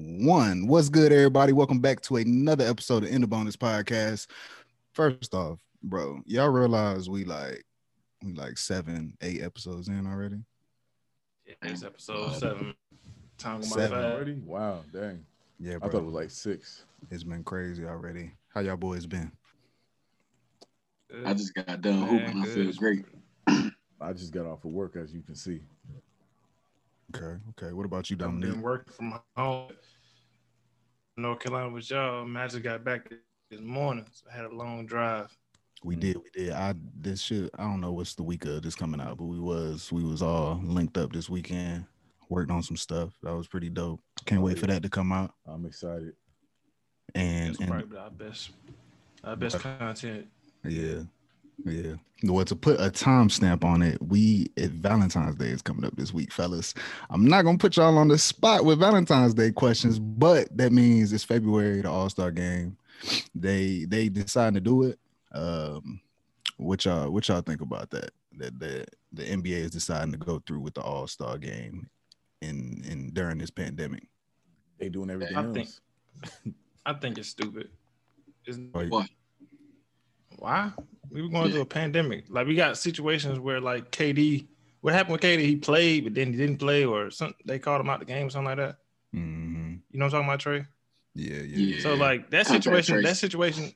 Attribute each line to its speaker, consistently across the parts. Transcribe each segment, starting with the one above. Speaker 1: One. What's good, everybody? Welcome back to another episode of In the Bonus Podcast. First off, bro, y'all realize we like we like seven, eight episodes in already.
Speaker 2: Yeah, it's episode seven. Time going by
Speaker 1: Um, Seven.
Speaker 2: fast.
Speaker 3: Already? Wow, dang.
Speaker 1: Yeah,
Speaker 3: I
Speaker 1: bro,
Speaker 3: thought it was like six.
Speaker 1: it's been crazy already. How y'all boys been?
Speaker 2: Good.
Speaker 4: I just got done
Speaker 2: Man,
Speaker 4: hooping. I
Speaker 2: good.
Speaker 4: feel great.
Speaker 3: I just got off of work, as you can see.
Speaker 1: Okay, okay. What about you,
Speaker 2: I've been
Speaker 1: Dominique?
Speaker 2: working from home. North Carolina with y'all. Man, I just got back this morning. So I had a long drive.
Speaker 1: We did, we did. I this shit. I don't know what's the week of this coming out, but we was we was all linked up this weekend. Worked on some stuff that was pretty dope. Can't wait for that to come out.
Speaker 3: I'm excited.
Speaker 1: And
Speaker 2: That's
Speaker 1: and
Speaker 2: probably our best, our best content.
Speaker 1: Yeah. Yeah. Well, to put a timestamp on it, we if Valentine's Day is coming up this week, fellas. I'm not gonna put y'all on the spot with Valentine's Day questions, but that means it's February, the All-Star game. They they decided to do it. Um what y'all what y'all think about that? That that the NBA is deciding to go through with the All-Star game in in during this pandemic.
Speaker 3: They doing everything
Speaker 2: I think-
Speaker 3: else.
Speaker 2: I think it's stupid. It's,
Speaker 1: Like,
Speaker 4: Why?
Speaker 2: why? We were going through a pandemic. Like we got situations where like KD, what happened with KD? He played, but then he didn't play, or something. They called him out the game, or something like that.
Speaker 1: mhm.
Speaker 2: You know what I'm talking about, Trey?
Speaker 1: yeah, yeah,
Speaker 4: Yeah.
Speaker 2: So like that
Speaker 4: Contract
Speaker 2: situation, that
Speaker 4: tracing.
Speaker 2: situation,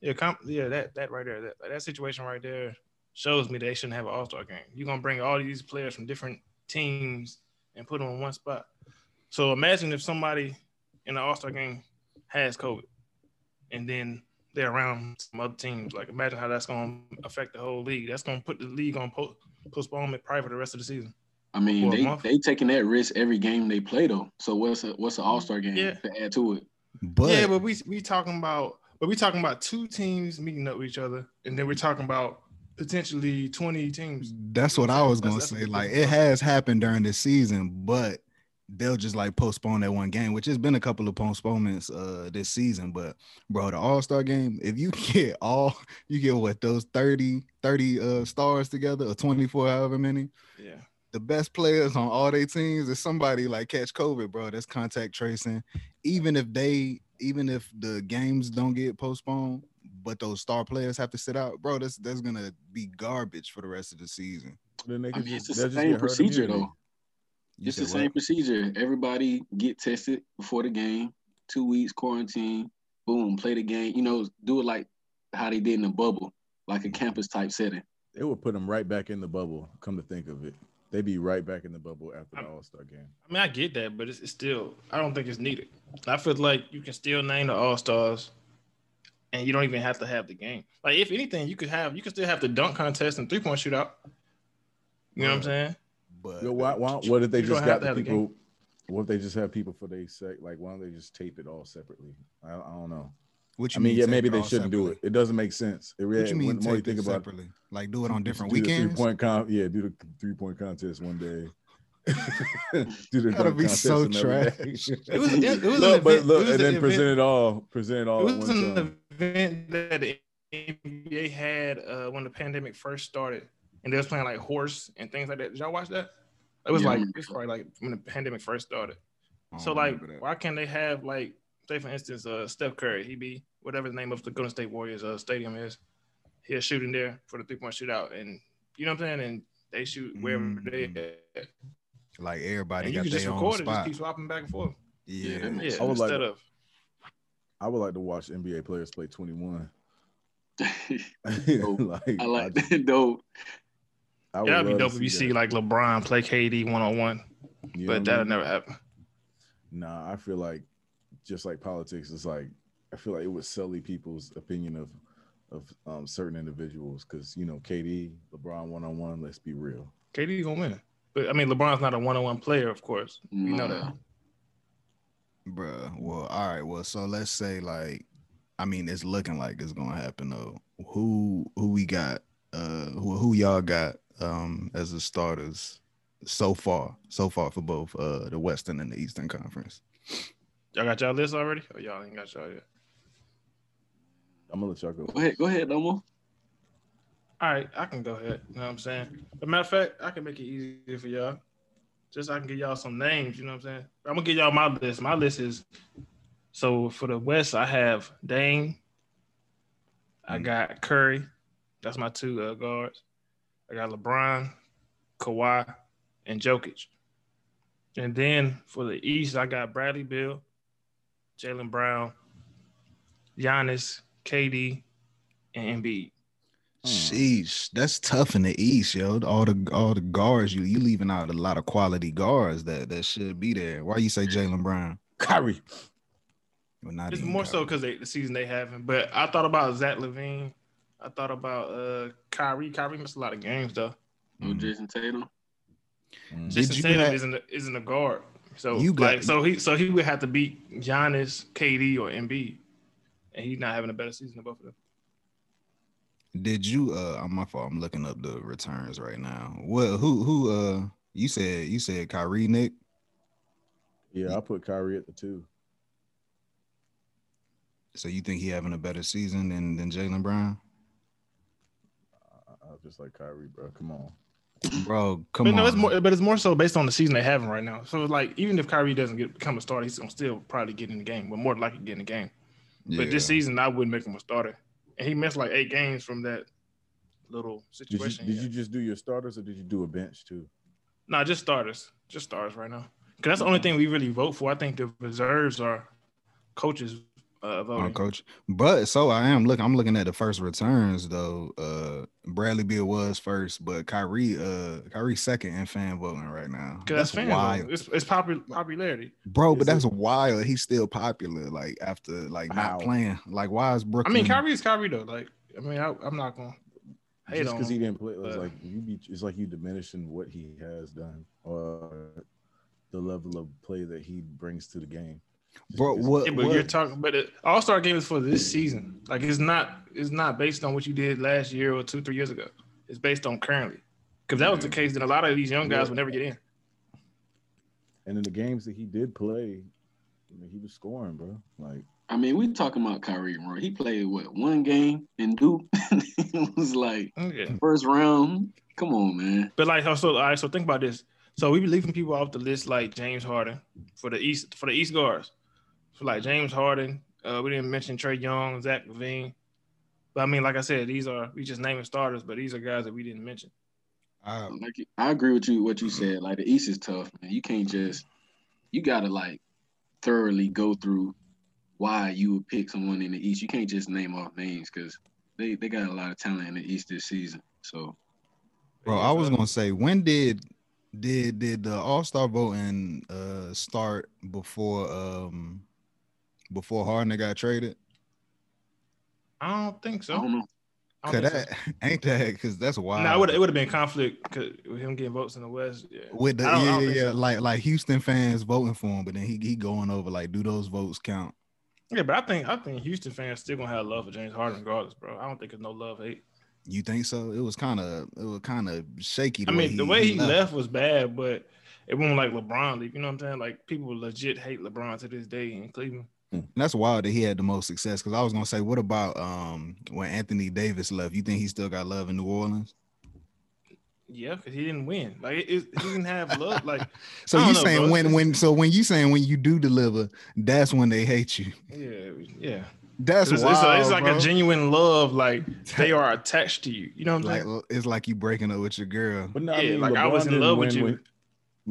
Speaker 2: yeah, com- yeah, that that right there, that that situation right there shows me they shouldn't have an All Star game. You're gonna bring all these players from different teams and put them in one spot. So imagine if somebody in the All Star game has COVID, and then they're around some other teams. Like imagine how that's gonna affect the whole league. That's gonna put the league on po- postponement probably for the rest of the season.
Speaker 4: I mean,
Speaker 2: For a
Speaker 4: they,
Speaker 2: month.
Speaker 4: they taking that risk every game they play though. So what's a what's an All Star game
Speaker 2: Mm-hmm. Yeah.
Speaker 4: to add to it?
Speaker 1: But
Speaker 2: yeah, but we we talking about but we talking about two teams meeting up with each other, and then we're talking about potentially twenty teams.
Speaker 1: That's what I was
Speaker 2: That's-
Speaker 1: gonna
Speaker 2: that's
Speaker 1: say.
Speaker 2: what
Speaker 1: Like
Speaker 2: people
Speaker 1: it
Speaker 2: do.
Speaker 1: has happened during the season, but they'll just like postpone that one game, which has been a couple of postponements uh this season. But bro, the all-star game, if you get all you get what those 30, 30 uh stars together or 24, however many,
Speaker 2: Yeah,
Speaker 1: the best players on all their teams, if somebody like catch COVID, bro, that's contact tracing. Even if they even if the games don't get postponed, but those star players have to sit out, bro, that's that's gonna be garbage for the rest of the season.
Speaker 3: Then they
Speaker 4: I mean, it's the
Speaker 3: they'll just
Speaker 4: same
Speaker 3: get herd
Speaker 4: procedure,
Speaker 3: immunity.
Speaker 4: though.
Speaker 1: You
Speaker 4: it's the
Speaker 1: said what?
Speaker 4: same procedure. Everybody get tested before the game, two weeks quarantine, boom, play the game. You know, do it like how they did in the bubble, like a
Speaker 2: Mm-hmm.
Speaker 4: campus type setting.
Speaker 3: They would put them right back in the bubble. Come to think of it, they be right back in the bubble after the
Speaker 2: I'm-
Speaker 3: All Star game.
Speaker 2: I mean I get that, but it's, it's still I don't think it's needed. I feel like you can still name the All Stars, and you don't even have to have the game. Like if anything, you could have you could still have the dunk contest and three point shootout. You know what I'm saying?
Speaker 1: But
Speaker 3: Yo, why, why, what if they
Speaker 2: You
Speaker 3: just
Speaker 2: don't have
Speaker 3: got
Speaker 2: to have
Speaker 3: the
Speaker 2: the
Speaker 3: people? What if they just have people for they sec? Like, why don't they just tape it all separately? I, I don't know.
Speaker 1: what
Speaker 3: I mean, yeah,
Speaker 1: take
Speaker 3: maybe they
Speaker 1: all
Speaker 3: shouldn't do it.
Speaker 1: separately?
Speaker 3: It doesn't make sense. It really,
Speaker 1: What you mean
Speaker 3: when- the more you
Speaker 1: take
Speaker 3: think
Speaker 1: it
Speaker 3: about it,
Speaker 1: separately? Like do it on different
Speaker 3: do the
Speaker 1: weekends?
Speaker 3: Three point con- yeah, do the three point contest one day. do the
Speaker 1: That'd
Speaker 3: dunk
Speaker 1: be so
Speaker 3: another
Speaker 1: trash.
Speaker 3: day.
Speaker 2: It was it, it was an
Speaker 3: look, but
Speaker 2: event- it
Speaker 3: look,
Speaker 2: was
Speaker 3: and
Speaker 2: an
Speaker 3: then
Speaker 2: event-
Speaker 3: present it all, present Oh, it all.
Speaker 2: It
Speaker 3: at
Speaker 2: was
Speaker 3: one time.
Speaker 2: an event that the NBA had uh, when the pandemic first started, and they was playing like horse and things like that. Did y'all watch that? It was
Speaker 4: Yeah, I
Speaker 2: like
Speaker 4: remember
Speaker 2: it's probably like when the pandemic first started.
Speaker 1: I don't
Speaker 2: So like,
Speaker 1: remember that.
Speaker 2: why can't they have like, say for instance, uh, Steph Curry, he be whatever the name of the Golden State Warriors uh, stadium is, he'll shoot in there for the three point shootout, and you know what I'm saying, and they shoot wherever
Speaker 1: Mm.
Speaker 2: they. At.
Speaker 1: like
Speaker 2: And
Speaker 1: everybody
Speaker 2: you
Speaker 1: got
Speaker 2: can just
Speaker 1: their own
Speaker 2: record it, just
Speaker 1: spot.
Speaker 2: keep swapping back and forth.
Speaker 4: Yeah,
Speaker 1: Yeah.
Speaker 4: that
Speaker 2: Yeah,
Speaker 4: makes
Speaker 3: I would like
Speaker 2: instead of
Speaker 3: I would like to watch NBA players play twenty one.
Speaker 4: sense.
Speaker 3: like,
Speaker 4: I like
Speaker 3: just-
Speaker 4: that though.
Speaker 3: I would
Speaker 2: yeah, that'd be
Speaker 3: love to
Speaker 2: dope if you see
Speaker 3: that.
Speaker 2: like LeBron play KD one on one,
Speaker 3: You know
Speaker 2: but
Speaker 3: what I
Speaker 2: that'll
Speaker 3: mean?
Speaker 2: never happen.
Speaker 3: Nah, I feel like just like politics, it's like I feel like it would sully people's opinion of of um, certain individuals because you know KD, LeBron, one on one. Let's be real.
Speaker 2: KD gonna win. But I mean, LeBron's not a one-on-one player, of course. We know
Speaker 4: Nah.
Speaker 2: that.
Speaker 1: Bruh. Well, all right. Well, so let's say like I mean it's looking like it's gonna happen though. Who who we got? Uh who who y'all got um as the starters so far, so far for both uh the Western and the Eastern Conference.
Speaker 2: Y'all got y'all list already? Or y'all ain't got y'all yet?
Speaker 3: I'm gonna let y'all go.
Speaker 4: Go ahead, go ahead, Domo.
Speaker 2: All right, I can go ahead. You know what I'm saying? As a matter of fact, I can make it easier for y'all. Just I can give y'all some names, you know what I'm saying? I'm gonna give y'all my list. My list is So for the West, I have Dame. I got Curry. That's my two uh, guards. I got LeBron, Kawhi, and Jokic. And then for the East, I got Bradley Bill, Jalen Brown, Giannis, KD, and Embiid.
Speaker 1: Hmm. Sheesh, that's tough in the East, yo. All the all the guards, you you leaving out a lot of quality guards that that should be there. Why you say Jalen Brown?
Speaker 3: Kyrie.
Speaker 1: Well, not
Speaker 2: It's
Speaker 1: even
Speaker 2: more
Speaker 1: Kyrie.
Speaker 2: so because the season they haven't. But I thought about Zach Levine. I thought about uh Kyrie. Kyrie missed a lot of games though.
Speaker 4: No
Speaker 1: Mhm.
Speaker 4: Jason Tatum.
Speaker 3: Mm.
Speaker 1: Did
Speaker 2: Jason
Speaker 1: you
Speaker 2: Tatum
Speaker 1: have-
Speaker 2: isn't a- isn't a guard. So
Speaker 1: You got-
Speaker 2: like so he so he would have to beat Giannis, KD, or Embiid, and he's not having a better season than both of them.
Speaker 1: Did you uh I'm my fault, I'm looking up the returns right now. Well, who who uh you said you said Kyrie Nick?
Speaker 3: Yeah, I put Kyrie at the two.
Speaker 1: So you think he having a better season than than Jalen Brown?
Speaker 3: I, I just like Kyrie, bro. Come on.
Speaker 1: Bro, come
Speaker 2: But
Speaker 1: on.
Speaker 2: no, it's
Speaker 1: man.
Speaker 2: more but it's more so based on the season they having right now. So it's like even if Kyrie doesn't get become a starter, he's gonna still probably get in the game, but more than likely get in the game. But this
Speaker 1: Yeah.
Speaker 2: season I wouldn't make him a starter. And he missed like eight games from that little
Speaker 3: Did you,
Speaker 2: situation.
Speaker 3: did you just do your starters or did you do a bench too?
Speaker 2: No, just starters. Just starters right now. Because that's the only thing we really vote for. I think the reserves are coaches uh,
Speaker 1: on
Speaker 2: voting.
Speaker 1: coach. But so I am look. I'm looking at the first returns though. Uh Bradley Beal was first, but Kyrie, uh Kyrie second in fan voting right now. That's
Speaker 2: Because that's fan
Speaker 1: wild,
Speaker 2: voting. It's, it's popular, popularity.
Speaker 1: bro. But
Speaker 3: Is it-
Speaker 1: that's wild. He's still popular. Like after like
Speaker 3: Wow.
Speaker 1: not playing. Like why is
Speaker 2: I
Speaker 1: Brooklyn?
Speaker 2: mean, Kyrie is Kyrie, though. Like, I mean, I, I'm not going to hate
Speaker 3: Just
Speaker 2: on
Speaker 3: because he
Speaker 2: him.
Speaker 3: didn't play, it's
Speaker 2: but-
Speaker 3: like you be. It's like you diminishing what he has done or the level of play that he brings to the game. Just
Speaker 1: bro.
Speaker 3: because-
Speaker 1: What?
Speaker 2: Yeah, but
Speaker 1: what-
Speaker 2: you're talking, but the All Star game is for this season. Like, it's not, it's not based on what you did last year or two, three years ago. It's based on currently. Because that was
Speaker 1: Mm-hmm.
Speaker 2: the case, then a lot of these young guys would never get in.
Speaker 3: And in the games that he did play, I mean, he was scoring, bro. Like
Speaker 4: I mean, we talking about Kyrie Murray. He played what one game in Duke. it was like
Speaker 2: Yeah.
Speaker 4: first round. Come on, man.
Speaker 2: But like, so all right, so think about this. So we be leaving people off the list like James Harden for the East for the East guards. So like James Harden, uh, we didn't mention Trey Young, Zach Levine. But I mean, like I said, these are we just naming starters, but these are guys that we didn't mention.
Speaker 1: I-
Speaker 4: Like I agree with you what you said. Like the East is tough, man. You can't just you gotta like thoroughly go through why you would pick someone in the East. You can't just name off names because they, they got a lot of talent in the East this season. So
Speaker 1: bro, I was gonna say when did did did the All Star voting uh start before um before Harden got traded?
Speaker 2: I don't think
Speaker 4: I
Speaker 2: so.
Speaker 4: don't know.
Speaker 2: I
Speaker 1: Cause
Speaker 2: don't think so.
Speaker 1: that ain't that because that's wild.
Speaker 2: No, it would it would have been conflict 'cause with him getting votes in the West. Yeah.
Speaker 1: with the
Speaker 2: I don't- I
Speaker 1: yeah,
Speaker 2: don't
Speaker 1: yeah,
Speaker 2: think
Speaker 1: yeah,
Speaker 2: so.
Speaker 1: like like Houston fans voting for him, but then he he going over like, do those votes count?
Speaker 2: yeah, but I think I think Houston fans still gonna have love for James Harden regardless, bro. I don't think there's no love hate.
Speaker 1: You think so? It was kind of it was kind of shaky.
Speaker 2: I mean, the way he left. was bad, but it wasn't like LeBron leave. You know what I'm saying? Like people legit hate LeBron to this day in Cleveland.
Speaker 1: And that's wild that he had the most success. Because I was gonna say, what about um when Anthony Davis left? You think he still got love in New Orleans?
Speaker 2: Yeah, because he didn't win. Like it, it- he didn't have love. Like
Speaker 1: So
Speaker 2: I don't
Speaker 1: you
Speaker 2: know,
Speaker 1: saying
Speaker 2: bro.
Speaker 1: when when so when you saying when you do deliver, that's when they hate you.
Speaker 2: yeah, yeah.
Speaker 1: That's
Speaker 2: It's, it's a-
Speaker 1: wild,
Speaker 2: it's like
Speaker 1: bro.
Speaker 2: a genuine love. Like they are attached to you. You know what I'm
Speaker 1: Like
Speaker 2: saying?
Speaker 1: it's like you breaking up with your girl.
Speaker 3: But no, I
Speaker 2: Yeah,
Speaker 3: mean,
Speaker 2: like,
Speaker 3: LeBron
Speaker 2: I was in
Speaker 3: didn't
Speaker 2: love with
Speaker 3: win
Speaker 2: you.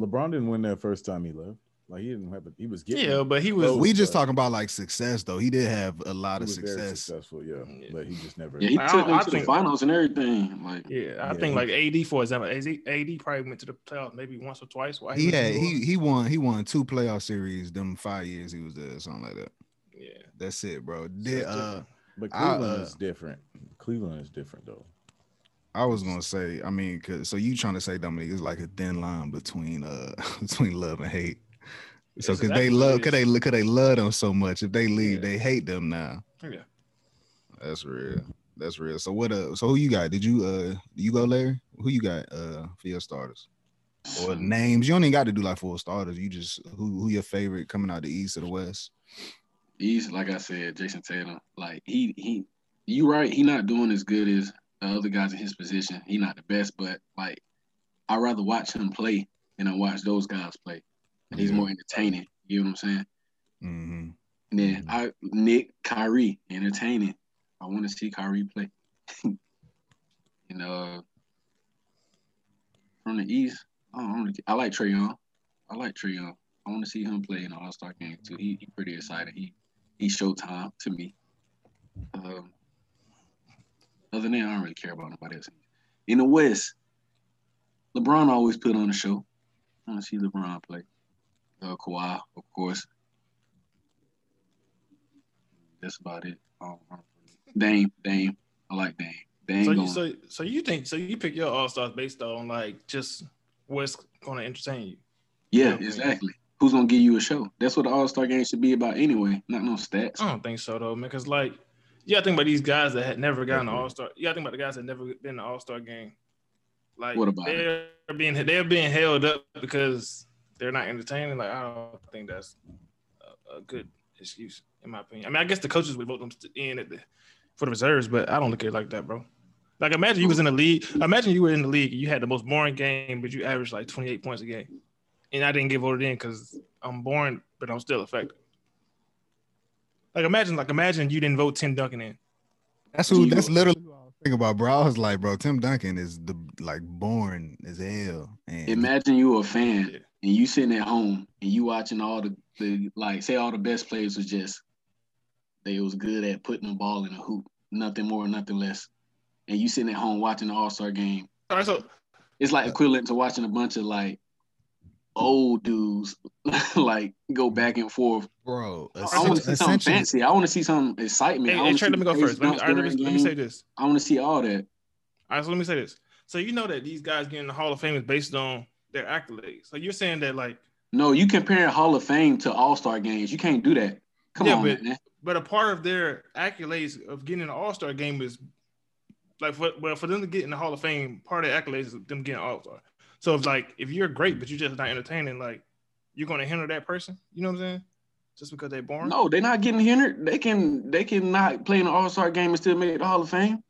Speaker 3: LeBron didn't win that first time he left. Like he didn't have. A, he was getting.
Speaker 2: yeah, but he was.
Speaker 3: Well,
Speaker 1: we just
Speaker 3: but-
Speaker 1: talking about like success though. He did have a
Speaker 3: he
Speaker 1: lot of
Speaker 3: was very
Speaker 1: success.
Speaker 3: successful. Yeah,
Speaker 2: Yeah.
Speaker 3: but he just never.
Speaker 4: Yeah, he
Speaker 2: I
Speaker 4: took
Speaker 2: don't-
Speaker 4: them
Speaker 2: I
Speaker 4: to the
Speaker 2: think-
Speaker 4: finals and everything. Like
Speaker 2: yeah, I
Speaker 3: Yeah,
Speaker 2: think
Speaker 3: he-
Speaker 2: like AD for example, AD, AD probably went to the playoffs maybe once or twice. Why
Speaker 1: He
Speaker 2: was in
Speaker 1: had
Speaker 2: New Orleans.
Speaker 1: he he won he won two playoff series them five years he was there something like that.
Speaker 2: yeah.
Speaker 1: That's it, bro. Did, uh,
Speaker 3: But
Speaker 1: I,
Speaker 3: Cleveland
Speaker 1: uh,
Speaker 3: is different. Cleveland is different though.
Speaker 1: I was gonna say, I mean, 'cause- so you trying to say Dominique it's like a thin line between uh between love and hate. So
Speaker 2: Yes,
Speaker 1: because
Speaker 2: exactly
Speaker 1: they
Speaker 2: what it
Speaker 1: love,
Speaker 2: is.
Speaker 1: cause they look, cause they love them so much. If they leave,
Speaker 2: Yeah.
Speaker 1: they hate them now.
Speaker 2: Yeah.
Speaker 1: That's real. That's real. So what? Uh, so who you got? Did you uh you go Larry? Who you got uh for your starters or names? You don't even got to do like full starters. You just who who your favorite coming out the East or the West?
Speaker 4: he's like I said, Jason Tatum. Like he he, you right. He not doing as good as the other guys in his position. He not the best, but like I rather watch him play than I watch those guys play. And he's
Speaker 1: Yeah.
Speaker 4: more entertaining. You know what I'm saying?
Speaker 1: Mm-hmm.
Speaker 4: And then I Nick Kyrie entertaining. I want to see Kyrie play. and uh, from the East, I, don't really, I like Trey Young. I like Trey Young. I want to see him play in an All Star game too. He, he pretty excited. He he showtime to me. Um, other than that, I don't really care about nobody else. In the West, LeBron always put on a show. I want to see LeBron play. Uh, Kawhi, of course. That's about it. Um, Dame, Dame, I like Dame. Dame
Speaker 2: So you
Speaker 4: going-
Speaker 2: so so you think so you pick your all stars based on like just what's gonna entertain you.
Speaker 4: yeah,
Speaker 2: okay.
Speaker 4: exactly. Who's gonna give you a show? That's what the All Star game should be about anyway. Not no stats.
Speaker 2: I don't think so though, man. Cause like you gotta think about these guys that had never gotten an all star. You gotta think about the guys that never been in the all star game. Like
Speaker 4: What about
Speaker 2: they're being they're being held up because they're not entertaining. Like I don't think that's a, a good excuse in my opinion. I mean, I guess the coaches would vote them to- in at the for the reserves, but I don't look at it like that, bro. Like imagine you was in the league. Imagine you were in the league. You had the most boring game, but you averaged like 28 points a game, and I didn't get voted in because I'm boring, but I'm still effective. Like imagine, like imagine you didn't vote Tim Duncan in.
Speaker 1: That's who.
Speaker 4: You-
Speaker 1: That's literally who I was thinking about, bro. I was like, bro, Tim Duncan is the like born as hell, and
Speaker 4: Imagine you a fan
Speaker 2: Yeah.
Speaker 4: and you sitting at home and you watching all the, the like say all the best players was just they was good at putting the ball in a hoop, nothing more, nothing less. And you sitting at home watching the All Star game.
Speaker 2: All right, so
Speaker 4: It's like equivalent to watching a bunch of like old dudes like go back and forth.
Speaker 1: bro,
Speaker 4: I want to see something
Speaker 1: essentially,
Speaker 4: fancy. I want to see some excitement.
Speaker 2: hey,
Speaker 4: I
Speaker 2: hey
Speaker 4: wanna
Speaker 2: Trey,
Speaker 4: see
Speaker 2: let me go
Speaker 4: crazy
Speaker 2: first. Let me,
Speaker 4: dunks
Speaker 2: all right, let
Speaker 4: during
Speaker 2: me, let me say
Speaker 4: games.
Speaker 2: this.
Speaker 4: I want to see all that.
Speaker 2: All right, so let me say this. So you know that these guys getting the Hall of Fame is based on their accolades. So you're saying that like,
Speaker 4: No, you comparing Hall of Fame to All Star games. You can't do that. Come
Speaker 2: Yeah,
Speaker 4: on,
Speaker 2: but-
Speaker 4: man.
Speaker 2: but a part of their accolades of getting an All Star game is like, for, well, for them to get in the Hall of Fame, part of the accolades is them getting All Star. So if like, if you're great but you're just not entertaining, like, you're going to hinder that person. You know what I'm saying? Just because they're born.
Speaker 4: No, they're not getting hindered. They can they can not play in an All Star game and still make the Hall of Fame.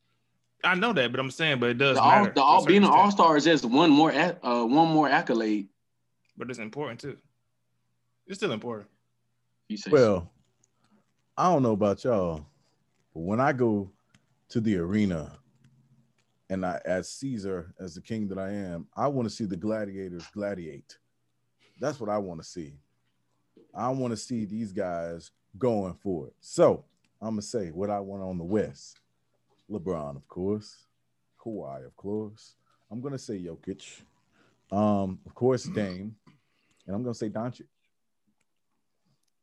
Speaker 2: I know that, but I'm saying, but it does
Speaker 4: The
Speaker 2: matter.
Speaker 4: all,
Speaker 2: to
Speaker 4: the
Speaker 2: a
Speaker 4: all being an
Speaker 2: certain
Speaker 4: All
Speaker 2: extent.
Speaker 4: Star is just one more ac- uh one more accolade.
Speaker 2: but it's important too. It's still important.
Speaker 4: You say
Speaker 3: Well, I don't know about y'all, but when I go to the arena and I, as Caesar, as the king that I am, I want to see the gladiators gladiate. That's what I want to see. I want to see these guys going for it. So I'm gonna say what I want on the West: LeBron, of course, Kawhi, of course. I'm gonna say Jokic, um, of course, Dame, and I'm gonna say Doncic.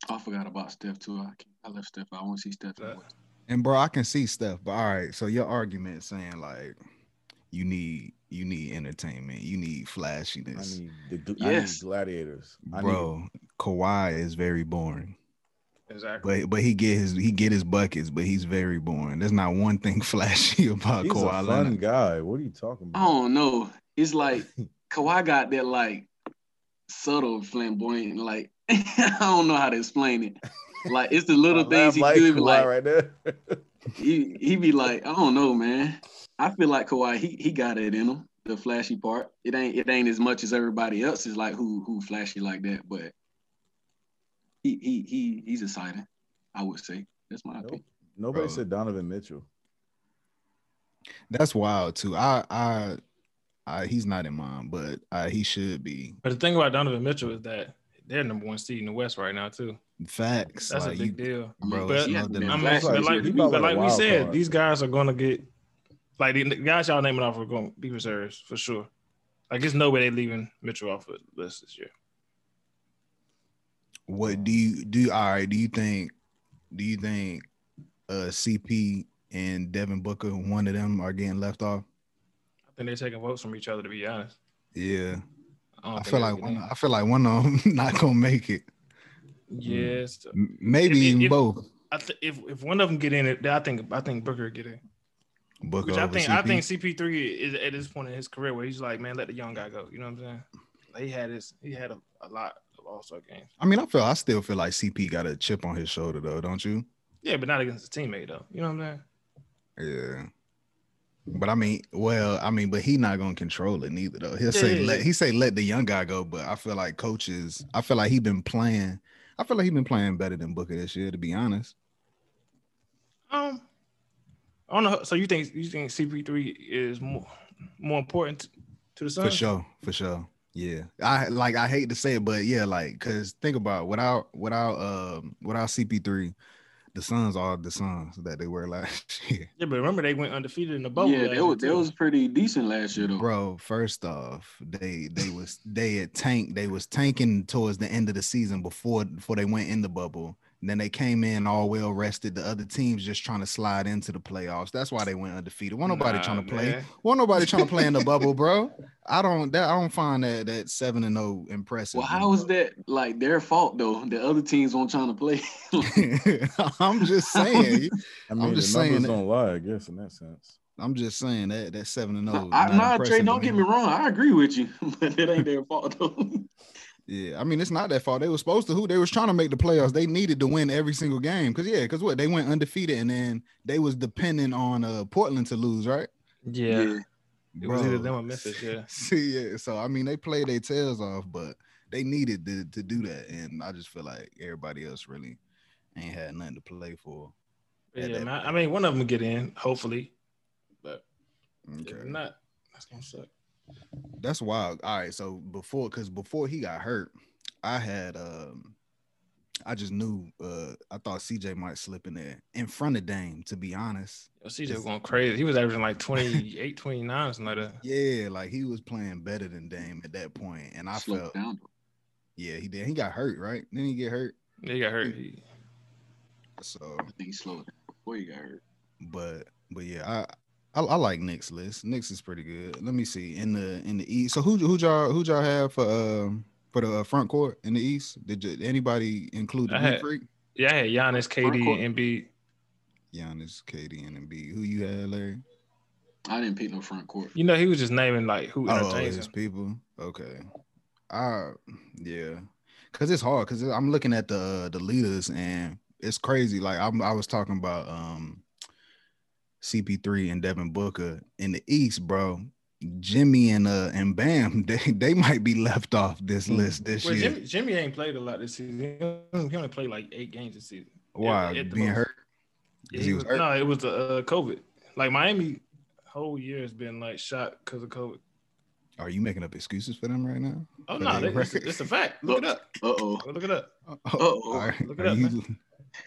Speaker 4: I forgot about Steph too. I, can't, I left Steph. I want to see Steph. in the
Speaker 2: Uh,
Speaker 4: West.
Speaker 1: and bro, I can see stuff. But all right, so your argument saying like, you need you need entertainment, you need
Speaker 3: I
Speaker 1: flashiness,
Speaker 3: need the gl-
Speaker 4: Yes.
Speaker 3: I need gladiators. I
Speaker 1: bro. Kawhi is very boring,
Speaker 2: Exactly.
Speaker 1: but but he get his he get his buckets, but he's very boring. There's not one thing flashy about
Speaker 3: need, he's
Speaker 1: Kawhi.
Speaker 3: a
Speaker 1: Leonard.
Speaker 3: fun guy. What are you talking
Speaker 4: I
Speaker 3: about?
Speaker 4: don't know. It's like Kawhi got that like subtle flamboyant. Like I don't know how to explain it. Like it's the little
Speaker 3: I
Speaker 4: things
Speaker 3: laugh
Speaker 4: he
Speaker 3: like
Speaker 4: do. he be
Speaker 3: Kawhi
Speaker 4: Like
Speaker 3: right there.
Speaker 4: he he be like, I don't know, man. I feel like Kawhi, he he got it in him, the flashy part. It ain't it ain't as much as everybody else is like who who flashy like that, but he he he he's exciting, I would say. That's my
Speaker 3: Nope.
Speaker 4: opinion.
Speaker 3: Nobody
Speaker 1: Bro.
Speaker 3: said Donovan Mitchell.
Speaker 1: That's wild too. I, I, I he's not in mine, but uh, he should be.
Speaker 2: But the thing about Donovan Mitchell is that they're number one seed in the West right now too.
Speaker 1: Facts,
Speaker 2: That's
Speaker 1: like,
Speaker 2: a big
Speaker 1: you-
Speaker 2: deal.
Speaker 1: bro.
Speaker 2: But-
Speaker 1: it's no
Speaker 4: Yeah,
Speaker 1: denying-
Speaker 2: I mean,
Speaker 4: Flash
Speaker 2: but
Speaker 4: is-
Speaker 2: like,
Speaker 4: he
Speaker 2: but
Speaker 3: probably
Speaker 2: like
Speaker 3: a
Speaker 2: we
Speaker 3: wild
Speaker 2: said,
Speaker 3: card.
Speaker 2: these guys are gonna get like the guys y'all naming off are gonna be reserves for sure. Like there's no way they leaving Mitchell off the list this year.
Speaker 1: what do you do? All right, do you think? Do you think uh CP and Devin Booker, one of them, are getting left off?
Speaker 2: I think they're taking votes from each other to be honest.
Speaker 1: Yeah,
Speaker 2: I, don't
Speaker 1: I
Speaker 2: think
Speaker 1: feel
Speaker 2: they're
Speaker 1: like one.
Speaker 2: getting-
Speaker 1: I feel like one of them not gonna make it.
Speaker 2: yes.
Speaker 1: M- Maybe
Speaker 2: If- if-
Speaker 1: even
Speaker 2: if-
Speaker 1: both.
Speaker 2: I th- if if one of them get in it, then I think I think Booker get in.
Speaker 1: Booker,
Speaker 2: Which I
Speaker 1: over
Speaker 2: think
Speaker 1: CP.
Speaker 2: I think CP three is at this point in his career where he's like, man, let the young guy go. You know what I'm saying? Like, he had his he had a, a lot of All Star games.
Speaker 1: I mean, I feel. I still feel like CP got a chip on his shoulder, though. Don't you?
Speaker 2: Yeah, but not against his teammate though. You know what I'm saying?
Speaker 1: Yeah. But I mean, well, I mean, but he not gonna control it neither though. He'll
Speaker 2: Yeah,
Speaker 1: say
Speaker 2: yeah,
Speaker 1: let
Speaker 2: yeah.
Speaker 1: he say let the young guy go, but I feel like coaches, I feel like he been playing I feel like he's been playing better than Booker this year, to be honest.
Speaker 2: Um, on the so you think you think CP three is more more important to the Suns?
Speaker 1: For sure, for sure. Yeah, I like I hate to say it, but yeah, like because think about it, without without um without CP three, the Suns are the Suns that they were last year.
Speaker 2: Yeah, but remember they went undefeated in the bubble.
Speaker 4: yeah,
Speaker 2: last
Speaker 4: they
Speaker 2: year,
Speaker 4: was, they
Speaker 2: too.
Speaker 4: was pretty decent last year though.
Speaker 1: Bro, first off, they they was they had tanked they was tanking towards the end of the season before before they went in the bubble. And then they came in all well rested. The other teams just trying to slide into the playoffs. That's why they went undefeated. Won't nobody
Speaker 2: Nah,
Speaker 1: trying to play.
Speaker 2: man.
Speaker 1: Won't nobody trying to play in the bubble, bro. I don't that I don't find that that seven and zero impressive.
Speaker 4: Well, how is that like their fault though? The other teams won't trying to play.
Speaker 1: I'm just saying.
Speaker 3: I mean,
Speaker 1: just
Speaker 3: the
Speaker 1: saying that-
Speaker 3: numbers don't lie, I guess, in that sense.
Speaker 1: I'm just saying that that seven and oh zero.
Speaker 4: I, nah, Trey, don't get me wrong. I agree with you, but it ain't their fault though.
Speaker 1: Yeah, I mean it's not that far. They were supposed to who they was trying to make the playoffs. They needed to win every single game. Cause yeah, cause what they went undefeated and then they was depending on uh Portland to lose, right?
Speaker 2: Yeah, it was
Speaker 1: Bro.
Speaker 2: either them or Memphis. Yeah,
Speaker 1: See, yeah. So I mean they played their tails off, but they needed to, to do that. And I just feel like everybody else really ain't had nothing to play for.
Speaker 2: yeah.
Speaker 1: Yeah, that-
Speaker 2: man, I mean, one of them get in hopefully, but
Speaker 1: Okay.
Speaker 2: if not, that's gonna suck.
Speaker 1: That's wild. All right, so before because before he got hurt, I had um I just knew uh I thought CJ might slip in there in front of Dame, to be honest.
Speaker 2: Yo, CJ was
Speaker 1: Just-
Speaker 2: going crazy. He was averaging like 28, 29 or something like that.
Speaker 1: Yeah, like he was playing better than Dame at that point, and I
Speaker 4: Slow
Speaker 1: felt
Speaker 4: down.
Speaker 1: yeah, he did. He got hurt, right? Then he get hurt.
Speaker 2: They got hurt.
Speaker 1: Hmm.
Speaker 2: He-
Speaker 1: So
Speaker 4: I think he slowed down before you got hurt.
Speaker 1: but but yeah, I I, I like Nick's list. Nick's is pretty good. Let me see in the in the East. So who who y'all who y'all have for um for the uh, front court in the East? Did you, anybody include the
Speaker 2: I
Speaker 1: Greek
Speaker 2: had-
Speaker 1: freak?
Speaker 2: Yeah, I had Giannis,
Speaker 4: court.
Speaker 2: KD, and B.
Speaker 1: Giannis, KD, and Embiid. Who you had, Larry?
Speaker 4: I didn't pick no front court.
Speaker 2: You know, he was just naming like who
Speaker 1: Oh,
Speaker 2: entertains
Speaker 1: his
Speaker 2: him.
Speaker 1: people. Okay. I yeah, cause it's hard. Cause I'm looking at the the leaders and it's crazy. Like I'm, I was talking about um CP3 and Devin Booker in the East, bro. Jimmy and uh and Bam, they they might be left off this
Speaker 3: Hmm.
Speaker 1: list this
Speaker 2: Well,
Speaker 1: year.
Speaker 2: Jimmy, Jimmy ain't played a lot this season. He only played like eight games this season.
Speaker 1: Why
Speaker 2: at- at the
Speaker 1: being
Speaker 2: most.
Speaker 1: hurt?
Speaker 2: Yeah,
Speaker 1: 'Cause
Speaker 2: he
Speaker 1: he was
Speaker 2: was-
Speaker 1: hurt?
Speaker 2: no, it was the uh, COVID. Like Miami, whole year has been like shot because of COVID.
Speaker 1: Are you making up excuses for them right now?
Speaker 2: Oh
Speaker 1: For
Speaker 2: no,
Speaker 1: their
Speaker 2: that- it's,
Speaker 1: record.
Speaker 2: it's a fact. Look it up.
Speaker 4: Uh oh.
Speaker 2: Go Look it up.
Speaker 4: Uh-oh.
Speaker 1: Are-
Speaker 2: Look it
Speaker 1: are
Speaker 2: up,
Speaker 1: you-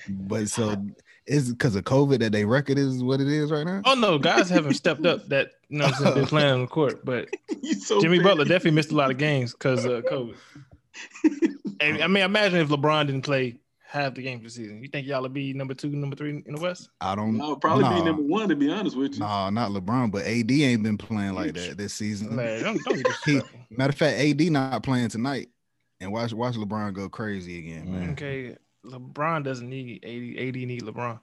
Speaker 1: but so is because of COVID that they record is what it is right now.
Speaker 2: Oh no, guys haven't stepped up. That you know, what I'm saying, been playing on the court, but Jimmy Butler definitely missed a lot of games because of COVID. And, I mean, imagine if LeBron didn't play half the games this season. You think y'all would be number two, number three in the West?
Speaker 1: I don't.
Speaker 4: No, probably
Speaker 1: nah.
Speaker 4: be number one to be honest with you.
Speaker 1: No, not LeBron, but AD ain't been playing like that this season.
Speaker 2: Man, don't, don't be disrespectful.
Speaker 1: Matter of fact, AD not playing tonight, and watch watch LeBron go crazy again, man.
Speaker 2: Okay, LeBron doesn't need AD. AD need LeBron. Mm.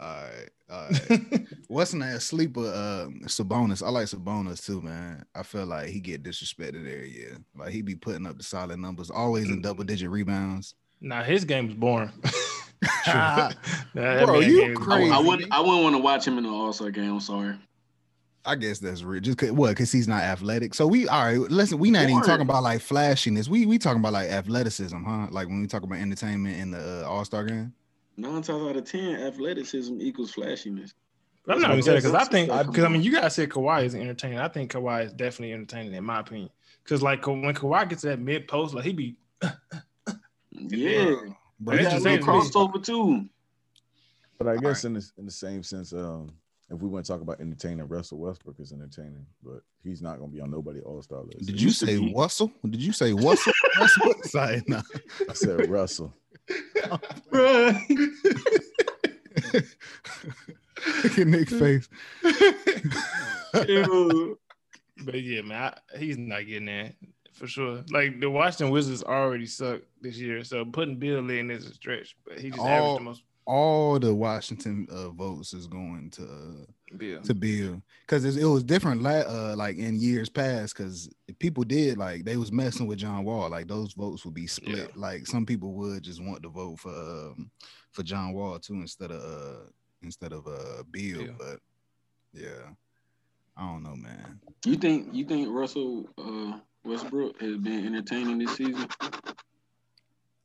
Speaker 1: All right, all right. What's in that sleeper? Uh, Sabonis. I like Sabonis too, man. I feel like he get disrespected every year. Like he be putting up the solid numbers, always
Speaker 2: Mm.
Speaker 1: in double digit rebounds.
Speaker 2: nah, his game is boring. Nah,
Speaker 1: I
Speaker 2: that
Speaker 1: Bro,
Speaker 2: man
Speaker 1: you
Speaker 2: game is
Speaker 1: crazy.
Speaker 4: I,
Speaker 2: boring.
Speaker 4: I wouldn't. I wouldn't want to watch him in the All Star game. I'm sorry.
Speaker 1: guess that's real. Just cause, what? Cause he's not athletic. So we all right. Listen, we not even talking about like flashiness. We we talking about like athleticism, huh? Like when we talk about entertainment in the uh, All Star game.
Speaker 4: Nine times out of ten, athleticism equals flashiness.
Speaker 2: I'm not even saying because I think
Speaker 4: Like,
Speaker 2: because I mean you guys said Kawhi is entertaining. I think Kawhi is definitely entertaining in my opinion. Because like Ka- when Kawhi gets to that mid post, like he be
Speaker 4: Yeah,
Speaker 1: Bro,
Speaker 2: That's
Speaker 4: we got a
Speaker 2: the same
Speaker 4: little crossover too.
Speaker 3: But I
Speaker 1: All
Speaker 3: guess in, this, in the same sense, um, if we want to talk about entertaining, Russell Westbrook is entertaining, but he's not going to be on nobody All Star list.
Speaker 1: Did you
Speaker 4: used to
Speaker 1: say
Speaker 4: be-
Speaker 1: Russell? Did you say Russell? That's what sorry, no.
Speaker 3: I said Russell.
Speaker 4: Bruh.
Speaker 1: Look at Nick's face.
Speaker 4: Ew.
Speaker 2: But yeah, man, I, he's not getting that for sure. Like the Washington Wizards already suck this year, so putting Bill in is a stretch. But he just
Speaker 1: All-
Speaker 2: averaged the most
Speaker 1: All the Washington uh, votes is going to uh,
Speaker 2: Bill.
Speaker 1: to Bill because it was different la- uh, like in years past because people did like they was messing with John Wall like those votes would be split
Speaker 2: Yeah.
Speaker 1: like some people would just want to vote for um, for John Wall too instead of uh, instead of uh, Bill
Speaker 2: Bill.
Speaker 1: but yeah I don't know man
Speaker 4: you think you think Russell uh, Westbrook has been entertaining this season?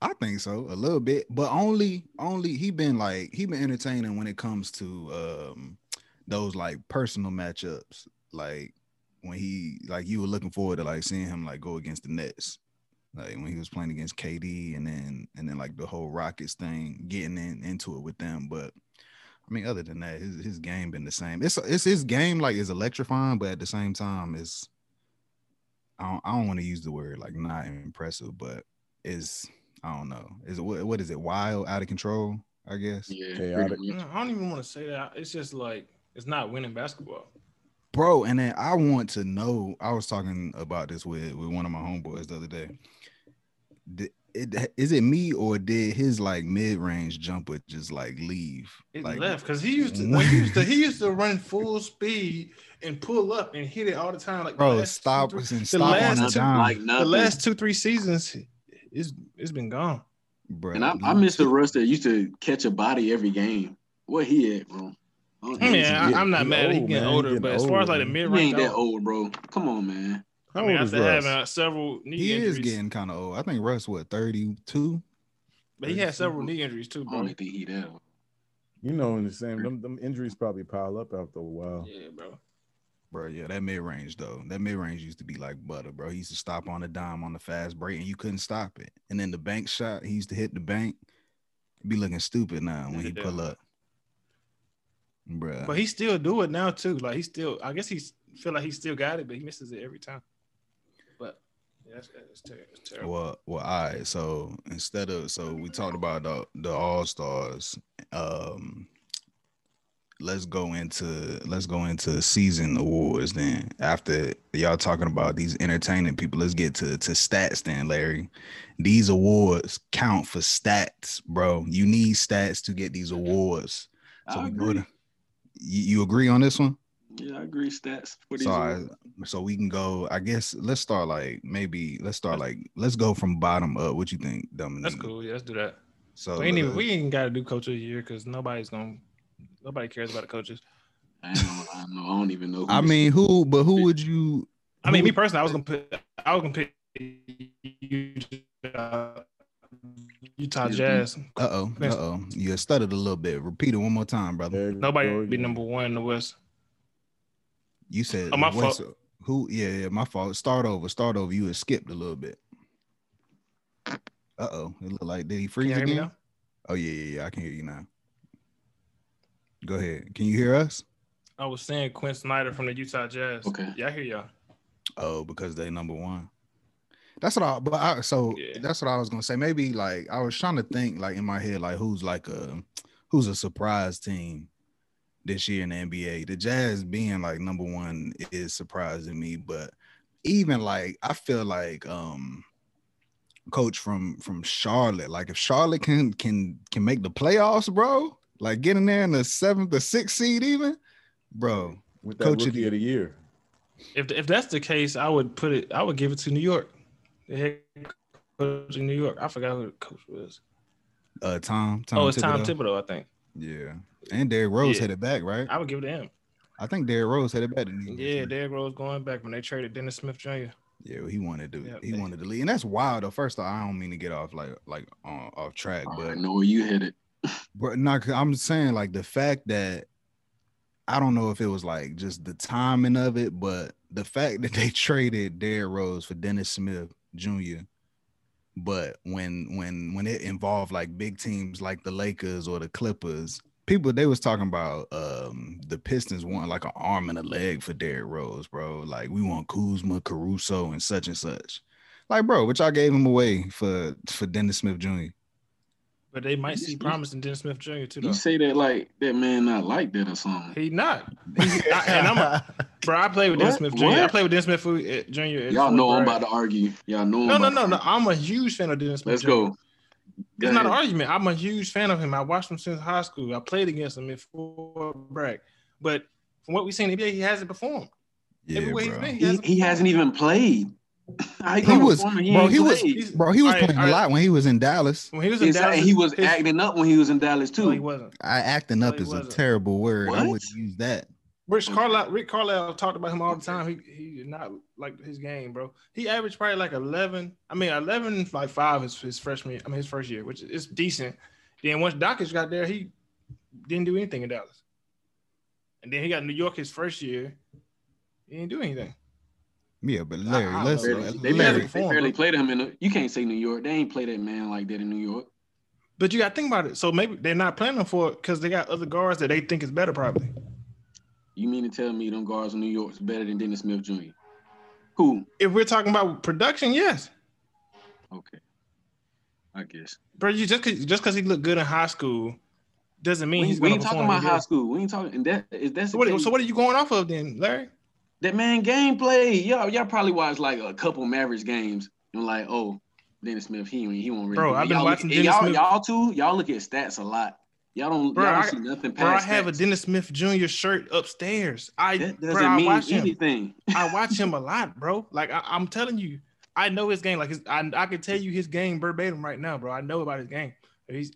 Speaker 1: I think so, a little bit, but only only he been like he been entertaining when it comes to um those like personal matchups, like when he like you were looking forward to like seeing him like go against the Nets, like when he was playing against KD, and then and then like the whole Rockets thing, getting in into it with them. But I mean, other than that, his his game been the same. It's it's his game like is electrifying, but at the same time, it's I don't, I don't want to use the word like not impressive, but it's I don't know. Is it what, what is it? Wild, out of control, I guess.
Speaker 4: Yeah,
Speaker 3: Chaotic.
Speaker 4: pretty much.
Speaker 2: No, I don't even want to say that. It's just like it's not winning basketball.
Speaker 1: Bro, and then I want to know. I was talking about this with, with one of my homeboys the other day. Did, it, is it me or did his like mid range jumper just like leave?
Speaker 2: It
Speaker 1: like,
Speaker 2: left because he used to like, he used to he used to run full speed and pull up and hit it all the time. Like the
Speaker 1: Bro,
Speaker 2: last two,
Speaker 1: stop
Speaker 2: three-
Speaker 1: and stop
Speaker 2: last-
Speaker 1: on the
Speaker 4: Nothing
Speaker 1: dime,
Speaker 4: like
Speaker 2: the
Speaker 4: nothing.
Speaker 2: last two three seasons, it's it's been gone.
Speaker 1: bro.
Speaker 4: and I, I miss the Russ that used to catch a body every game. What he at, bro? I don't
Speaker 2: I mean,
Speaker 4: know.
Speaker 2: I, I'm not
Speaker 3: He
Speaker 2: mad at he
Speaker 3: old,
Speaker 2: getting
Speaker 3: man. He
Speaker 2: older,
Speaker 3: getting
Speaker 2: but as far as like the
Speaker 3: old,
Speaker 2: mid
Speaker 4: he
Speaker 2: range,
Speaker 4: ain't that
Speaker 2: I
Speaker 4: old, bro. Come on, man.
Speaker 3: How
Speaker 2: mean,
Speaker 3: old is
Speaker 2: after
Speaker 3: Russ?
Speaker 2: having uh, several knee
Speaker 1: he
Speaker 2: injuries,
Speaker 1: is getting kind of old. I think Russ what thirty two.
Speaker 2: but he had several knee injuries too,
Speaker 4: I
Speaker 2: bro.
Speaker 4: don't think he that old.
Speaker 3: You know, in the same, them, them injuries probably pile up after a while.
Speaker 2: Yeah, bro.
Speaker 1: Bro, yeah, that mid range though. That mid range used to be like butter, bro. He used to stop on the dime on the fast break, and you couldn't stop it. And then the bank shot, he used to hit the bank. Be looking stupid now when he
Speaker 2: Yeah.
Speaker 1: pull up, bro.
Speaker 2: But he still do it now too. Like he still, I guess he feel like he still got it, but he misses it every time. But yeah, that's, that's ter- that's terrible.
Speaker 1: Well, well, all right. So instead of so we talked about the the All Stars. Um, let's go into let's go into season awards then. After y'all talking about these entertaining people, let's get to to stats then, Larry. These awards count for stats, bro. You need stats to get these awards. So
Speaker 4: I
Speaker 1: we
Speaker 4: agree.
Speaker 1: go to. You, you agree on this one?
Speaker 4: Yeah, I agree. Stats for these.
Speaker 1: So, I,
Speaker 4: awards.
Speaker 1: so we can go. I guess let's start like maybe let's start like let's go from bottom up. What you think, Dominique?
Speaker 2: That's cool. Yeah, let's do that.
Speaker 1: So
Speaker 2: we ain't even
Speaker 1: uh,
Speaker 2: we ain't got to do coach of the year because nobody's gonna nobody cares about the coaches.
Speaker 4: I, ain't know, I, don't know, I don't even know.
Speaker 1: I mean, who? But who would you?
Speaker 2: I mean, me personally, I was gonna put I was gonna pick Utah, Utah
Speaker 4: Excuse me.
Speaker 2: Jazz.
Speaker 1: Uh oh. Uh
Speaker 2: Next.
Speaker 1: oh. You stuttered a little bit. Repeat it one more time, brother.
Speaker 3: There you
Speaker 2: Nobody
Speaker 3: go
Speaker 2: would be
Speaker 3: again.
Speaker 2: number one in the West.
Speaker 1: You said
Speaker 2: Oh, my
Speaker 1: what's- Who? Yeah, yeah. My fault. Start over. Start over. You had skipped a little bit. Uh oh. It looked like did he
Speaker 2: Can
Speaker 1: freeze
Speaker 2: you hear me
Speaker 1: again?
Speaker 2: now?
Speaker 1: Oh yeah, yeah, yeah. I can hear you now. Go ahead. Can you hear us?
Speaker 2: I was saying Quinn Snyder from the Utah Jazz.
Speaker 4: Okay.
Speaker 2: Yeah, I hear y'all.
Speaker 1: Oh, because they number one. That's what I. But I, so
Speaker 2: Yeah.
Speaker 1: that's what I was gonna say. Maybe like I was trying to think like in my head like who's like a who's a surprise team this year in the NBA. The Jazz being like number one is surprising me, but even like I feel like um coach from from Charlotte. Like if Charlotte can can can make the playoffs, bro, like getting there in the seventh or sixth seed, even, bro.
Speaker 3: with that
Speaker 1: Coach of
Speaker 3: rookie
Speaker 1: the-
Speaker 3: of the year.
Speaker 2: If if that's the case, I would put it. I would give it to New York. The head coach in New York. I forgot who the coach was.
Speaker 1: Uh, Tom. Tom
Speaker 2: oh, it's Tom
Speaker 1: Thibodeau.
Speaker 2: Thibodeau. I think
Speaker 1: Yeah. And Derrick Rose
Speaker 2: Yeah.
Speaker 1: hit it back, right?
Speaker 2: I would give it to him.
Speaker 1: I think Derrick Rose had it better than he
Speaker 2: Yeah,
Speaker 1: did.
Speaker 2: Derrick Rose going back when they traded Dennis Smith Jr.
Speaker 1: yeah, he wanted to.
Speaker 2: Yeah,
Speaker 1: he
Speaker 2: they-
Speaker 1: wanted to leave, and that's wild. Though first, off, I don't mean to get off like like on off track,
Speaker 4: I
Speaker 1: but
Speaker 4: know where you hit it.
Speaker 1: but not. I'm saying like the fact that I don't know if it was like just the timing of it, but the fact that they traded Derrick Rose for Dennis Smith Jr. But when when when it involved like big teams like the Lakers or the Clippers, people they was talking about um the Pistons want like an arm and a leg for Derrick Rose, bro. Like we want Kuzma, Caruso, and such and such. Like, bro, but y'all gave him away for for Dennis Smith Jr.
Speaker 2: But they might
Speaker 4: You-
Speaker 2: see
Speaker 4: you-
Speaker 2: promise in Dennis Smith Jr. too.
Speaker 4: You
Speaker 2: Though.
Speaker 4: say that like that man not like that or something.
Speaker 2: He not. He- I, and I'm a bro. I played with Dennis
Speaker 4: What?
Speaker 2: Smith Jr. I
Speaker 4: What?
Speaker 2: played with Dennis Smith at- Jr. at
Speaker 4: Y'all
Speaker 2: Fort
Speaker 4: know I'm
Speaker 2: Bragg.
Speaker 4: about to argue. Y'all know.
Speaker 2: No,
Speaker 4: I'm
Speaker 2: no,
Speaker 4: about
Speaker 2: no,
Speaker 4: to
Speaker 2: no.
Speaker 4: argue.
Speaker 2: I'm a huge fan of Dennis Smith.
Speaker 4: Let's
Speaker 2: Jr.
Speaker 4: go.
Speaker 2: It's not an
Speaker 4: Go ahead.
Speaker 2: argument. I'm a huge fan of him. I watched him since high school. I played against him at Fort Bragg. But from what we've seen in the NBA, he hasn't performed.
Speaker 1: Yeah,
Speaker 2: Everywhere he's
Speaker 1: bro.
Speaker 2: been, he
Speaker 4: He,
Speaker 2: hasn't.
Speaker 4: he hasn't even played. How he,
Speaker 1: He
Speaker 4: gonna
Speaker 1: was-
Speaker 4: perform and
Speaker 1: bro,
Speaker 4: ain't
Speaker 1: he was-
Speaker 4: played?
Speaker 2: he's-
Speaker 1: Bro, he was
Speaker 2: All right,
Speaker 1: playing
Speaker 2: all
Speaker 1: a
Speaker 2: right.
Speaker 1: lot when he was in Dallas.
Speaker 2: When he was in
Speaker 4: Exactly.
Speaker 2: Dallas,
Speaker 4: he was
Speaker 2: his-
Speaker 4: acting up when he was in Dallas too.
Speaker 2: No, he wasn't.
Speaker 1: I acting
Speaker 2: No,
Speaker 1: up
Speaker 2: he
Speaker 1: is a
Speaker 2: wasn't.
Speaker 1: terrible word. I
Speaker 4: What?
Speaker 1: wouldn't use that.
Speaker 2: Rich Carlisle, Rick Carlisle talked about him all the time. He he did not like his game, bro. He averaged probably like eleven. I mean, eleven like five is his freshman. year- I mean, his first year, which is decent. Then once Dockage got there, he didn't do anything in Dallas. And then he got New York his first year. He didn't do anything.
Speaker 1: Yeah, but Larry,
Speaker 2: I- I
Speaker 1: let's
Speaker 4: Barely,
Speaker 2: Larry.
Speaker 4: they barely,
Speaker 1: Larry,
Speaker 4: they barely played him in. The, you can't say New York. They ain't play that man like that in New York.
Speaker 2: But you got to think about it. So maybe they're not planning for it because they got other guards that they think is better, probably.
Speaker 4: You mean to tell me them guards in New York is better than Dennis Smith Jr.? Who?
Speaker 2: If we're talking about production, yes,
Speaker 4: Okay, I guess.
Speaker 2: bro. You just cause, just because he looked good in high school doesn't mean
Speaker 4: We,
Speaker 2: he's
Speaker 4: we
Speaker 2: going
Speaker 4: ain't
Speaker 2: to
Speaker 4: talking
Speaker 2: perform.
Speaker 4: about
Speaker 2: in the
Speaker 4: high school. We ain't talking. And that is that's
Speaker 2: So
Speaker 4: the
Speaker 2: what,
Speaker 4: case.
Speaker 2: so what are you going off of then, Larry?
Speaker 4: that man gameplay. Y'all, y'all probably watched like a couple Mavericks games and like, oh, Dennis Smith, he ain't- he won't really.
Speaker 2: Bro,
Speaker 4: do it.
Speaker 2: I've been
Speaker 4: y'all look-
Speaker 2: watching
Speaker 4: and
Speaker 2: Dennis
Speaker 4: y'all,
Speaker 2: Smith-
Speaker 4: Y'all too. Y'all look at stats a lot. Y'all don't.
Speaker 2: Bro,
Speaker 4: y'all don't
Speaker 2: I-
Speaker 4: see nothing
Speaker 2: Bro, I
Speaker 4: past.
Speaker 2: have a
Speaker 4: stats.
Speaker 2: Dennis Smith Jr. shirt upstairs. I
Speaker 4: That
Speaker 2: bro,
Speaker 4: doesn't
Speaker 2: I
Speaker 4: mean
Speaker 2: watch him.
Speaker 4: anything.
Speaker 2: I watch him a lot, bro. Like I, I'm telling you, I know his game. Like his, I, I can tell you his game verbatim right now, bro. I know about his game. If he's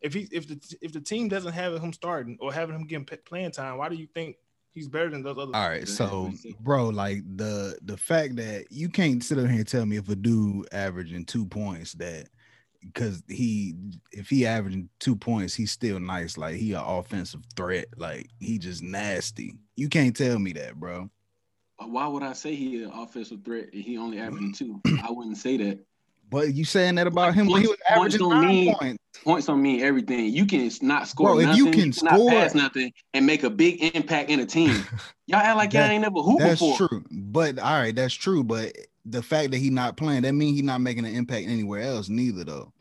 Speaker 2: if he if the if the team doesn't have him starting or having him getting p- playing time, why do you think he's better than those other?
Speaker 1: All right,
Speaker 4: Yeah,
Speaker 1: so
Speaker 4: we see.
Speaker 1: bro, like the the fact that you can't sit up here and tell me if a dude averaging two points that because he if he averaging two points he's still nice like he an offensive threat like he just nasty. You can't tell me that, bro.
Speaker 4: Why would I say he an offensive threat and he only averaging two? I wouldn't say that.
Speaker 1: But you saying that about him when he was
Speaker 4: Points- points
Speaker 1: averaging
Speaker 4: don't
Speaker 1: nine
Speaker 4: mean-
Speaker 1: points?
Speaker 4: Points don't mean everything. You can not score
Speaker 1: Bro, if
Speaker 4: nothing.
Speaker 1: you can
Speaker 4: cannot
Speaker 1: score-
Speaker 4: pass nothing and make a big impact in a team. Y'all act like
Speaker 1: That-
Speaker 4: y'all ain't never hooped
Speaker 1: That's
Speaker 4: before.
Speaker 1: true. But all right, that's true. But the fact that he not playing that mean he not making an impact anywhere else neither though.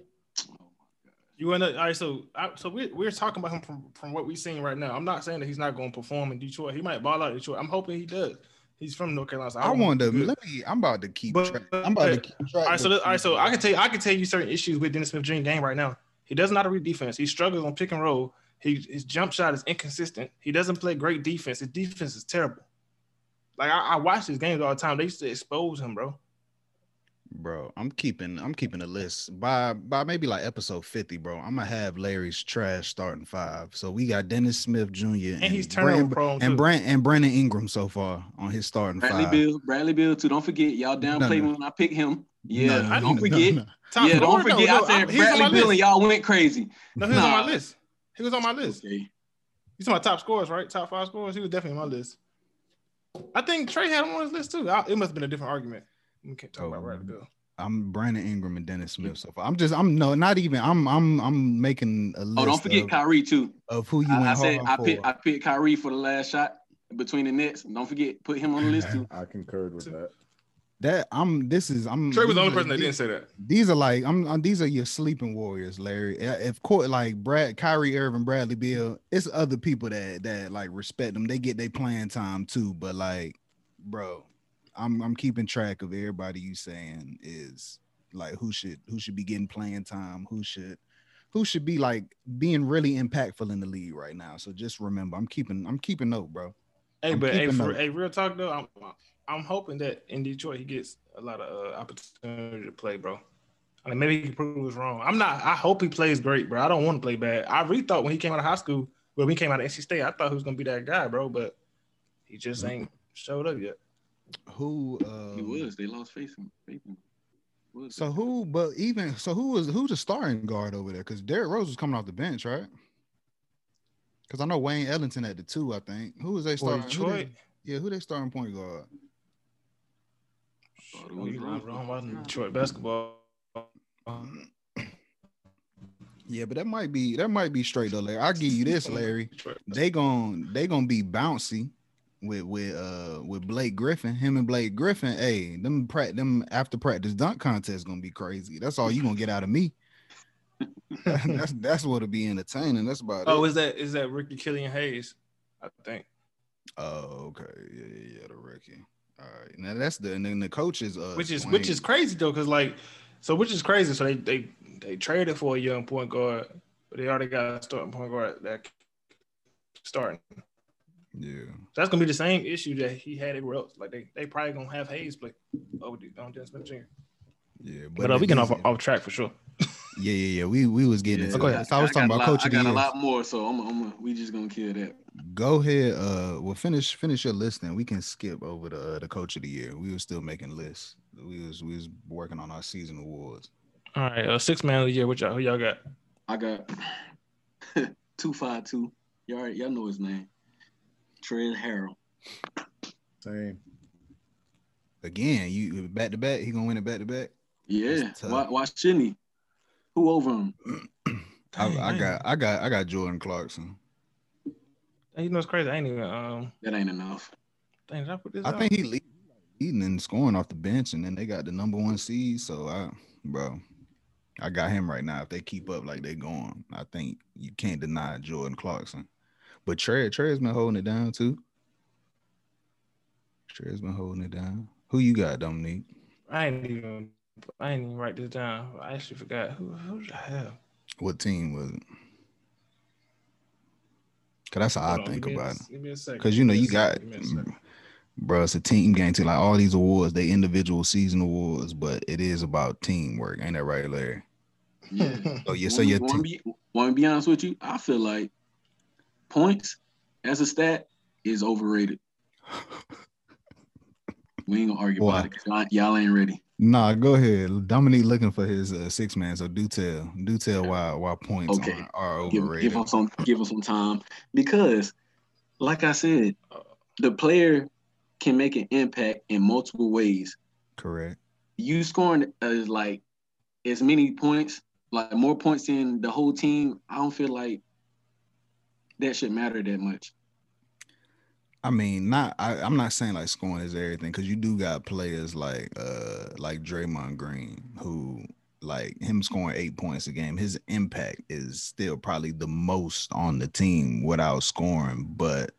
Speaker 2: You wanna all right? So I, so we're we're talking about him from from what we're seeing right now. I'm not saying that he's not going to perform in Detroit. He might ball out in Detroit. I'm hoping he does. He's from North Carolina. so
Speaker 1: I,
Speaker 2: want him
Speaker 1: want to
Speaker 2: do good.
Speaker 1: let me. I'm about to keep
Speaker 2: But-
Speaker 1: track. I'm about to
Speaker 2: but-
Speaker 1: keep track.
Speaker 2: All right, so
Speaker 1: of-
Speaker 2: all right, so I can tell you, I can tell you certain issues with Dennis Smith Jr. game right now. He does not read defense. He struggles on pick and roll. He, his jump shot is inconsistent. He doesn't play great defense. His defense is terrible. Like I, I watch his games all the time. They used to expose him, bro.
Speaker 1: bro i'm keeping i'm keeping a list by by maybe like episode 50 bro i'm gonna have larry's trash starting five so we got dennis smith jr and,
Speaker 2: And he's
Speaker 1: Brand-
Speaker 2: turnover prone
Speaker 1: and
Speaker 2: too.
Speaker 1: brand and brandon ingram so far on his starting
Speaker 4: Bradley
Speaker 1: five
Speaker 4: Bill, Bradley Bill too. Don't forget, y'all
Speaker 1: No,
Speaker 4: downplayed
Speaker 1: no.
Speaker 4: me when I picked him.
Speaker 1: No,
Speaker 4: Yeah,
Speaker 1: no,
Speaker 4: don't
Speaker 1: no,
Speaker 4: forget.
Speaker 1: no.
Speaker 2: Top
Speaker 4: yeah, don't
Speaker 2: forward,
Speaker 4: forget.
Speaker 2: no, no,
Speaker 4: I said
Speaker 2: I'm- he's on my
Speaker 4: Bradley Bill
Speaker 2: list.
Speaker 4: and y'all went crazy.
Speaker 2: No, he was on my
Speaker 4: Nah.
Speaker 2: list. He was on my list.
Speaker 4: Okay.
Speaker 2: He's on my top scorers, right? Top five scorers. He was definitely on my list. I think Trey had him on his list too. I, it must have been a different argument. We can't talk about Bradley Bill.
Speaker 1: i'm brandon ingram and dennis smith so far i'm just i'm no not even i'm i'm i'm making a list
Speaker 4: Oh, don't forget
Speaker 1: of,
Speaker 4: Kyrie too.
Speaker 1: of who you
Speaker 4: I,
Speaker 1: went
Speaker 4: I said
Speaker 1: hard
Speaker 4: I
Speaker 1: for.
Speaker 4: picked I picked Kyrie for the last shot between the Nets. Don't forget, put him on the list too.
Speaker 3: I concurred with that.
Speaker 1: that i'm this is i'm
Speaker 2: Trey was the
Speaker 1: these
Speaker 2: only
Speaker 1: are-
Speaker 2: person that
Speaker 1: these-
Speaker 2: didn't say that.
Speaker 1: These are like I'm. uh, These are your sleeping warriors, Larry. Uh, If court like Brad, Kyrie Irving, Bradley Bill, it's other people that that like respect them. They get their playing time too. But like, bro, I'm I'm keeping track of everybody you saying is like who should who should be getting playing time, who should who should be like being really impactful in the league right now. So just remember, I'm keeping I'm keeping note, bro.
Speaker 2: Hey,
Speaker 1: I'm
Speaker 2: but hey,
Speaker 1: keeping
Speaker 2: for,
Speaker 1: up.
Speaker 2: hey, real talk though, I'm I'm hoping that in Detroit he gets a lot of uh, opportunity to play, bro. I mean, maybe he can prove us wrong. I'm not. I hope he plays great, bro. I don't want to play bad. I really thought when he came out of high school, when we came out of NC State, I thought he was gonna be that guy, bro. But he just ain't showed up yet.
Speaker 1: Who
Speaker 4: He
Speaker 1: um,
Speaker 4: was. They lost faith in faith in- was
Speaker 1: So
Speaker 4: it?
Speaker 1: who, but even so, who was who's the starting guard over there? Because Derrick Rose was coming off the bench, right? Because I know Wayne Ellington at the two, I think. Who was they
Speaker 2: For
Speaker 1: starting? who they-
Speaker 2: Detroit,
Speaker 1: yeah, who they starting point guard?
Speaker 4: Oh,
Speaker 2: oh, you
Speaker 4: Rose.
Speaker 2: lying, bro. I'm watching Detroit basketball.
Speaker 1: Yeah, but that might be that might be straight though. Larry. I'll give you this, Larry.
Speaker 2: Detroit.
Speaker 1: They gon' they gonna be bouncy with with uh with Blake Griffin. Him and Blake Griffin. Hey, them pra- them after practice dunk contest gonna be crazy. That's all you gonna get out of me. that's that's what'll be entertaining. That's about it.
Speaker 2: Oh, is that is that Ricky Killian Hayes? I think.
Speaker 1: Oh, okay. Yeah, yeah, yeah. The rookie. All right. Now that's the and then the coach is uh
Speaker 2: which is
Speaker 1: Swain.
Speaker 2: which is crazy though, because like, so which is crazy. So they they they traded for a young point guard, but they already got a starting point guard that starting.
Speaker 1: yeah.
Speaker 2: So that's gonna be the same issue that he had everywhere else. Like they they probably gonna have Hayes play over the, on Dennis Smith Jr.
Speaker 1: Yeah,
Speaker 2: But, uh,
Speaker 1: if
Speaker 2: we can
Speaker 1: it's-
Speaker 2: off off track for sure.
Speaker 1: Yeah, yeah, yeah. We we was getting
Speaker 4: Yeah.
Speaker 2: Oh,
Speaker 1: it. Go ahead. So I was
Speaker 4: got
Speaker 1: talking
Speaker 4: a
Speaker 1: about
Speaker 4: lot-
Speaker 1: coach
Speaker 4: I
Speaker 1: of the
Speaker 4: got a
Speaker 1: year.
Speaker 4: lot more, so I'm, I'm we just gonna kill that.
Speaker 1: Go ahead. Uh, well, finish finish your list, and we can skip over the uh, the coach of the year. We were still making lists. We was we was working on our season awards.
Speaker 2: All right, uh, six man of the year. What y'all? Who y'all got?
Speaker 4: I got two five two. Y'all already- y'all know his name, Trey Harrell.
Speaker 3: Same.
Speaker 1: Again, you back to back. He gonna win it back to back.
Speaker 4: Yeah,
Speaker 1: That's tough.
Speaker 4: why, why shouldn't he? Who over him?
Speaker 1: I, I
Speaker 2: Dang.
Speaker 1: got I got I got Jordan Clarkson.
Speaker 2: Hey, You know it's crazy. I ain't even. Um,
Speaker 4: That ain't enough.
Speaker 2: dang, did I put this?
Speaker 1: I
Speaker 2: out?
Speaker 1: think he lead- leading and scoring off the bench, and then they got the number one seed. So I, bro, I got him right now. If they keep up like they going, I think you can't deny Jordan Clarkson. But Trey, Trey's been holding it down too. Trey's been holding it down. Who you got, Dominique?
Speaker 2: I ain't even. I ain't even write this down. I actually forgot who. Who the hell?
Speaker 1: What team was it? Cause that's how
Speaker 2: Hold
Speaker 1: I
Speaker 2: on,
Speaker 1: think
Speaker 2: give me a-
Speaker 1: about it.
Speaker 2: Give me a second.
Speaker 1: Cause you know
Speaker 2: Give me
Speaker 1: you
Speaker 2: a
Speaker 1: got,
Speaker 2: second. Give me a second.
Speaker 1: bro. It's a team game too. Like all these awards, they individual season awards, but it is about teamwork. Ain't that right, Larry?
Speaker 4: Yeah.
Speaker 1: So yeah, so
Speaker 4: Wanna-
Speaker 1: your
Speaker 4: wanna
Speaker 1: team,
Speaker 4: be, wanna be honest with you? I feel like points as a stat is overrated. We ain't gonna argue
Speaker 1: Why?
Speaker 4: about it. 'cause Y'all, y'all ain't ready.
Speaker 1: nah, go ahead. Dominique looking for his uh, six man. So do tell, do tell why why points
Speaker 4: Okay.
Speaker 1: are, are
Speaker 4: Give,
Speaker 1: overrated.
Speaker 4: give them some give them some time because, like I said,
Speaker 1: Uh,
Speaker 4: the player can make an impact in multiple ways.
Speaker 1: Correct.
Speaker 4: you scoring as like as many points, like more points than the whole team, I don't feel like that should matter that much.
Speaker 1: I mean, not. I, I'm not saying like scoring is everything because you do got players like uh like Draymond Green who like him scoring eight points a game. His impact is still probably the most on the team without scoring, but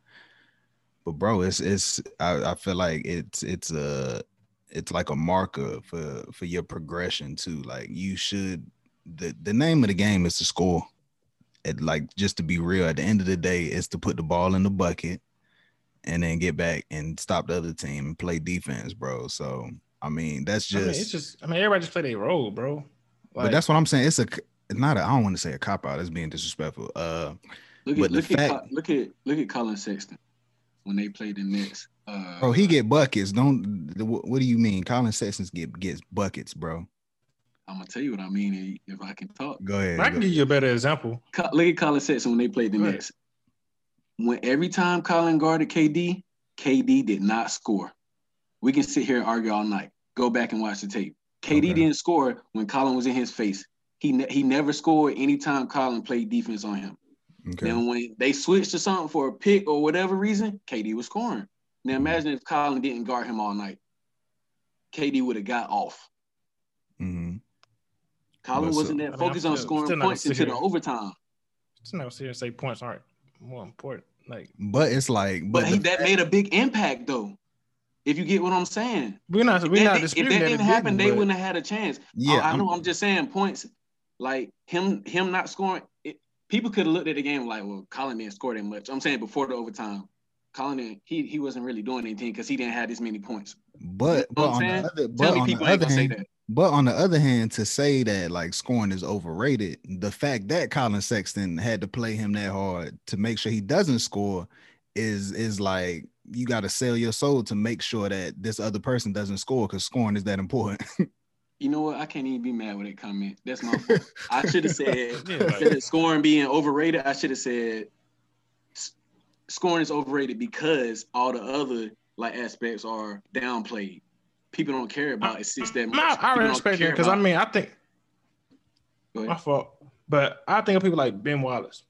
Speaker 1: but bro, it's it's I, I feel like it's it's a it's like a marker for for your progression too. Like you should the the name of the game is to score. It like just to be real, at the end of the day, is to put the ball in the bucket and then get back and stop the other team and play defense, bro. So I mean that's
Speaker 2: I
Speaker 1: just,
Speaker 2: mean, it's just. I mean, everybody just play their role, bro.
Speaker 1: but that's what I'm saying. It's a not a I don't want to say a cop out, that's being disrespectful. Uh
Speaker 4: Look
Speaker 1: But
Speaker 4: at
Speaker 1: the
Speaker 4: look at
Speaker 1: fact-
Speaker 4: Col- look at look at Colin Sexton when they played the Nets. Uh,
Speaker 1: bro, he get buckets. Don't wh- what do you mean? Colin Sexton's get gets buckets, bro.
Speaker 4: I'm gonna tell you what I mean if I can talk.
Speaker 1: Go ahead.
Speaker 2: But I can
Speaker 1: go-
Speaker 2: give you a better example.
Speaker 4: Co- Look at Colin Sexton when they played the
Speaker 2: Go ahead.
Speaker 4: Nets. When every time Colin guarded KD, KD did not score. We can sit here and argue all night. Go back and watch the tape. KD
Speaker 1: Okay.
Speaker 4: didn't score when Colin was in his face. He ne- he never scored anytime Colin played defense on him.
Speaker 1: Okay.
Speaker 4: Then when they switched to something for a pick or whatever reason, KD was scoring. Now
Speaker 2: Mm-hmm.
Speaker 4: imagine if Colin didn't guard him all night. KD would have got off.
Speaker 1: hmm
Speaker 4: Colin
Speaker 1: Well, so-
Speaker 4: wasn't
Speaker 2: I
Speaker 4: that
Speaker 2: mean,
Speaker 4: focused
Speaker 2: I'm
Speaker 4: on
Speaker 2: still-
Speaker 4: scoring
Speaker 2: still not
Speaker 4: points until the
Speaker 2: serious.
Speaker 4: overtime.
Speaker 2: Just not sit here and say points aren't more important. Like
Speaker 1: But it's like,
Speaker 4: But,
Speaker 1: but,
Speaker 4: he,
Speaker 1: the-
Speaker 4: that made a big impact though. If you get what I'm saying,
Speaker 2: we're not.
Speaker 4: if
Speaker 2: We're
Speaker 4: that,
Speaker 2: not
Speaker 4: didn't- if
Speaker 2: disputing
Speaker 4: that
Speaker 2: that it
Speaker 4: didn't happen, they
Speaker 2: but-
Speaker 4: wouldn't have had a chance.
Speaker 1: yeah,
Speaker 4: oh, I, I
Speaker 1: I'm-
Speaker 4: know. I'm just saying points. Like him, him not scoring. It, people could have looked at the game like, well, Colin didn't score that much. I'm saying before the overtime, Colin didn't- he he wasn't really doing anything because he didn't have this many points.
Speaker 1: but
Speaker 4: You know
Speaker 1: but
Speaker 4: what I'm
Speaker 1: on
Speaker 4: saying?
Speaker 1: the other
Speaker 4: Tell
Speaker 1: but
Speaker 4: me
Speaker 1: on the
Speaker 4: people ain't
Speaker 1: other
Speaker 4: gonna say
Speaker 1: hand,
Speaker 4: that.
Speaker 1: but on the other hand, to say that like scoring is overrated, the fact that Colin Sexton had to play him that hard to make sure he doesn't score is is like you got to sell your soul to make sure that this other person doesn't score because scoring is that important.
Speaker 4: You know what? I can't even be mad with that comment. That's my fault. I should have said
Speaker 2: Yeah, like-
Speaker 4: instead of scoring being overrated, I should have said s- scoring is overrated because all the other like aspects are downplayed. People don't care about assists that much.
Speaker 2: I, I
Speaker 4: People don't
Speaker 2: respect
Speaker 4: care
Speaker 2: that because I
Speaker 4: about-
Speaker 2: mean I think
Speaker 4: Go
Speaker 2: my
Speaker 4: ahead.
Speaker 2: fault, but I think of people like Ben Wallace.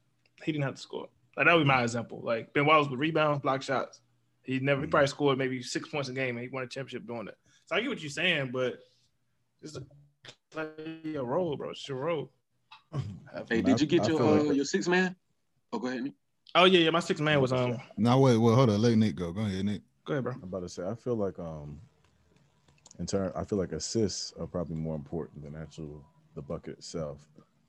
Speaker 2: He didn't have to score. Like that would be my example. Like Ben Wallace would rebound, block shots. He never. He
Speaker 1: Mhm.
Speaker 2: probably scored maybe six points a game, and he won a championship doing that. So I get what you're saying, but just play your role, bro. It's your role.
Speaker 4: Hey, did you get your
Speaker 3: feel
Speaker 4: uh,
Speaker 3: like-
Speaker 4: your six man? Oh, go ahead. Nick.
Speaker 2: Oh yeah, yeah. My sixth man was um.
Speaker 1: now wait, well hold on, let Nick go. Go ahead, Nick.
Speaker 2: Go ahead, bro.
Speaker 3: I'm about to say I feel like um in turn I feel like assists are probably more important than actual the bucket itself.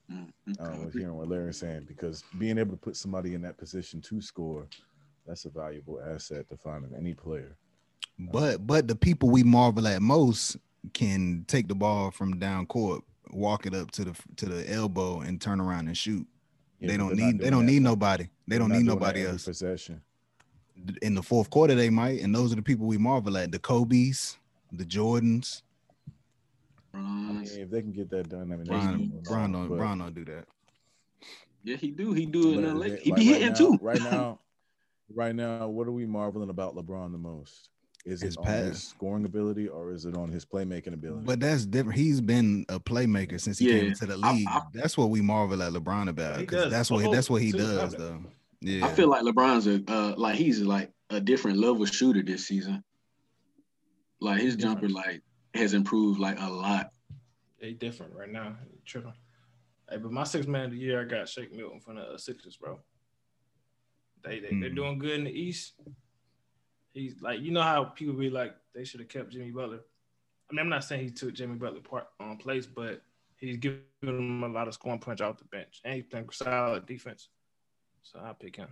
Speaker 4: Mm,
Speaker 3: Uh,
Speaker 4: okay.
Speaker 3: with hearing what Larry's saying because being able to put somebody in that position to score, that's a valuable asset to find in any player.
Speaker 1: But but the people we marvel at most can take the ball from down court walk it up to the to the elbow and turn around and shoot.
Speaker 3: Yeah,
Speaker 1: they
Speaker 3: but
Speaker 1: don't need
Speaker 3: they're not
Speaker 1: they
Speaker 3: doing
Speaker 1: don't
Speaker 3: that.
Speaker 1: need nobody. They
Speaker 3: They're
Speaker 1: don't
Speaker 3: not
Speaker 1: need
Speaker 3: doing that
Speaker 1: nobody
Speaker 3: every
Speaker 1: else.
Speaker 3: Possession.
Speaker 1: In the fourth quarter, they might, and those are the people we marvel at: the Kobe's, the Jordans.
Speaker 3: I mean,
Speaker 4: Bronze.
Speaker 3: if they can get that done, I mean, that's
Speaker 1: Brian,
Speaker 3: doing
Speaker 1: Brian,
Speaker 3: well,
Speaker 1: don't,
Speaker 3: but-
Speaker 1: Brian don't do that.
Speaker 4: Yeah, he do. He do it
Speaker 3: but
Speaker 4: in LA.
Speaker 3: they-
Speaker 4: He
Speaker 3: like
Speaker 4: be
Speaker 3: right
Speaker 4: hitting
Speaker 3: now-
Speaker 4: too.
Speaker 3: Right now, right now, what are we marveling about LeBron the most? Is
Speaker 1: His
Speaker 3: it on his
Speaker 1: pass.
Speaker 3: scoring ability or is it on his playmaking ability?
Speaker 1: But that's different. He's been a playmaker since he
Speaker 4: Yeah.
Speaker 1: came into the
Speaker 4: I-
Speaker 1: league.
Speaker 4: I-
Speaker 1: that's what we marvel at LeBron about
Speaker 2: He
Speaker 1: because
Speaker 2: does
Speaker 1: that's what
Speaker 2: all
Speaker 1: that's what he
Speaker 2: too,
Speaker 1: does,
Speaker 2: doesn't he?
Speaker 1: though. Yeah,
Speaker 4: I feel like LeBron's a uh, like he's like a different level shooter this season. Like his jumper like has improved like a lot.
Speaker 2: They different right now. Tripping. Hey, but my sixth man of the year, I got Shake Milton from the uh, Sixers, bro. They, they they're
Speaker 1: Mhm.
Speaker 2: doing good in the East. He's like you know how people be like they should have kept Jimmy Butler. I mean, I'm not saying he took Jimmy Butler part on place, but he's giving him a lot of scoring punch off the bench, and he's playing solid defense. So I pick him.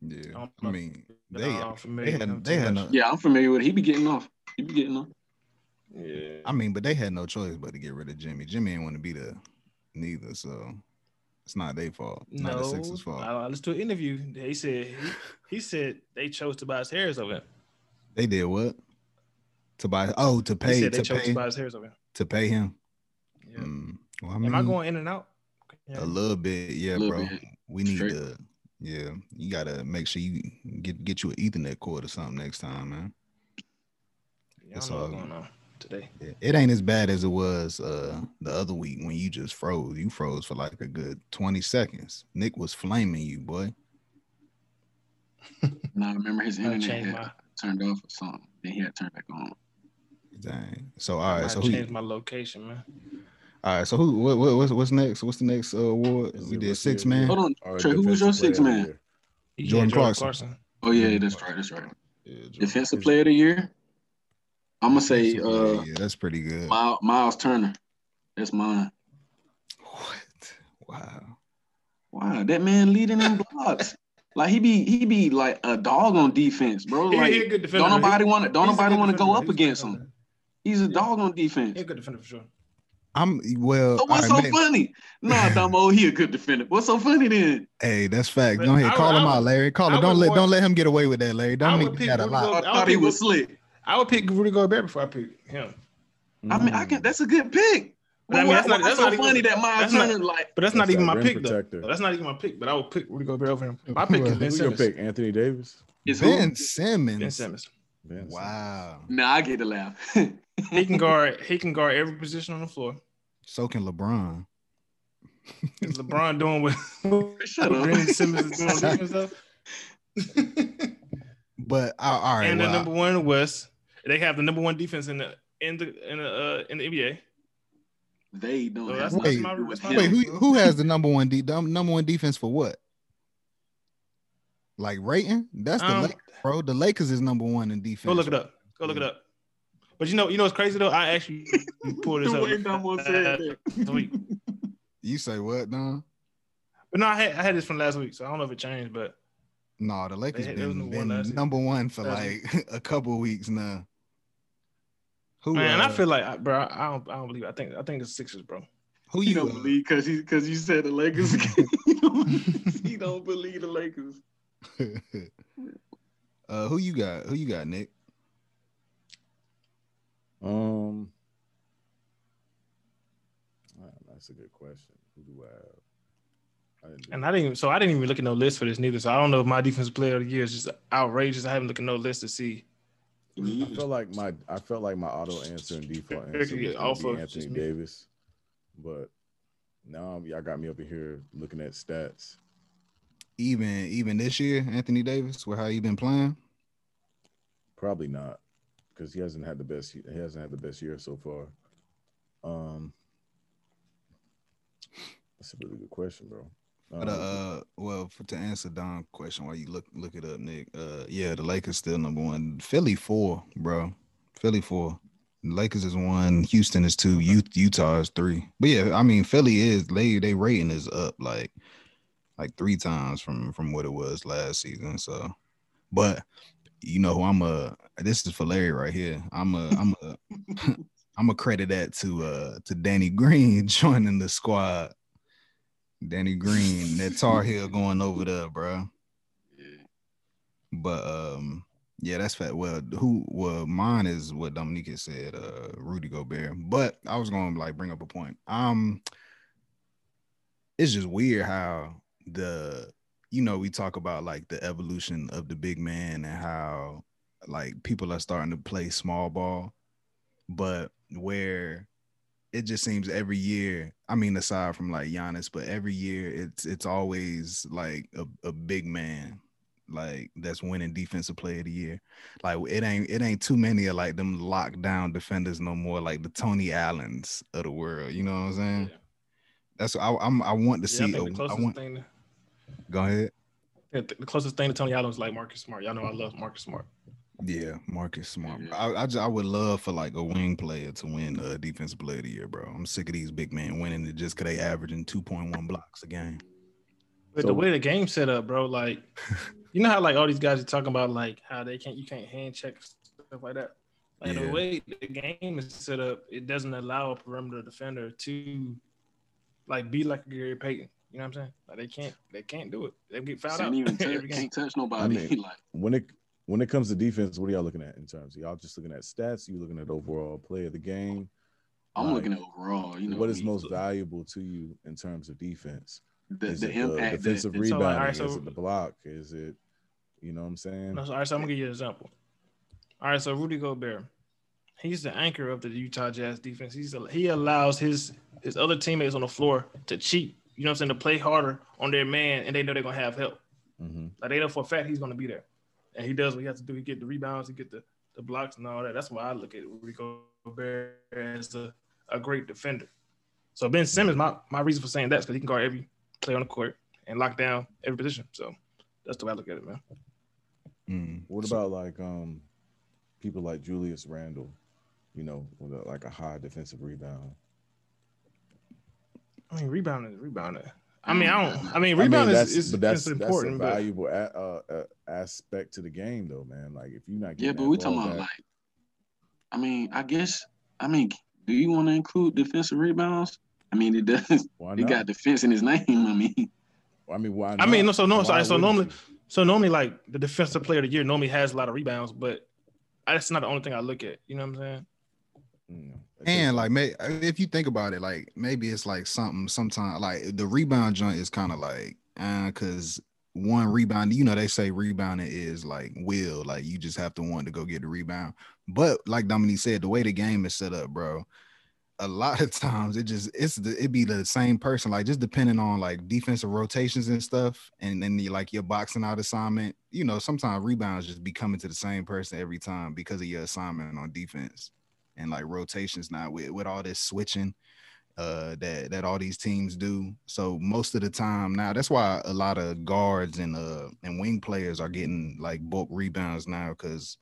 Speaker 1: yeah.
Speaker 2: don't
Speaker 1: I
Speaker 2: know.
Speaker 1: mean,
Speaker 2: But
Speaker 1: they
Speaker 2: I'm familiar
Speaker 1: they
Speaker 2: with him
Speaker 1: had
Speaker 2: too
Speaker 1: they had no,
Speaker 2: much.
Speaker 4: Yeah, I'm familiar with. It. He be getting off. He be getting off.
Speaker 2: yeah.
Speaker 1: I mean, but they had no choice but to get rid of Jimmy. Jimmy ain't want to be there neither, so it's not their fault. It's not the Sixers' fault.
Speaker 2: I, I listened to an interview. They said he, he said they chose Tobias Harris over him.
Speaker 1: They did what? To buy? Oh, to
Speaker 2: He
Speaker 1: pay
Speaker 2: said they
Speaker 1: to
Speaker 2: chose
Speaker 1: pay
Speaker 2: Tobias Harris over him.
Speaker 1: to pay him.
Speaker 2: Yeah.
Speaker 1: Mm, well, I
Speaker 2: Am I
Speaker 1: mean,
Speaker 2: going in and out? Yeah.
Speaker 1: a little bit? Yeah,
Speaker 4: Little
Speaker 1: bro.
Speaker 4: bit.
Speaker 1: We need
Speaker 4: Straight.
Speaker 1: to. Yeah, you gotta make sure you get get you an Ethernet cord or something next time, man.
Speaker 2: Yeah, I
Speaker 1: It's
Speaker 2: don't know what's
Speaker 1: all-
Speaker 2: going on today.
Speaker 1: Yeah, It ain't as bad as it was uh the other week when you just froze. You froze for like a good twenty seconds. Nick was flaming you, boy.
Speaker 4: Now I remember his
Speaker 2: I
Speaker 4: internet
Speaker 2: changed
Speaker 4: had
Speaker 2: my
Speaker 4: turned off or something. Then he had turned back on.
Speaker 1: Dang. So all
Speaker 2: I
Speaker 1: right. So who, you-
Speaker 2: changed my location, man.
Speaker 1: All right, so who what, what what's what's next? What's the next uh, award?
Speaker 3: Is
Speaker 1: we
Speaker 3: it
Speaker 1: did
Speaker 3: rookie
Speaker 1: six
Speaker 3: of the
Speaker 1: man.
Speaker 3: year?
Speaker 4: Hold on,
Speaker 3: Or
Speaker 4: Trey, who was
Speaker 3: defensive
Speaker 4: your sixth
Speaker 3: player of the
Speaker 4: man?
Speaker 3: year?
Speaker 2: Yeah,
Speaker 1: Jordan Clarkson.
Speaker 4: Oh yeah, that's
Speaker 1: Clarkson.
Speaker 4: right. That's right.
Speaker 1: Yeah, Jordan.
Speaker 4: Defensive
Speaker 1: Is-
Speaker 4: player of the year. I'm gonna say
Speaker 1: Defensive player,
Speaker 4: uh
Speaker 1: yeah, that's pretty good.
Speaker 4: Miles, Miles Turner. That's mine.
Speaker 1: What? Wow.
Speaker 4: Wow, that man leading in blocks. Like he be he be like a dog on defense, bro.
Speaker 2: He,
Speaker 4: Like
Speaker 2: he a good defender.
Speaker 4: don't nobody
Speaker 2: He-
Speaker 4: want to don't
Speaker 2: he's a
Speaker 4: nobody
Speaker 2: good
Speaker 4: want to go
Speaker 2: defender.
Speaker 4: up
Speaker 2: He's a good
Speaker 4: against him.
Speaker 2: defender.
Speaker 4: He's a
Speaker 2: Yeah.
Speaker 4: dog on
Speaker 2: He
Speaker 4: defense.
Speaker 2: a good defender for sure.
Speaker 1: I'm well.
Speaker 4: So what's
Speaker 1: all
Speaker 4: so
Speaker 1: right, man.
Speaker 4: funny? Nah, Damo, he a good defender. What's so funny then?
Speaker 1: Hey, that's fact.
Speaker 2: But
Speaker 1: Go ahead,
Speaker 2: I
Speaker 1: call
Speaker 2: would-
Speaker 1: him
Speaker 2: I
Speaker 1: out,
Speaker 2: would-
Speaker 1: Larry. Call
Speaker 2: I
Speaker 1: him. Don't
Speaker 2: would
Speaker 1: let
Speaker 2: want-
Speaker 1: don't let him get away with that, Larry.
Speaker 2: I
Speaker 1: Don't
Speaker 2: would
Speaker 1: make
Speaker 2: pick
Speaker 1: that a
Speaker 2: Rudy
Speaker 1: lot.
Speaker 2: Gobert.
Speaker 4: I
Speaker 2: don't
Speaker 4: thought he
Speaker 2: think
Speaker 4: was
Speaker 2: we-
Speaker 4: slick.
Speaker 2: I would pick Rudy Gobert before I pick him.
Speaker 4: I mean, I can. That's a good pick.
Speaker 2: But I
Speaker 4: But
Speaker 2: mean, that's
Speaker 4: why-
Speaker 2: not-
Speaker 4: why
Speaker 2: that's
Speaker 4: so
Speaker 2: not even-
Speaker 4: funny that Miles
Speaker 2: that's not-
Speaker 4: Turner like
Speaker 2: But that's, not
Speaker 3: That's
Speaker 2: even
Speaker 3: that
Speaker 2: my
Speaker 3: rim
Speaker 2: pick
Speaker 3: protector.
Speaker 2: though. That's not even my pick. But I would pick Rudy Gobert over him. My pick
Speaker 1: Well,
Speaker 2: is Ben
Speaker 3: Who's Mm. your
Speaker 2: Simmons.
Speaker 3: pick? Anthony Davis?
Speaker 4: is who?
Speaker 1: Ben Simmons.
Speaker 2: Ben Simmons.
Speaker 3: Vince.
Speaker 1: Wow.
Speaker 4: Nah, I get to laugh.
Speaker 2: He can guard. He can guard every position on the floor.
Speaker 1: So can LeBron.
Speaker 2: Is LeBron doing what? what
Speaker 4: Shut up.
Speaker 2: Benny Simmons is doing on defense though?
Speaker 1: But uh, all right.
Speaker 2: and
Speaker 1: well,
Speaker 2: the number one in the West. They have the number one defense in the in the in the uh, in the NBA.
Speaker 4: They don't.
Speaker 2: So
Speaker 4: have
Speaker 2: that's,
Speaker 4: nothing
Speaker 2: that's
Speaker 1: Wait.
Speaker 2: my
Speaker 4: to do with
Speaker 2: that's my
Speaker 4: him.
Speaker 1: Wait, who who has the number one de- dum- number one defense for what? Like rating? That's the
Speaker 2: Um,
Speaker 1: Lakers, bro. The Lakers is number one in defense.
Speaker 2: Go look it up. Go look it up. But you know, you know what's crazy though? I actually pulled this
Speaker 4: The
Speaker 2: up
Speaker 4: way Damo said that.
Speaker 2: last week.
Speaker 1: You say what, Don?
Speaker 2: But no, I had, I had this from last week, so I don't know if it changed. But
Speaker 1: No, the Lakers
Speaker 2: They- they was
Speaker 1: been,
Speaker 2: number one last
Speaker 1: been
Speaker 2: season.
Speaker 1: number one for
Speaker 2: Last
Speaker 1: like a couple weeks now. Who
Speaker 2: man,
Speaker 1: uh,
Speaker 2: I feel like, I- bro, I don't, I don't believe. It. I think I think the Sixers, bro.
Speaker 1: who
Speaker 4: He
Speaker 1: you
Speaker 4: don't
Speaker 1: uh,
Speaker 4: believe because he because you said the Lakers. he, don't, he don't believe the Lakers.
Speaker 1: uh, who you got? Who you got, Nick?
Speaker 3: Um, uh, that's a good question. Who do I have? I didn't do
Speaker 2: And I didn't even so I didn't even look at no list for this neither. So I don't know if my defensive player of the year is just outrageous. I haven't looked at no list to see.
Speaker 3: I felt like my I felt like my auto answer and default answer
Speaker 2: Eric,
Speaker 3: was
Speaker 2: you get
Speaker 3: gonna be
Speaker 2: alpha,
Speaker 3: Anthony
Speaker 2: just me.
Speaker 3: Davis, but now I'm- y'all got me up in here looking at stats.
Speaker 1: Even even this year, Anthony Davis, with how you been playing?
Speaker 3: Probably not, because he hasn't had the best he hasn't had the best year so far. Um, that's a really good question, bro.
Speaker 1: But
Speaker 3: Um,
Speaker 1: uh, well, for, to answer Don's question, while you look look it up, Nick. Uh, yeah, the Lakers still number one. Philly four, bro. Philly four. The Lakers is one. Houston is two. U- Utah is three. But yeah, I mean Philly is they they rating is up like like three times from from what it was last season. So, uh, but you know who I'm a. This is for Larry right here. I'm a I'm a uh, I'm gonna credit that to uh to Danny Green joining the squad. Danny Green, that Tar Heel going over there, bro.
Speaker 4: Yeah.
Speaker 1: But um, yeah, that's fact. Well, who? Well, mine is what Dominique had said. Uh, Rudy Gobert. But I was gonna like bring up a point. Um, it's just weird how the you know we talk about like the evolution of the big man and how like people are starting to play small ball, but where it just seems every year. I mean, aside from like Giannis, but every year it's it's always like a, a big man like that's winning defensive player of the year. Like it ain't it ain't too many of like them lockdown defenders no more, like the Tony Allens of the world. You know what I'm saying?
Speaker 2: Yeah.
Speaker 1: That's I, I'm I want to
Speaker 2: Yeah, I
Speaker 1: Mm, see. a-
Speaker 2: think the
Speaker 1: I
Speaker 2: closest
Speaker 1: want
Speaker 2: thing,
Speaker 1: go ahead.
Speaker 2: yeah, the the closest thing to Tony Allen was like Marcus Smart. Y'all know I love Marcus Smart.
Speaker 1: Yeah, Marcus Smart.
Speaker 4: Mhm.
Speaker 1: I I, just, I would love for like a wing player to win uh, defensive player of the year, bro. I'm sick of these big men winning it just cause they averaging 2.1 blocks a game.
Speaker 2: But
Speaker 3: So-
Speaker 2: the way the game set up, bro, like you know how like all these guys are talking about like how they can't you can't hand check stuff like that. Like
Speaker 1: Yeah.
Speaker 2: the way the game is set up, it doesn't allow a perimeter defender to like be like a Gary Payton. You know what I'm saying? Like they can't they can't do it. They get fouled out
Speaker 4: Can't even touch,
Speaker 2: every game.
Speaker 4: can't touch nobody.
Speaker 3: I mean-
Speaker 4: like
Speaker 3: Um, When it when it comes to defense, what are y'all looking at in terms? Y'all just looking at stats? You looking at overall play of the game?
Speaker 4: I'm
Speaker 3: Like,
Speaker 4: looking at overall. You know
Speaker 3: what is
Speaker 4: me.
Speaker 3: most valuable to you in terms of defense?
Speaker 4: the,
Speaker 3: is
Speaker 4: the
Speaker 3: it
Speaker 4: impact? that-
Speaker 3: defensive
Speaker 2: it's all
Speaker 3: rebounding?
Speaker 2: like, all right,
Speaker 3: is
Speaker 2: so-
Speaker 3: it the block? Is it you know what I'm saying?
Speaker 2: No, so, all right, so I'm gonna give you an example. All right, so Rudy Gobert, he's the anchor of the Utah Jazz defense. He's he allows his his other teammates on the floor to cheat. You know what I'm saying? To play harder on their man, and they know they're gonna have help.
Speaker 3: hmm
Speaker 2: Like they know for a fact he's gonna be there, and he does what he has to do. He get the rebounds, he get the, the blocks and all that. That's why I look at Rudy Gobert as a, a great defender. So Ben Simmons, my my reason for saying that is because he can guard every player on the court and lock down every position. So that's the way I look at it, man.
Speaker 1: Mm.
Speaker 3: What
Speaker 1: So-
Speaker 3: about like um people like Julius Randle? You know, with a, like a high defensive rebound.
Speaker 2: I mean, rebounding is rebounding. I mean, I don't. I mean,
Speaker 3: I mean,
Speaker 2: rebounding
Speaker 3: that's-
Speaker 2: is, is,
Speaker 3: but that's,
Speaker 2: is important.
Speaker 3: That's
Speaker 2: But
Speaker 3: a valuable a, uh, uh, aspect to the game, though, man. Like if you're not getting
Speaker 4: Yeah, but
Speaker 3: that
Speaker 4: we
Speaker 3: ball
Speaker 4: talking about
Speaker 3: back-
Speaker 4: like, I mean, I guess, I mean, do you want to include defensive rebounds? I mean, it does.
Speaker 3: why
Speaker 4: It
Speaker 3: not?
Speaker 4: got defense in his name. I mean,
Speaker 3: I mean, why?
Speaker 2: I mean,
Speaker 3: not?
Speaker 2: no, so no, so-
Speaker 3: Why
Speaker 2: so
Speaker 3: wouldn't
Speaker 2: normally- so normally, like the defensive player of the year normally has a lot of rebounds, but that's not the only thing I look at. You know what I'm saying?
Speaker 3: you? Mm, that's
Speaker 1: And
Speaker 3: it.
Speaker 1: like, may, if you think about it, like maybe it's like something. Sometimes, like the rebound joint is kind of like, because one rebound, you know, they say rebounding is like will, like you just have to want to go get the rebound. But like Dominique said, the way the game is set up, bro, a lot of times it just it's the it be the same person, like just depending on like defensive rotations and stuff, and then the, like your boxing out assignment. You know, sometimes rebounds just be coming to the same person every time because of your assignment on defense and like rotations now with, with all this switching uh that that all these teams do so most of the time now that's why a lot of guards and uh and wing players are getting like bulk rebounds now because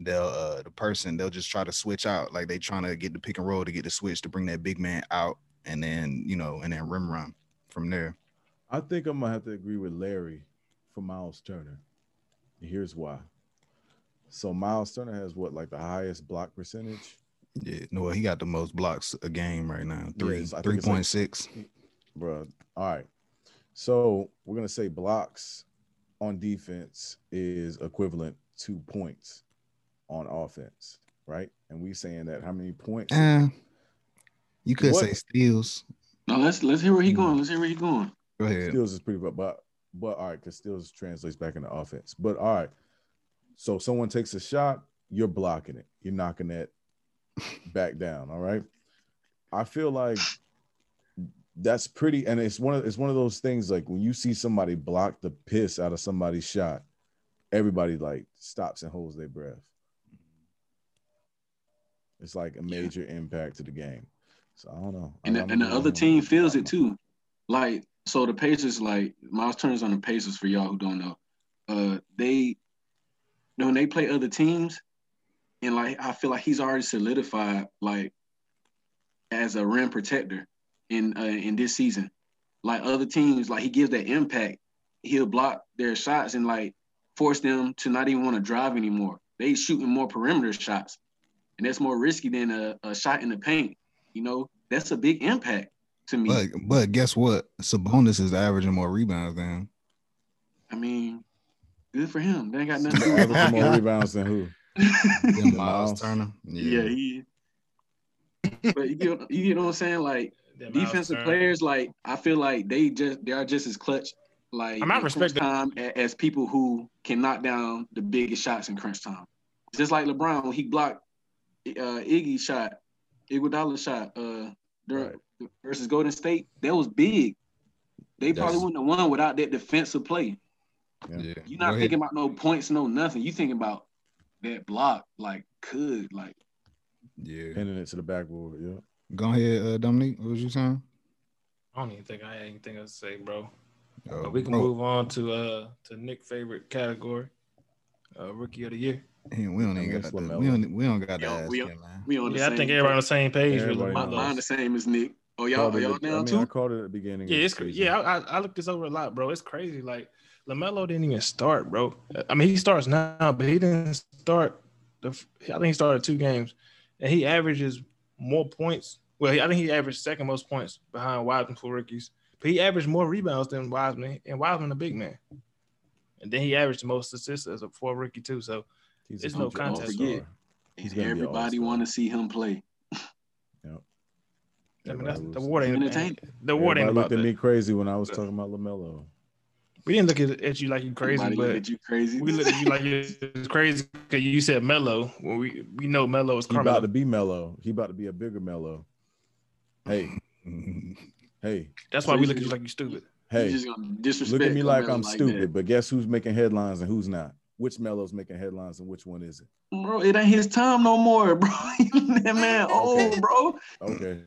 Speaker 1: they'll uh the person they'll just try to switch out like they trying to get the pick and roll to get the switch to bring that big man out and then you know and then rim run from there
Speaker 3: I think I'm gonna have to agree with Larry for Miles Turner. And Here's why. So Miles Turner has what, like the highest block percentage?
Speaker 1: yeah no well, he got the most blocks a game right now three
Speaker 3: Yes, I think it's like-
Speaker 1: 3.6
Speaker 3: Bruh. All right. So we're gonna say blocks on defense is equivalent to points on offense, right? And we saying that how many points?
Speaker 1: Eh, you could
Speaker 3: What-
Speaker 1: say steals
Speaker 4: no, let's let's hear where
Speaker 3: Hmm.
Speaker 4: he going. Let's hear where he going.
Speaker 1: go ahead
Speaker 3: Steals is pretty, but but but all right, because steals translates back into offense. But all right, so someone takes a shot, you're blocking it, you're knocking that back down. All right, I feel like that's pretty, and it's one of it's one of those things like when you see somebody block the piss out of somebody's shot, everybody like stops and holds their breath. It's like a major impact to the game. So I don't know.
Speaker 4: And the,
Speaker 3: I don't
Speaker 4: and the
Speaker 3: know.
Speaker 4: other team feels it too. Like so, the Pacers, like Miles Turner's on the Pacers for y'all who don't know. Uh, they when they play other teams, and like I feel like he's already solidified like as a rim protector in uh, in this season. Like other teams, like he gives that impact. He'll block their shots and like force them to not even want to drive anymore. They shooting more perimeter shots. and that's more risky than a, a shot in the paint. You know, that's a big impact to me.
Speaker 1: But but guess what? Sabonis is averaging more rebounds than him.
Speaker 4: I mean, good for him. They ain't got nothing to do with
Speaker 3: Averaging more
Speaker 4: hockey.
Speaker 3: rebounds than who?
Speaker 1: than Miles Turner.
Speaker 4: Yeah, he. but you get, you get what I'm saying? Like
Speaker 2: That Miles
Speaker 4: defensive
Speaker 2: Turner.
Speaker 4: players, like I feel like they just they are just as clutch, like
Speaker 2: I might
Speaker 4: in crunch
Speaker 2: respect that.
Speaker 4: time a- as people who can knock down the biggest shots in crunch time. Just like LeBron when he blocked uh, Iggy's shot, Iguodala's shot uh, during, versus Golden State, that was big. They probably
Speaker 1: That's-
Speaker 4: wouldn't have won without that defensive play.
Speaker 1: yeah.
Speaker 4: You're not
Speaker 1: Go ahead.
Speaker 4: thinking about no points, no nothing. You thinking about that block, like could, like
Speaker 1: Yeah.
Speaker 3: Pinning it to the backboard. Yeah.
Speaker 1: Go ahead, uh, Dominique. What was you saying?
Speaker 2: I don't even think I had anything else to say, bro.
Speaker 1: Uh,
Speaker 3: Oh,
Speaker 2: But we can
Speaker 1: bro,
Speaker 2: move on to uh to Nick favorite category, uh, rookie of the year.
Speaker 1: hey, We don't
Speaker 3: I mean,
Speaker 1: even
Speaker 3: it's
Speaker 1: got to.
Speaker 3: LaMelo.
Speaker 1: We don't. We don't got to
Speaker 4: Yo,
Speaker 1: ask
Speaker 4: we-
Speaker 1: him, man.
Speaker 4: we on the
Speaker 2: Yeah, I
Speaker 4: same.
Speaker 2: think everybody on the same page with
Speaker 3: Everybody
Speaker 4: my,
Speaker 3: on
Speaker 2: LeBron.
Speaker 4: mine the same as Nick. Oh y'all,
Speaker 3: Called
Speaker 4: are
Speaker 3: it-
Speaker 4: y'all down
Speaker 3: I mean, I
Speaker 4: too?
Speaker 3: called it at the beginning.
Speaker 2: Yeah,
Speaker 3: of
Speaker 2: it's
Speaker 3: the
Speaker 2: cra-
Speaker 3: season.
Speaker 2: yeah. I, I- I looked this over a lot, bro. It's crazy. Like Lamelo didn't even start, bro. I mean, he starts now, but he didn't start. The f- I think he started two games, and he averages more points. Well, I think he averaged second most points behind Wiseman for rookies, but he averaged more rebounds than Wiseman, and Wiseman a big man. And then he averaged the most assists as a four rookie too. So
Speaker 3: He's
Speaker 2: It's
Speaker 3: a
Speaker 2: no
Speaker 3: future
Speaker 2: contest.
Speaker 3: all-star.
Speaker 4: Forget.
Speaker 3: He's
Speaker 4: And
Speaker 3: gonna be an
Speaker 4: everybody
Speaker 3: all-star.
Speaker 4: want to see him play.
Speaker 2: I mean, that's, the
Speaker 3: Everybody
Speaker 2: award ain't
Speaker 4: Entertaining.
Speaker 2: The award ain't
Speaker 3: Everybody
Speaker 2: about
Speaker 3: looked at me
Speaker 2: that.
Speaker 3: crazy when I was talking about Lamelo.
Speaker 2: We didn't look at, at you like you crazy,
Speaker 4: Everybody look
Speaker 2: but
Speaker 4: at you crazy.
Speaker 2: we look at you like it's crazy because you said mellow. Well, we we know mellow is
Speaker 3: He about to
Speaker 2: Carmelo.
Speaker 3: be mellow. He about to be a bigger mellow. Hey, hey,
Speaker 2: That's why we look at you like you stupid.
Speaker 4: You
Speaker 3: hey!
Speaker 4: just gonna disrespect
Speaker 3: Look at me like
Speaker 4: Carmelo
Speaker 3: I'm
Speaker 4: that.
Speaker 3: stupid, but guess who's making headlines and who's not? Which mellow's making headlines and which one is it?
Speaker 4: bro. It ain't his time no more, bro. that man old, bro.
Speaker 3: Okay.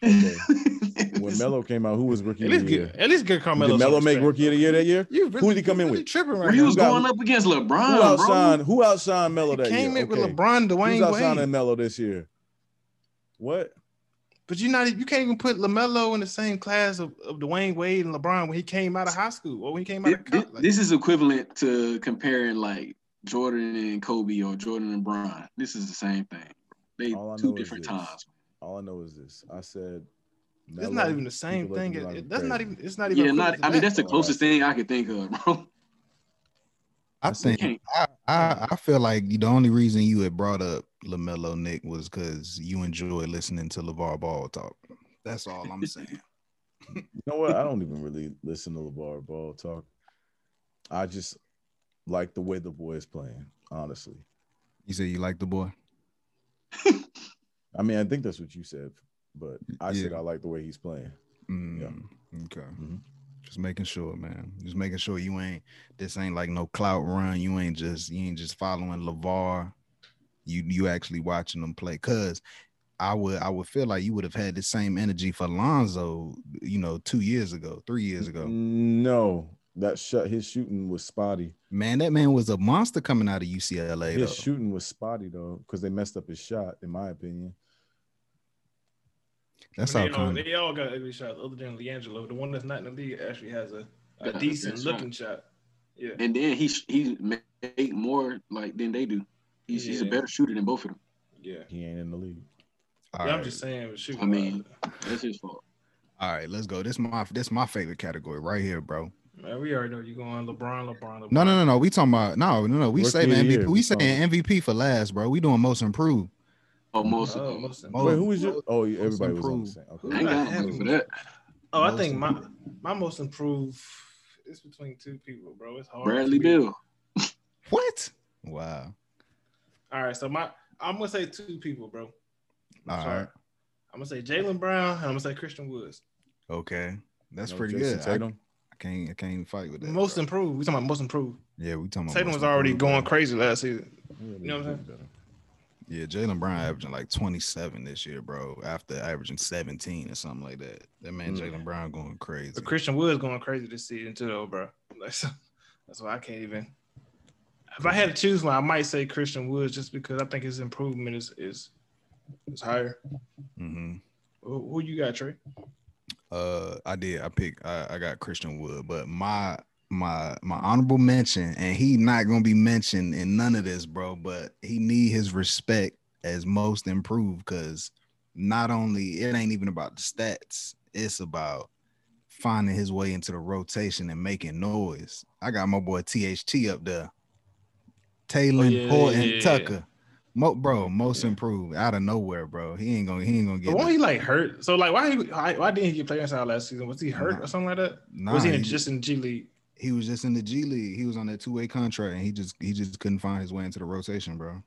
Speaker 3: When
Speaker 4: This-
Speaker 3: Mello came out, who was rookie
Speaker 2: At
Speaker 3: of the
Speaker 2: least
Speaker 3: year?
Speaker 2: get at least get Carmelo.
Speaker 3: Did Mello make rookie of the year that year?
Speaker 1: You
Speaker 3: really- Who'd he come in you really with?
Speaker 1: Tripping
Speaker 4: he was
Speaker 3: got-
Speaker 4: going up against
Speaker 3: Who
Speaker 4: LeBron, bro.
Speaker 3: outshined? Who outshined Mello that
Speaker 1: Came
Speaker 3: year?
Speaker 1: in with
Speaker 3: Okay.
Speaker 1: LeBron,
Speaker 3: Who's
Speaker 1: Dwayne
Speaker 3: outshining
Speaker 1: Wade,
Speaker 3: Mello this year? What?
Speaker 2: but you not you can't even put Lamelo in the same class of, of Dwayne Wade and LeBron when he came out of high school or when he came out
Speaker 4: Thi-
Speaker 2: of
Speaker 4: thi-
Speaker 2: college.
Speaker 4: This is equivalent to comparing like Jordan and Kobe or Jordan and Brian. This is the same thing. They
Speaker 3: All I know
Speaker 4: two
Speaker 3: is
Speaker 4: different
Speaker 3: this.
Speaker 4: times.
Speaker 3: All I know is this. I said
Speaker 2: it's
Speaker 3: Melo,
Speaker 2: not even the same
Speaker 3: people looking
Speaker 2: thing.
Speaker 3: like
Speaker 2: It- that's not
Speaker 3: crazy.
Speaker 2: even. It's not even.
Speaker 4: Yeah,
Speaker 2: equivalent
Speaker 4: not.
Speaker 2: to
Speaker 4: I mean,
Speaker 2: that.
Speaker 4: that's the closest thing I could think of, bro.
Speaker 1: I
Speaker 3: That's
Speaker 1: think
Speaker 3: it.
Speaker 4: Can't-
Speaker 1: I, I I feel like the only reason you had brought up Lamelo Nick was because you enjoy listening to LeVar Ball talk. That's all I'm saying.
Speaker 3: You know what? I don't even really listen to LeVar Ball talk. I just like the way the boy is playing, honestly.
Speaker 1: you said you like the boy.
Speaker 3: I mean, I think that's what you said, but I said
Speaker 1: Yeah.
Speaker 3: I like the way he's playing. Mm-hmm.
Speaker 1: Mm, Okay.
Speaker 3: Mhm.
Speaker 1: Just making sure, man. Just making sure you ain't this ain't like no clout run. You ain't just you ain't just following Levar. You you actually watching them play. Cause I would I would feel like you would have had the same energy for Lonzo, you know, two years ago, three years ago.
Speaker 3: Mm-hmm. No, that shot his shooting was spotty.
Speaker 1: Man, that man was a monster coming out of UCLA.
Speaker 3: His
Speaker 1: Though.
Speaker 3: shooting was spotty though, because they messed up his shot, in my opinion.
Speaker 1: That's
Speaker 2: But
Speaker 1: how
Speaker 2: they, all,
Speaker 1: come.
Speaker 2: they all got ugly shots, other than Leangelo. The one that's not in the league actually has a,
Speaker 4: Got
Speaker 2: a
Speaker 4: a good
Speaker 2: decent
Speaker 4: shot.
Speaker 2: looking shot. Yeah.
Speaker 4: And then he sh- he made more like than they do. He's, he's a
Speaker 2: Yeah.
Speaker 4: better shooter than both of them.
Speaker 2: Yeah.
Speaker 3: He ain't in the league.
Speaker 1: All
Speaker 2: yeah I'm
Speaker 1: right.
Speaker 2: just saying. but Shoot,
Speaker 4: I mean- That's his fault.
Speaker 1: all right, let's go. This my this my favorite category right here, bro.
Speaker 2: man, we already know you're going LeBron, LeBron, LeBron.
Speaker 1: No, no, no, no. We talking about no, no, no. We
Speaker 3: Rookie
Speaker 1: say
Speaker 3: of the
Speaker 1: MVP.
Speaker 3: year,
Speaker 1: we
Speaker 3: we
Speaker 1: saying
Speaker 3: talking-
Speaker 1: MVP for last, bro. We doing most improved.
Speaker 4: Almost.
Speaker 2: Oh,
Speaker 4: most.
Speaker 2: most
Speaker 1: Oh,
Speaker 3: Wait,
Speaker 2: improved.
Speaker 3: who was your? Oh, yeah,
Speaker 1: most
Speaker 3: everybody was on the
Speaker 1: improved.
Speaker 3: same.
Speaker 4: I ain't
Speaker 3: Okay.
Speaker 4: got nothing for that.
Speaker 2: oh, I
Speaker 1: most
Speaker 2: think my my most improved is between two people, bro. It's hard.
Speaker 4: Bradley
Speaker 2: for me.
Speaker 4: Bill.
Speaker 1: What? Wow.
Speaker 2: All right, so my I'm gonna say two people, bro.
Speaker 1: All
Speaker 2: Sorry.
Speaker 1: right.
Speaker 2: I'm gonna say Jalen Brown and I'm gonna say Christian Woods.
Speaker 1: Okay. That's
Speaker 3: No,
Speaker 1: pretty
Speaker 3: Jason
Speaker 1: good. I-
Speaker 3: Tatum.
Speaker 1: I, can't. I can't fight with that.
Speaker 2: most
Speaker 1: bro.
Speaker 2: improved. We talking about most improved.
Speaker 1: yeah, we talking about.
Speaker 2: Tatum
Speaker 1: most
Speaker 2: was already
Speaker 1: improved, bro.
Speaker 2: going crazy last season.
Speaker 3: Yeah,
Speaker 2: know what I'm
Speaker 3: he's better.
Speaker 1: Yeah, Jalen Brown averaging like 27 this year, bro. After averaging 17 or something like that. That man,
Speaker 3: Mm.
Speaker 1: Jalen Brown, going crazy.
Speaker 2: But Christian Woods going crazy this season too, though, bro. Like, so- that's why I can't even. If I had to choose one, I might say Christian Woods just because I think his improvement is is, is higher.
Speaker 1: hmm
Speaker 2: Who, who you got, Trey?
Speaker 1: Uh, I did. I picked. I, I got Christian Wood, but my my my honorable mention, and he not gonna be mentioned in none of this, bro. But he need his respect as most improved because not only it ain't even about the stats, it's about finding his way into the rotation and making noise. I got my boy THT up there, Taylor
Speaker 2: Oh, yeah,
Speaker 1: Horton
Speaker 2: yeah, yeah, yeah.
Speaker 1: Tucker. Mo, bro, most
Speaker 3: Yeah.
Speaker 1: improved out of nowhere, bro. He ain't gonna he ain't gonna get
Speaker 2: But
Speaker 1: that.
Speaker 2: won't he like hurt? So like why he, why, why didn't he get playing time last season? Was he hurt or something like that?
Speaker 1: Nah,
Speaker 2: was he, in,
Speaker 1: he-
Speaker 2: just in G League?
Speaker 1: he was just in the G League. He was on that two way contract, and he just he just couldn't find his way into the rotation, bro.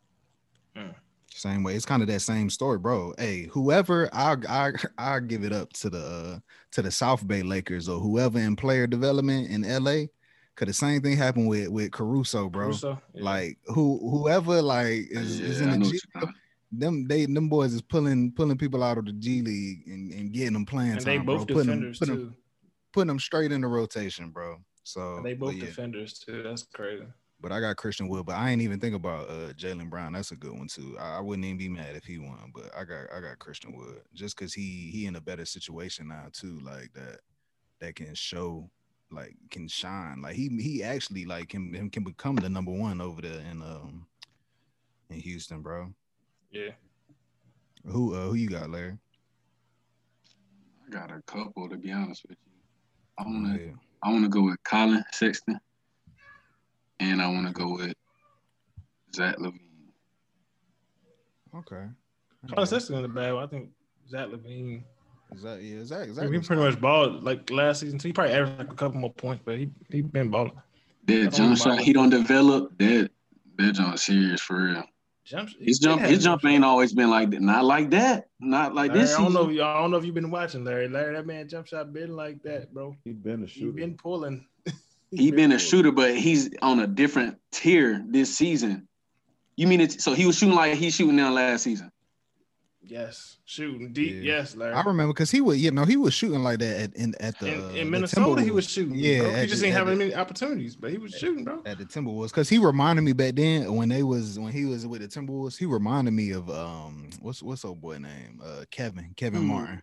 Speaker 2: Mm.
Speaker 1: Same way, it's kind of that same story, bro. Hey, whoever I I I give it up to the uh, to the South Bay Lakers or whoever in player development in LA, could the same thing happen with with Caruso, bro.
Speaker 2: Caruso? Yeah.
Speaker 1: Like who whoever like is, is
Speaker 4: I
Speaker 1: in
Speaker 4: know
Speaker 1: the
Speaker 4: what
Speaker 1: G,
Speaker 4: you're talking
Speaker 1: them they them boys is pulling pulling people out of the G League and, and getting them playing
Speaker 2: and
Speaker 1: time,
Speaker 2: they both
Speaker 1: bro. Putting them,
Speaker 2: defenders
Speaker 1: putting, them,
Speaker 2: too.
Speaker 1: putting them straight in the rotation, bro. So
Speaker 2: they
Speaker 1: but
Speaker 2: both
Speaker 1: yeah.
Speaker 2: defenders too. That's crazy.
Speaker 1: But I got Christian Wood, but I ain't even think about uh Jalen Brown. That's a good one too. I, I wouldn't even be mad if he won, but I got I got Christian Wood just because he he in a better situation now too, like that that can show like can shine. Like he he actually like can him can become the number one over there in um in Houston, bro.
Speaker 2: Yeah.
Speaker 1: Who uh, who you got, Larry?
Speaker 4: about. I got a couple to be honest with you. I
Speaker 1: Go
Speaker 2: Mm.
Speaker 4: wanna
Speaker 1: ahead.
Speaker 4: I wanna go with Colin Sexton. And I wanna go with Zach Levine.
Speaker 1: Okay.
Speaker 2: Colin Sexton in the bad. one. I think Zach Levine.
Speaker 1: Zach, yeah, Zach, Zach
Speaker 2: He
Speaker 1: was-
Speaker 2: pretty much balled like last season. too. He probably averaged like a couple more points, but he he been balling.
Speaker 4: That
Speaker 2: Oh,
Speaker 4: jump
Speaker 2: my.
Speaker 4: shot he don't develop, that that jump serious for real.
Speaker 2: Jump,
Speaker 4: His
Speaker 2: he
Speaker 4: jump
Speaker 2: had
Speaker 4: his
Speaker 2: no
Speaker 4: jump
Speaker 2: shot.
Speaker 4: ain't always been like that. Not like that. Not like
Speaker 2: Larry,
Speaker 4: this.
Speaker 2: I don't know.
Speaker 4: season.
Speaker 2: If, I don't know if you've been watching Larry. Larry, that man jump shot been like that, bro.
Speaker 3: He been a
Speaker 2: He
Speaker 3: shooter.
Speaker 2: been pulling.
Speaker 4: he been a
Speaker 3: Good.
Speaker 4: shooter, but he's on a different tier this season. You mean it? So he was shooting like he's shooting now last season.
Speaker 2: Yes, shooting deep.
Speaker 1: Yeah.
Speaker 2: Yes, Larry.
Speaker 1: I remember because he was, you know, he was shooting like that at in, at the
Speaker 2: in,
Speaker 1: uh,
Speaker 2: in
Speaker 1: the
Speaker 2: Minnesota, he
Speaker 1: Timberwolves.
Speaker 2: was shooting.
Speaker 1: Yeah,
Speaker 2: Yeah, bro.
Speaker 1: at
Speaker 2: he just
Speaker 1: the-
Speaker 2: ain't
Speaker 1: at
Speaker 2: having
Speaker 1: the-
Speaker 2: any opportunities, but he was shooting, bro.
Speaker 1: at the Timberwolves because he reminded me back then when they was when he was with the Timberwolves, he reminded me of um what's what's old boy name uh Kevin Kevin
Speaker 4: Hmm.
Speaker 1: Martin.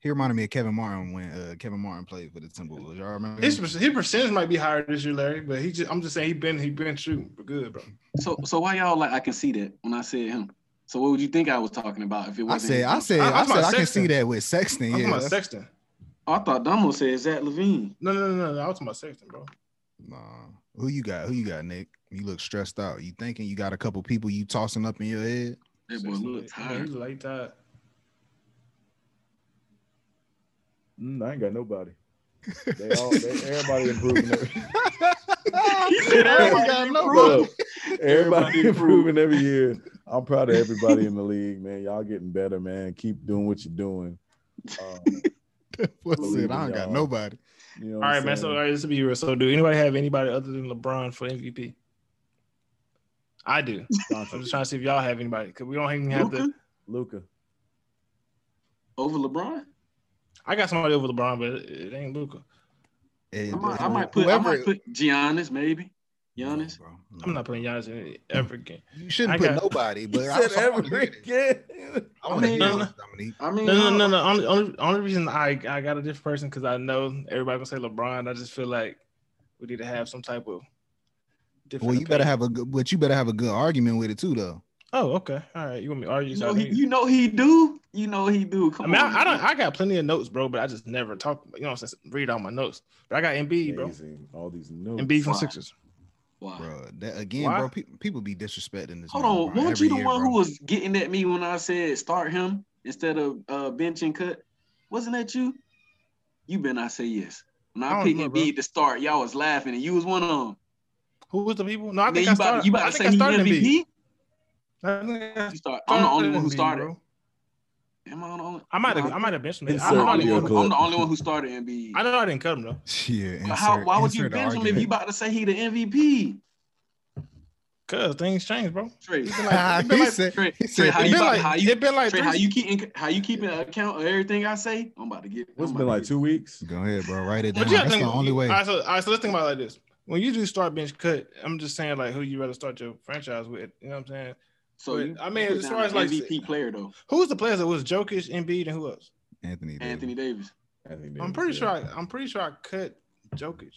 Speaker 1: He reminded me of Kevin Martin when uh, Kevin Martin played for the Timberwolves. Y'all remember?
Speaker 2: His,
Speaker 1: him?
Speaker 2: his percentage might be higher this year, Larry, but he just I'm just saying he been he been shooting good, bro.
Speaker 4: So so why y'all like I can see that when I said him. So what would you think I was talking about if it
Speaker 1: I
Speaker 4: wasn't?
Speaker 1: said,
Speaker 4: him?
Speaker 1: I said,
Speaker 2: I-
Speaker 1: I,
Speaker 2: I'm talking
Speaker 1: said, I
Speaker 2: about
Speaker 1: can
Speaker 2: Sexton.
Speaker 1: see that with Sexton.
Speaker 2: I'm talking
Speaker 1: Yeah,
Speaker 2: about
Speaker 1: that's-
Speaker 2: Sexton.
Speaker 4: I thought Domo said Zach Levine.
Speaker 2: No, no, no, no, no. I was talking about Sexton, bro.
Speaker 1: Nah. Who you got? Who you got, Nick? You look stressed out. You thinking you got a couple people you tossing up in your head?
Speaker 4: That boy
Speaker 2: Sexton,
Speaker 4: look
Speaker 2: I mean, he
Speaker 4: tired.
Speaker 2: look like tired.
Speaker 3: Mm, I ain't got nobody. They all, they, everybody improving. Every,
Speaker 4: He said
Speaker 1: Everybody
Speaker 4: everybody
Speaker 1: got no-
Speaker 4: improved.
Speaker 3: everybody
Speaker 4: Everybody
Speaker 3: improving every year. I'm proud of everybody in the league, man. Y'all getting better, man. Keep doing what you're doing. Um,
Speaker 1: What's it? I don't got
Speaker 3: Y'all.
Speaker 1: nobody.
Speaker 3: you know
Speaker 2: All
Speaker 3: what I'm
Speaker 2: right, man. So all
Speaker 3: saying?
Speaker 2: right, this will be real. So do anybody have anybody other than LeBron for MVP? I do.
Speaker 3: Doncic,
Speaker 2: I'm just trying to see if y'all have anybody. Cause we don't even have the
Speaker 4: Luka?
Speaker 3: Luca.
Speaker 4: over LeBron.
Speaker 2: I got somebody over LeBron, but it, it ain't Luca.
Speaker 1: It-
Speaker 4: I might, I
Speaker 1: it-
Speaker 4: might put
Speaker 1: whoever-
Speaker 4: I might put Giannis maybe.
Speaker 1: No,
Speaker 4: Giannis.
Speaker 1: bro.
Speaker 2: I'm
Speaker 1: No.
Speaker 2: not putting Giannis in it ever again.
Speaker 1: You shouldn't
Speaker 2: I
Speaker 1: put
Speaker 2: got-
Speaker 1: nobody, but I,
Speaker 3: said
Speaker 1: I wanna hear
Speaker 3: every
Speaker 1: this.
Speaker 3: kid.
Speaker 1: I want to
Speaker 4: I
Speaker 1: hear
Speaker 2: mean-
Speaker 1: this, Dominique.
Speaker 4: I mean,
Speaker 2: No, no, no,
Speaker 4: uh,
Speaker 2: no. Only, only, only reason I, I got a different person because I know everybody gonna say LeBron. I just feel like we need to have some type of different.
Speaker 1: Well, you better
Speaker 2: opinion.
Speaker 1: have a good, but you better have a good argument with it too, though.
Speaker 2: Oh, okay. All right. You want me to argue?
Speaker 4: You
Speaker 2: so
Speaker 4: know
Speaker 2: I
Speaker 4: he,
Speaker 2: need-
Speaker 4: you know he do. You know he do.
Speaker 2: I
Speaker 4: Come
Speaker 2: mean,
Speaker 4: on.
Speaker 2: I, I don't. I got plenty of notes, bro, but I just never talk. You know, what I'm saying? read all my notes. But I got MB, bro.
Speaker 3: Amazing. All these notes.
Speaker 2: MB from
Speaker 4: Wow.
Speaker 2: Sixers.
Speaker 4: Why?
Speaker 1: Bro, that again,
Speaker 2: Why?
Speaker 1: bro. Pe- people be disrespecting this.
Speaker 4: Hold
Speaker 1: man,
Speaker 4: on,
Speaker 1: bro,
Speaker 4: weren't
Speaker 1: every
Speaker 4: you the
Speaker 1: year,
Speaker 4: one
Speaker 1: bro.
Speaker 4: who was getting at me when I said start him instead of uh, bench and cut? Wasn't that you? You better not say yes. When
Speaker 2: I
Speaker 4: I,
Speaker 2: don't
Speaker 4: picked
Speaker 2: remember.
Speaker 4: Embiid to start, y'all was laughing and you was one of them.
Speaker 2: Who was the people? No, I
Speaker 4: And then
Speaker 2: think
Speaker 4: you
Speaker 2: I started.
Speaker 4: about, to- you about
Speaker 2: I
Speaker 4: to
Speaker 2: think
Speaker 4: say
Speaker 2: I
Speaker 4: he
Speaker 2: started
Speaker 4: MVP?
Speaker 2: MB. I think I
Speaker 4: You start, I'm the only one who
Speaker 2: MB,
Speaker 4: started.
Speaker 2: bro.
Speaker 4: Am I, the only-
Speaker 2: I might have.
Speaker 4: No,
Speaker 2: I might have benched him.
Speaker 1: uh,
Speaker 2: I,
Speaker 3: Insert
Speaker 4: I'm,
Speaker 2: know I didn't
Speaker 4: the
Speaker 3: video
Speaker 2: cut
Speaker 4: only
Speaker 2: him.
Speaker 4: one, I'm the only one who started Embiid.
Speaker 2: I know I didn't cut him though.
Speaker 1: Yeah,
Speaker 4: But
Speaker 1: insert,
Speaker 4: how, why would you
Speaker 1: insert the
Speaker 4: bench him if you
Speaker 1: argument.
Speaker 4: about to say he the MVP?
Speaker 2: Cause things change, bro.
Speaker 4: Trey,
Speaker 2: like- it been
Speaker 1: He
Speaker 2: like-
Speaker 1: said- he
Speaker 4: Trey, Trey,
Speaker 1: said-
Speaker 4: how
Speaker 2: It
Speaker 4: you
Speaker 2: been
Speaker 4: about,
Speaker 2: like.
Speaker 4: how you,
Speaker 2: It been like.
Speaker 4: Trey,
Speaker 2: three-
Speaker 4: how you keep how you keeping account of everything I say? I'm about to get.
Speaker 3: What's
Speaker 4: I'm
Speaker 3: been
Speaker 4: about
Speaker 3: like
Speaker 4: to
Speaker 3: two weeks?
Speaker 1: Go ahead, bro. Write it down.
Speaker 2: But you
Speaker 1: That's
Speaker 2: think,
Speaker 1: the only way.
Speaker 2: All right, so, all right, so let's think about it like this. When you do start bench cut, I'm just saying like who you rather start your franchise with. You know what I'm saying?
Speaker 4: get- So
Speaker 2: but,
Speaker 4: you,
Speaker 2: I mean,
Speaker 4: put
Speaker 2: as
Speaker 4: down
Speaker 2: far
Speaker 4: the
Speaker 2: as, like,
Speaker 4: MVP player though,
Speaker 2: Who's the players that was Jokic, Embiid, and who else?
Speaker 1: Anthony. Davis.
Speaker 4: Anthony Davis.
Speaker 3: I think
Speaker 2: I'm pretty sure I, I'm pretty sure I cut Jokic.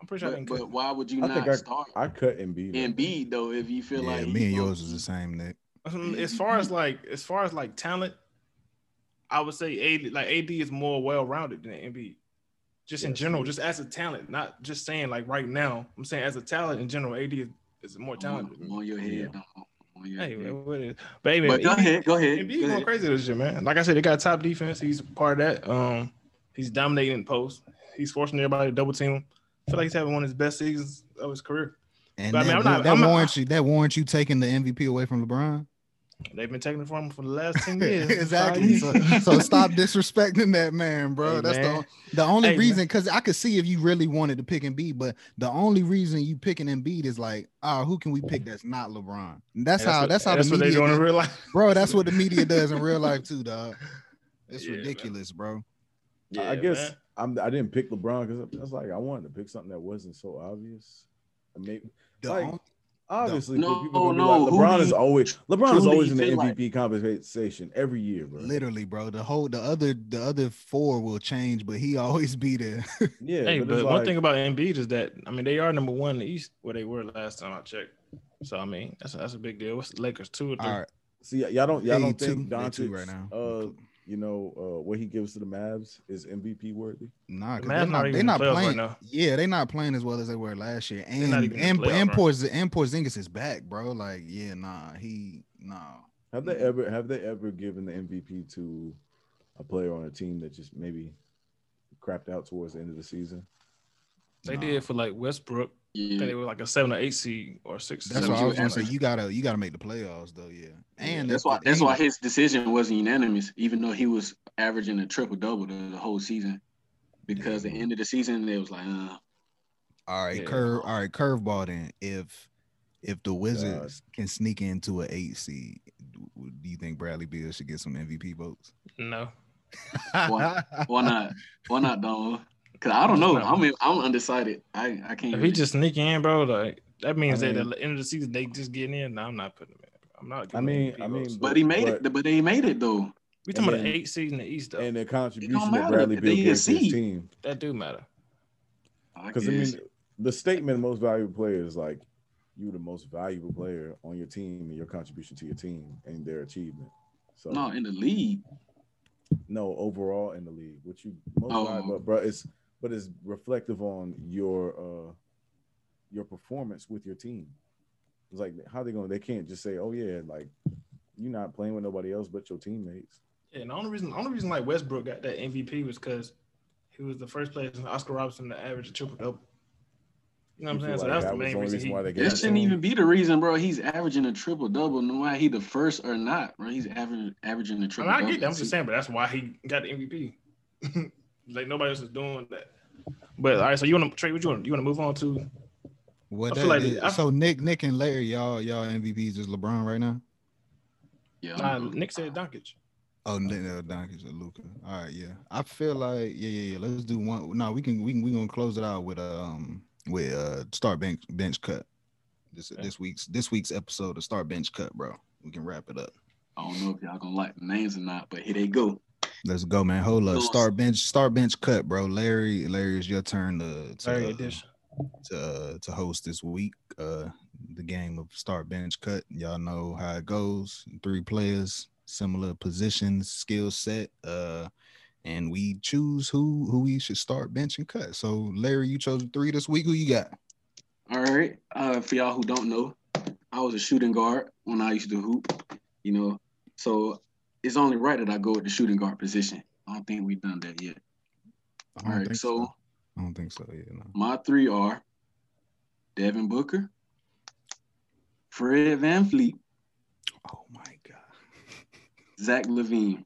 Speaker 2: I'm pretty sure I
Speaker 4: But,
Speaker 2: didn't
Speaker 4: but
Speaker 2: cut.
Speaker 4: why would you
Speaker 3: I
Speaker 4: not
Speaker 3: think I-
Speaker 4: start
Speaker 3: I cut Embiid.
Speaker 4: Embiid though if you feel
Speaker 1: yeah,
Speaker 4: like
Speaker 1: me and yours is the same, Nick.
Speaker 2: Um, As far as like as far as like talent, I would say AD like AD is more well rounded than Embiid. Just in
Speaker 3: Yes.
Speaker 2: general, just as a talent, not just saying like right now. I'm saying as a talent in general, AD is, is more talented.
Speaker 4: I'm on your head. I'm on your
Speaker 2: Hey,
Speaker 4: head.
Speaker 2: what is, but anyway,
Speaker 4: But go
Speaker 2: Embiid-
Speaker 4: ahead, go ahead.
Speaker 2: Embiid
Speaker 4: go
Speaker 2: going
Speaker 4: ahead.
Speaker 2: crazy this year, man. Like I said, they got top defense. He's part of that. Um, he's dominating the post. He's forcing everybody to double team him. I feel like he's having one of his best seasons of his career.
Speaker 1: And
Speaker 2: But I
Speaker 1: that,
Speaker 2: mean, I'm
Speaker 1: wa-
Speaker 2: not-
Speaker 1: that
Speaker 2: I'm not-
Speaker 1: warrants you. That warrants you taking the MVP away from LeBron.
Speaker 2: They've been taking it from him for the last ten years.
Speaker 1: exactly. So,
Speaker 2: Five years.
Speaker 1: so stop disrespecting that man, bro.
Speaker 2: Hey,
Speaker 1: That's
Speaker 2: man.
Speaker 1: the the only
Speaker 2: Hey, man.
Speaker 1: reason because I could see if you really wanted to pick Embiid, but the only reason you picking Embiid is like, ah, who can we pick that's not LeBron? And That's,
Speaker 2: And
Speaker 1: how.
Speaker 2: what-
Speaker 1: that's how.
Speaker 2: and That's
Speaker 1: the
Speaker 2: what they're
Speaker 1: media
Speaker 2: doing
Speaker 1: is-
Speaker 2: in real life.
Speaker 1: bro. That's what the media does in real life too, dog. It's
Speaker 2: Yeah, man.
Speaker 1: ridiculous, bro.
Speaker 3: I- I guess I'm, I didn't pick LeBron because I was like I wanted to pick something that wasn't so obvious. Maybe
Speaker 1: The
Speaker 3: Like,
Speaker 1: only-
Speaker 3: obviously,
Speaker 4: No,
Speaker 3: but people gonna be
Speaker 4: no,
Speaker 3: like,
Speaker 4: who
Speaker 3: LeBron
Speaker 4: do
Speaker 3: is
Speaker 4: you-
Speaker 3: always LeBron
Speaker 4: who
Speaker 3: is
Speaker 4: do
Speaker 3: always
Speaker 4: you
Speaker 3: in the
Speaker 4: feel like-
Speaker 3: MVP conversation every year, bro.
Speaker 1: literally, bro. The whole the other the other four will change, but he always be there.
Speaker 3: Yeah,
Speaker 2: hey,
Speaker 3: but,
Speaker 2: but,
Speaker 3: it's
Speaker 2: one
Speaker 3: like-
Speaker 2: thing about Embiid is that I mean they are number one in the East where they were last time I checked. So I mean that's that's a big deal. What's the Lakers two or three?
Speaker 1: All right,
Speaker 3: see, y'all don't y'all
Speaker 1: They
Speaker 3: don't
Speaker 1: two-
Speaker 3: think
Speaker 1: they
Speaker 3: Doncic
Speaker 1: two right now.
Speaker 3: Uh, you know uh, what he gives to the Mavs is MVP worthy.
Speaker 1: Nah, 'cause
Speaker 2: Mavs
Speaker 1: they're
Speaker 2: not
Speaker 1: not,
Speaker 2: even
Speaker 1: they
Speaker 2: in
Speaker 1: not
Speaker 2: the playoffs right
Speaker 1: playing.
Speaker 2: now.
Speaker 1: yeah, they're not playing as well as they were last year. And
Speaker 2: not even in the
Speaker 1: and,
Speaker 2: playoffs,
Speaker 1: and,
Speaker 2: bro.
Speaker 1: Porz, and Porzingis is back, bro. Like, yeah, nah, he nah.
Speaker 3: Have they
Speaker 4: Mm-hmm.
Speaker 1: Mhm.
Speaker 3: ever have they ever given the MVP to a player on a team that just maybe crapped out towards the end of the season?
Speaker 2: They
Speaker 1: nah.
Speaker 2: did for like Westbrook. I think
Speaker 4: Yeah.
Speaker 2: they were like a seven or eight seed or six.
Speaker 1: That's
Speaker 4: Is
Speaker 2: seven
Speaker 1: what
Speaker 4: that
Speaker 1: I
Speaker 4: what
Speaker 1: was
Speaker 4: you
Speaker 1: gonna
Speaker 4: were
Speaker 1: say. You gotta you gotta make the playoffs though, yeah. And
Speaker 4: That's
Speaker 1: that-
Speaker 4: why that's
Speaker 1: and-
Speaker 4: why his decision wasn't unanimous, even though he was averaging a triple double the, the whole season. Because the
Speaker 1: Yeah.
Speaker 4: end of the season, they was like, uh,
Speaker 1: All right,
Speaker 2: Yeah.
Speaker 1: curve. All right, curveball. Then, if if the Wizards can sneak into an eight seed, do do you think Bradley Beal should get some MVP votes?
Speaker 2: No.
Speaker 4: Why- why not? Why not, Don? Because I don't know. I'm I'm undecided. I I
Speaker 2: If
Speaker 4: can't.
Speaker 2: he
Speaker 4: really-
Speaker 2: just sneak in, bro, like that means
Speaker 3: I
Speaker 2: that at
Speaker 3: mean-
Speaker 2: the end of the season they just getting in. No, I'm not putting him in. bro. I'm not.
Speaker 3: I
Speaker 2: giving
Speaker 3: mean-
Speaker 2: him
Speaker 3: I mean,
Speaker 2: votes.
Speaker 4: but he made it. But they made it though.
Speaker 2: we talking about
Speaker 3: and-
Speaker 2: the eight seed in the East though.
Speaker 3: And the contribution that
Speaker 4: matter
Speaker 3: Bradley
Speaker 4: if
Speaker 3: Beal
Speaker 4: they
Speaker 3: gives to his
Speaker 4: exceed.
Speaker 3: team.
Speaker 2: that do matter.
Speaker 3: Because I mean, the statement most valuable player is like you the most valuable player on your team and your contribution to your team and their achievement. So
Speaker 4: no, in the league.
Speaker 3: no, overall in the league, what you most
Speaker 4: Oh.
Speaker 3: valuable, but bro, it's but it's reflective on your uh your performance with your team. It's like how they going to they can't just say, oh yeah, like you're not playing with nobody else but your teammates.
Speaker 2: Yeah, and the only reason, the only reason like Westbrook got that MVP was because he was the first player since Oscar Robertson to average a triple double. You know what I'm saying?
Speaker 3: You feel
Speaker 2: So
Speaker 3: like
Speaker 2: that's
Speaker 3: that
Speaker 2: the
Speaker 3: was
Speaker 2: main
Speaker 3: only
Speaker 2: reason.
Speaker 3: reason
Speaker 2: he-
Speaker 3: why they gave
Speaker 4: That
Speaker 3: it to him?
Speaker 4: shouldn't even be the reason, bro. He's averaging a triple double, no matter he the first or not, bro. He's averaging averaging a
Speaker 2: I,
Speaker 4: triple
Speaker 2: mean,
Speaker 4: double.
Speaker 2: I get that. I'm just saying, but that's why he got the MVP. like nobody else is doing that. But all right, so you want to trade? What you want? You want to move on to?
Speaker 1: What
Speaker 2: I feel
Speaker 1: that
Speaker 2: like
Speaker 1: is-
Speaker 2: I-
Speaker 1: so Nick, Nick, and Larry, y'all, y'all MVPs is LeBron right now.
Speaker 4: Yeah.
Speaker 2: Nah, uh, Nick said Doncic.
Speaker 1: Oh, Nick, uh, Doncic, and Luca. All right, yeah. I feel like yeah, yeah, yeah. Let's do one. No, we can, we can, we gonna close it out with um with uh start bench bench cut. This
Speaker 2: Okay.
Speaker 1: this week's this week's episode of start bench cut, bro. We can wrap it up.
Speaker 4: I don't know if y'all gonna like the names or not, but here they go.
Speaker 1: Let's go, man. Hold up.
Speaker 4: Little-
Speaker 1: Start bench, start bench cut, bro. Larry, Larry, it's your turn to to,
Speaker 2: Larry
Speaker 1: uh,
Speaker 2: edition.
Speaker 1: to, uh, to host this week. Uh the game of start bench cut. Y'all know how it goes. Three players, similar positions, skill set. Uh and we choose who who we should start bench and cut. So Larry, you chose three this week. Who you got?
Speaker 4: All right. Uh, for y'all who don't know, I was a shooting guard when I used to hoop, you know. So it's only right that I go with the shooting guard position. I don't think we've done that yet.
Speaker 1: I
Speaker 4: All
Speaker 1: don't
Speaker 4: right.
Speaker 1: think
Speaker 4: So
Speaker 1: I don't think so. Yeah, no.
Speaker 4: my three are Devin Booker, Fred Van Fleet,
Speaker 1: Oh my god.
Speaker 4: Zach Levine.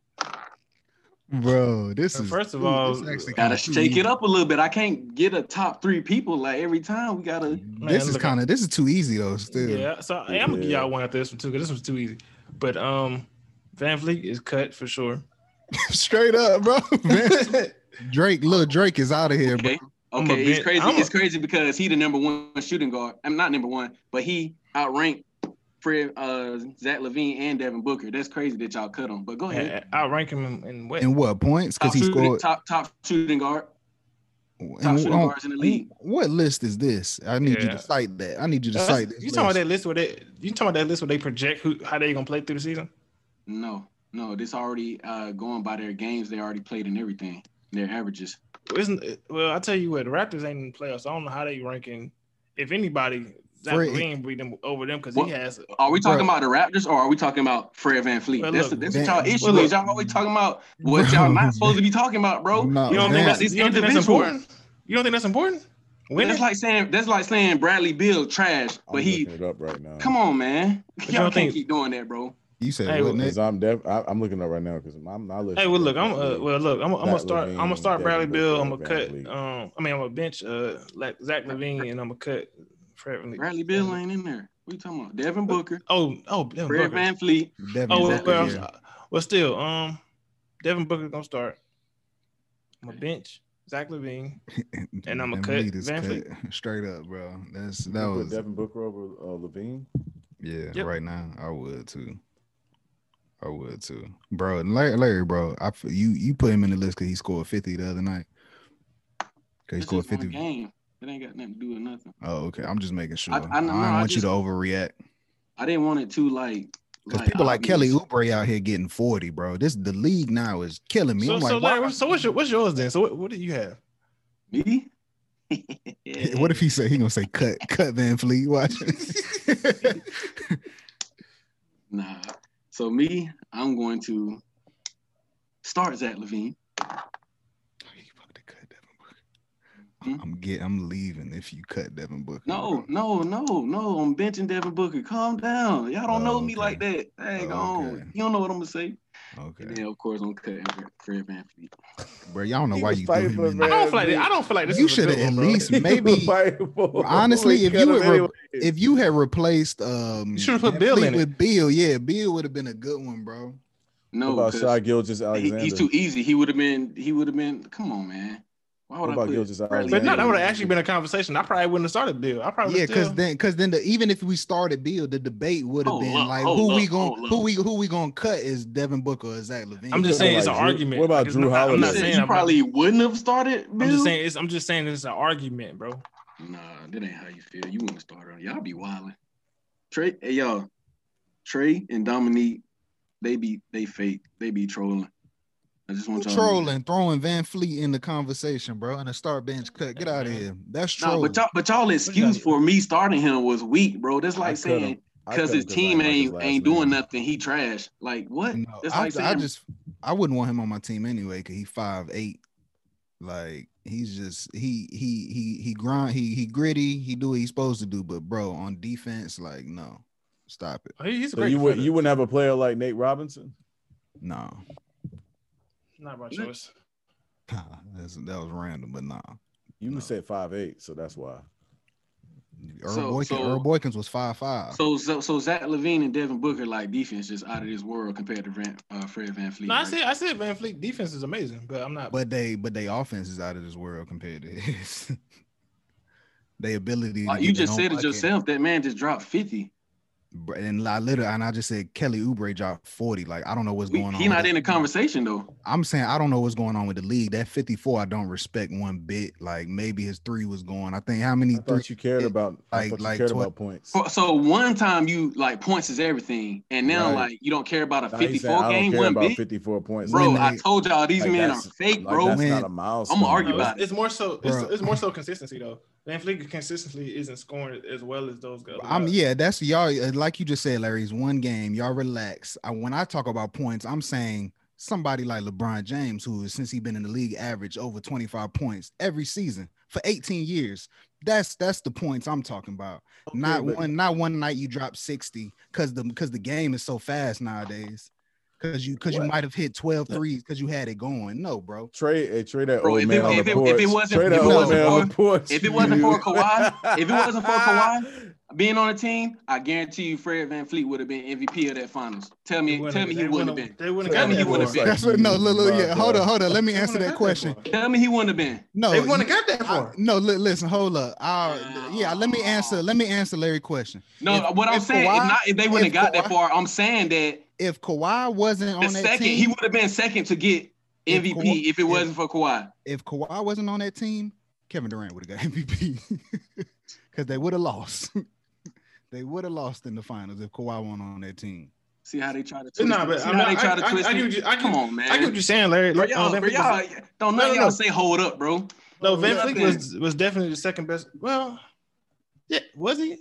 Speaker 1: Bro, this
Speaker 2: So
Speaker 1: is
Speaker 2: first of
Speaker 1: ooh,
Speaker 2: all,
Speaker 1: this actually
Speaker 4: Gotta
Speaker 1: kinda
Speaker 4: shake
Speaker 1: too
Speaker 4: it up a little bit. I can't get a top three people like every time. We gotta.
Speaker 1: easy. This is
Speaker 2: look-
Speaker 1: kind of this is too easy though. Still,
Speaker 2: Yeah. So hey, I'm gonna give
Speaker 3: Yeah.
Speaker 2: y'all one after this one too, because this one's too easy. But um, Van Fleet is cut for sure.
Speaker 1: Straight up, bro. Man, Drake, little Drake is out of here, bro.
Speaker 4: Okay.
Speaker 2: I'm a
Speaker 4: Okay, it's
Speaker 2: bit-
Speaker 4: crazy.
Speaker 2: I'm a-
Speaker 4: it's crazy because he the number one shooting guard. I'm not number one, but he outranked Fred, uh, Zach Levine, and Devin Booker. That's crazy that y'all cut him. But go ahead.
Speaker 2: I, I rank him in, in what?
Speaker 1: And what points? Because
Speaker 4: Top
Speaker 1: he
Speaker 4: shooting,
Speaker 1: scored.
Speaker 4: top top shooting guard. Top
Speaker 1: And
Speaker 4: shooting
Speaker 1: on-
Speaker 4: guards in the league.
Speaker 1: oh, What list is this? I need you
Speaker 2: Yeah.
Speaker 1: to cite that. I need you to
Speaker 2: That's-
Speaker 1: cite this.
Speaker 2: you talking about
Speaker 1: list.
Speaker 2: that list where they you talking about that list where they project who how they gonna play through the season?
Speaker 4: No, no, this already uh, going by their games they already played and everything, their averages.
Speaker 2: Well, Isn't it- well, I tell you what, the Raptors ain't in the playoffs. I don't know how they ranking. If anybody, Zach
Speaker 1: Fred-
Speaker 2: Green beat them over them because
Speaker 4: What?
Speaker 2: he has.
Speaker 4: Are we talking
Speaker 1: Bruh.
Speaker 4: about the Raptors or are we talking about Fred Van Fleet?
Speaker 2: Well,
Speaker 4: that's
Speaker 2: look,
Speaker 4: that's
Speaker 1: Van-
Speaker 4: what y'all issue
Speaker 2: well,
Speaker 4: is. Y'all always talking about what
Speaker 1: Bro.
Speaker 4: y'all not supposed to be talking about, bro.
Speaker 1: No,
Speaker 2: You don't think
Speaker 1: Van-
Speaker 2: that's
Speaker 4: These
Speaker 2: you don't think that's
Speaker 4: individuals.
Speaker 2: important? You don't think that's important? When
Speaker 4: that's like saying that's like saying Bradley Bill trash,
Speaker 3: I'm
Speaker 4: but he
Speaker 3: looking it up right now.
Speaker 4: come on, man.
Speaker 2: But
Speaker 4: Y'all
Speaker 2: y'all
Speaker 4: can't
Speaker 2: think-
Speaker 4: keep doing that, bro.
Speaker 1: You said
Speaker 2: Hey,
Speaker 1: what,
Speaker 2: well,
Speaker 1: Nick?
Speaker 3: Because I'm def- I, I'm looking up right now because I'm not listening.
Speaker 2: Hey, well, look, I'm uh, well, look, I'm, I'm gonna
Speaker 3: Zach
Speaker 2: start. I'm
Speaker 3: Levine,
Speaker 2: gonna start Bradley
Speaker 3: Devin
Speaker 2: Bill. I'm
Speaker 3: Booker,
Speaker 2: gonna cut.
Speaker 3: Van Vliet.
Speaker 2: Um, I mean, I'm gonna bench uh like Zach Levine, and I'm gonna cut Fred. Van Vliet.
Speaker 4: Bradley Bill ain't in there. What you talking about? Devin Booker,
Speaker 2: Oh, oh, Devin
Speaker 4: Fred
Speaker 2: Booker.
Speaker 4: Van Fleet.
Speaker 1: Devin
Speaker 2: Oh, well,
Speaker 1: Booker,
Speaker 2: well,
Speaker 1: yeah.
Speaker 2: well, still, um, Devin Booker gonna start. I'm gonna bench Zach Levine. and I'ma
Speaker 1: Van
Speaker 2: cut
Speaker 1: Vliet is
Speaker 2: Van Fleet.
Speaker 1: cut straight up, bro. That's
Speaker 3: You
Speaker 1: that
Speaker 3: put
Speaker 1: was
Speaker 3: Devin Booker over uh, Levine.
Speaker 1: Yeah,
Speaker 2: Yep.
Speaker 1: right now I would too. I would too, bro. and Larry, Larry bro, I f- you you put him in the list because he scored fifty the other night. 'Cause he
Speaker 4: It's
Speaker 1: scored
Speaker 4: just one
Speaker 1: fifty.
Speaker 4: game. It ain't got nothing to do with nothing.
Speaker 1: Oh, okay. I'm just making sure.
Speaker 4: I
Speaker 1: I,
Speaker 4: know, no,
Speaker 1: don't
Speaker 4: I
Speaker 1: want
Speaker 4: just-
Speaker 1: you to overreact
Speaker 4: I didn't want it to like
Speaker 1: because people like Kelly
Speaker 4: obvious.
Speaker 1: Oubre out here getting forty, bro. This the league now is killing me.
Speaker 2: so,
Speaker 1: I'm
Speaker 2: so,
Speaker 1: like,
Speaker 2: Larry,
Speaker 1: why-
Speaker 2: so what's your, what's yours then? So, what, what do you have?
Speaker 4: Me?
Speaker 1: what if he say he gonna say cut cut Van Fleet? Watch.
Speaker 4: Nah. So me, I'm going to start Zach Levine.
Speaker 1: You fucking cut Devin Booker.
Speaker 4: Hmm?
Speaker 1: I'm get I'm leaving if you cut Devin Booker.
Speaker 4: No,
Speaker 1: bro.
Speaker 4: no, no, no. I'm benching Devin Booker. Calm down. Y'all don't know me
Speaker 1: Okay.
Speaker 4: like that. Dang on.
Speaker 1: Okay.
Speaker 4: You don't know what I'm gonna say.
Speaker 1: Okay,
Speaker 4: And then of course I'm cutting Fred Van Fleet.
Speaker 1: bro. Y'all don't know
Speaker 3: He
Speaker 1: why
Speaker 3: was
Speaker 1: you threw
Speaker 3: fighting
Speaker 1: him
Speaker 3: for
Speaker 1: in.
Speaker 2: I
Speaker 1: there.
Speaker 2: don't
Speaker 3: Van-
Speaker 2: feel like I don't feel like this.
Speaker 1: You
Speaker 2: is a
Speaker 1: should
Speaker 2: good
Speaker 1: have at
Speaker 2: one, bro.
Speaker 1: least maybe. honestly, if you would re- If you had replaced, um,
Speaker 2: You should've put
Speaker 1: Van
Speaker 2: Bill
Speaker 1: Fleet
Speaker 2: in it.
Speaker 1: with Bill, yeah, Bill would have been a good one, bro.
Speaker 3: What
Speaker 4: No,
Speaker 3: about
Speaker 4: 'cause
Speaker 3: Shai Gilgis
Speaker 4: he-
Speaker 3: Alexander?
Speaker 4: he's too easy. He would have been he would have been come on, man. Why would
Speaker 3: What about
Speaker 4: I put
Speaker 3: Gilgeous-Alexander?
Speaker 4: Bradley
Speaker 2: But no,
Speaker 4: Beal?
Speaker 2: that would have actually been a conversation. I probably wouldn't have started Bill. I probably
Speaker 1: Yeah,
Speaker 2: yeah,
Speaker 1: because then, because then, the, even if we started Bill, the debate would have
Speaker 4: Hold
Speaker 1: been
Speaker 4: up,
Speaker 1: like,
Speaker 4: hold
Speaker 1: who we
Speaker 4: up,
Speaker 1: going,
Speaker 4: hold
Speaker 1: who
Speaker 4: up.
Speaker 1: we, who we gonna cut is Devin Booker or Zach Levine?
Speaker 2: I'm just
Speaker 3: What about
Speaker 2: saying it's an
Speaker 3: Drew-
Speaker 2: argument.
Speaker 3: what about
Speaker 2: Like, it's
Speaker 3: Drew
Speaker 2: not- I'm
Speaker 3: Holiday?
Speaker 2: not
Speaker 4: You said
Speaker 2: saying
Speaker 4: you
Speaker 2: I'm-
Speaker 4: probably wouldn't have started Bill.
Speaker 2: I'm just saying it's I'm just saying it's an argument, bro.
Speaker 4: Nah, that ain't how you feel. You want to start on y'all be wilding. Trey, hey y'all, Trey and Dominique, they be they fake, they be trolling. I just
Speaker 1: You
Speaker 4: want y'all to know that.
Speaker 1: trolling, throwing Van Fleet in the conversation, bro, and a star bench cut. Get out of here. That's
Speaker 4: Nah,
Speaker 1: trolling.
Speaker 4: but y'all, but y'all excuse
Speaker 2: got?
Speaker 4: for me starting him was weak, bro. That's
Speaker 3: I
Speaker 4: like
Speaker 3: cut
Speaker 4: saying
Speaker 3: him. I
Speaker 4: because
Speaker 3: cut
Speaker 4: his
Speaker 3: him 'cause I
Speaker 4: team
Speaker 3: like his
Speaker 4: ain't
Speaker 3: last
Speaker 4: ain't
Speaker 3: name.
Speaker 4: doing nothing, he trash. Like what?
Speaker 1: No,
Speaker 4: That's
Speaker 1: I,
Speaker 4: like
Speaker 1: I
Speaker 4: saying
Speaker 1: just I wouldn't want him on my team anyway because he five eight. Like he's just he he he he grind he he gritty. He do what he's supposed to do, but bro, on defense, like no, stop it.
Speaker 2: He- He's a
Speaker 3: So
Speaker 2: great.
Speaker 3: you would
Speaker 2: defender.
Speaker 3: you wouldn't have a player like Nate Robinson?
Speaker 1: No,
Speaker 2: not by choice.
Speaker 1: That's, that was random, but nah.
Speaker 3: You
Speaker 1: No.
Speaker 3: said five eight, so that's why.
Speaker 1: Earl,
Speaker 4: So-
Speaker 1: Boykin,
Speaker 4: so-
Speaker 1: Earl Boykins was five five.
Speaker 4: so, so so Zach Levine and Devin Booker like defense just out of this world compared to Van, uh, Fred Van Fleet.
Speaker 2: No, I said I said Van Fleet defense is amazing, but I'm not.
Speaker 1: but they but they offense is out of this world compared to his. they ability. to
Speaker 4: you
Speaker 1: get their
Speaker 4: just
Speaker 1: own
Speaker 4: said it
Speaker 1: bucket.
Speaker 4: yourself. That man just dropped fifty.
Speaker 1: Br- And I literally, and I just said Kelly Oubre dropped forty. Like I don't know what's
Speaker 4: We,
Speaker 1: going on.
Speaker 4: he
Speaker 1: with
Speaker 4: not
Speaker 1: this
Speaker 4: in the
Speaker 1: team.
Speaker 4: conversation though.
Speaker 1: I'm saying I don't know what's going on with the league. That 54, I don't respect one bit. Like maybe his three was going. I think how many
Speaker 3: I
Speaker 1: three?
Speaker 3: thought you cared
Speaker 1: it-
Speaker 3: about I
Speaker 1: like-
Speaker 3: thought you
Speaker 1: like
Speaker 3: cared
Speaker 1: twen-
Speaker 3: about points.
Speaker 4: For- So one time you like points is everything, and now
Speaker 3: Right.
Speaker 4: like you don't care about a
Speaker 3: Now he said,
Speaker 4: fifty-four
Speaker 3: I don't
Speaker 4: game
Speaker 3: care
Speaker 4: win,
Speaker 3: about
Speaker 4: big.
Speaker 3: 54 points.
Speaker 4: bro.
Speaker 1: When
Speaker 4: I
Speaker 1: they-
Speaker 4: told y'all these
Speaker 3: Like,
Speaker 4: men are
Speaker 3: that's-
Speaker 4: fake,
Speaker 3: like,
Speaker 4: bro.
Speaker 3: That's
Speaker 1: When-
Speaker 3: not a milestone.
Speaker 2: No,
Speaker 4: argue
Speaker 3: bro.
Speaker 2: it's,
Speaker 4: about it.
Speaker 2: it's more so it's,
Speaker 1: Bruh.
Speaker 2: it's more so consistency though. Van Fleet consistently isn't scoring as well as those guys.
Speaker 1: I'm yeah, that's y'all. uh, Like you just said, Larry, it's one game. Y'all relax. I, when I talk about points, I'm saying somebody like LeBron James, who is since he been in the league, average over 25 points every season for 18 years. That's that's the points I'm talking about.
Speaker 3: Okay,
Speaker 1: not
Speaker 3: but-
Speaker 1: one, not one night you drop 60 because the because the game is so fast nowadays. Cause you cause you
Speaker 3: What?
Speaker 1: might have hit 12 threes because you had it going. No, bro.
Speaker 3: Trade, hey, trade that
Speaker 4: Bro,
Speaker 3: old
Speaker 4: if
Speaker 3: man
Speaker 4: it-
Speaker 3: on
Speaker 4: if
Speaker 3: the
Speaker 4: it-
Speaker 3: porch.
Speaker 4: if it wasn't-
Speaker 3: trade
Speaker 1: if
Speaker 3: that
Speaker 1: it
Speaker 3: old man
Speaker 4: wasn't
Speaker 3: on the porch.
Speaker 4: if it wasn't for
Speaker 3: dude.
Speaker 4: Kawhi- if it wasn't for Kawhi, Being on a team, I guarantee you, Fred Van Fleet would have been MVP of that finals. Tell me, tell me he wouldn't have been.
Speaker 2: They wouldn't have
Speaker 4: Tell me
Speaker 2: got
Speaker 4: he
Speaker 2: that
Speaker 4: wouldn't
Speaker 2: wouldn't
Speaker 4: have been.
Speaker 1: That's what, no,
Speaker 3: you,
Speaker 1: look, look, yeah.
Speaker 3: bruh,
Speaker 1: Hold
Speaker 3: bruh.
Speaker 1: on, hold on. Let me answer that question.
Speaker 4: Tell me he wouldn't have been.
Speaker 1: No,
Speaker 2: They wouldn't
Speaker 1: you-
Speaker 2: have got that
Speaker 1: I-
Speaker 2: far.
Speaker 1: no, li- listen, hold up. I, yeah, let me
Speaker 4: No.
Speaker 1: answer. Let me answer Larry's question.
Speaker 4: No,
Speaker 1: If-
Speaker 4: what I'm
Speaker 1: if
Speaker 4: saying,
Speaker 1: Kawhi-
Speaker 4: if not, if they wouldn't
Speaker 1: if
Speaker 4: have got
Speaker 1: Kawhi-
Speaker 4: that far, I'm saying that
Speaker 1: If Kawhi wasn't
Speaker 4: the
Speaker 1: on that
Speaker 4: second
Speaker 1: team,
Speaker 4: he would have been second to get
Speaker 1: If
Speaker 4: MVP
Speaker 1: Kawhi-
Speaker 4: if it
Speaker 1: if-
Speaker 4: wasn't for Kawhi.
Speaker 1: if Kawhi wasn't on that team, Kevin Durant would have got MVP because they would have lost. they would have lost in the finals if Kawhi went on that team.
Speaker 4: See how they try to twist.
Speaker 2: Nah,
Speaker 4: it?
Speaker 2: but
Speaker 4: See
Speaker 2: I'm
Speaker 4: how
Speaker 2: not,
Speaker 4: they try
Speaker 2: I,
Speaker 4: to
Speaker 2: I,
Speaker 4: twist.
Speaker 2: I,
Speaker 4: it?
Speaker 2: get what you, I,
Speaker 4: Come
Speaker 2: get,
Speaker 4: on, man.
Speaker 2: I get what you're saying, Larry.
Speaker 4: Bro,
Speaker 2: Like,
Speaker 4: y'all,
Speaker 2: uh, Van
Speaker 4: bro,
Speaker 2: Fleet
Speaker 4: y'all,
Speaker 2: was-
Speaker 4: don't
Speaker 2: No,
Speaker 4: none
Speaker 2: no,
Speaker 4: of y'all
Speaker 2: no.
Speaker 4: say hold up, bro.
Speaker 2: no, Van
Speaker 4: Yeah,
Speaker 2: Fleet
Speaker 4: man.
Speaker 2: was was definitely the second best. Well, yeah, was he?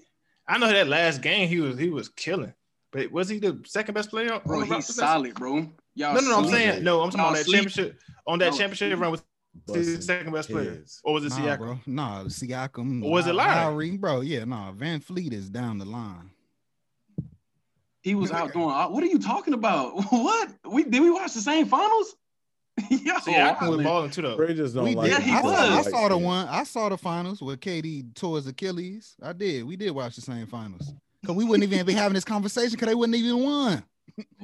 Speaker 2: I know that last game he was he was killing, but was he the second best player? on
Speaker 4: Bro,
Speaker 2: the
Speaker 4: he's
Speaker 2: roster?
Speaker 4: solid, bro. Y'all
Speaker 2: No, no, no. I'm
Speaker 4: sleep.
Speaker 2: saying no. I'm talking
Speaker 4: Y'all
Speaker 2: about that
Speaker 4: sleep.
Speaker 2: championship on that
Speaker 4: Y'all
Speaker 2: championship
Speaker 4: sleep.
Speaker 2: run was he the
Speaker 3: Busting
Speaker 2: second best player,
Speaker 3: heads.
Speaker 2: or was it
Speaker 1: nah,
Speaker 2: Siakam?
Speaker 1: bro. Nah, Siakam.
Speaker 2: Or was it Larry?
Speaker 1: Lowry? Bro, yeah, nah. Van Fleet is down the line.
Speaker 4: He was out doing. What are you talking about? What we did we watch the same finals? Yo,
Speaker 2: Siakam was
Speaker 4: man.
Speaker 2: balling too though.
Speaker 3: Bray just don't
Speaker 1: we
Speaker 3: like.
Speaker 1: did.
Speaker 4: it. he
Speaker 1: I,
Speaker 3: doesn't
Speaker 1: saw, I
Speaker 4: was.
Speaker 3: like
Speaker 1: saw the
Speaker 3: it.
Speaker 1: one. I saw the finals where KD tore his Achilles. I did. We did watch the same finals. Cause we wouldn't even be having this conversation because they wouldn't even won.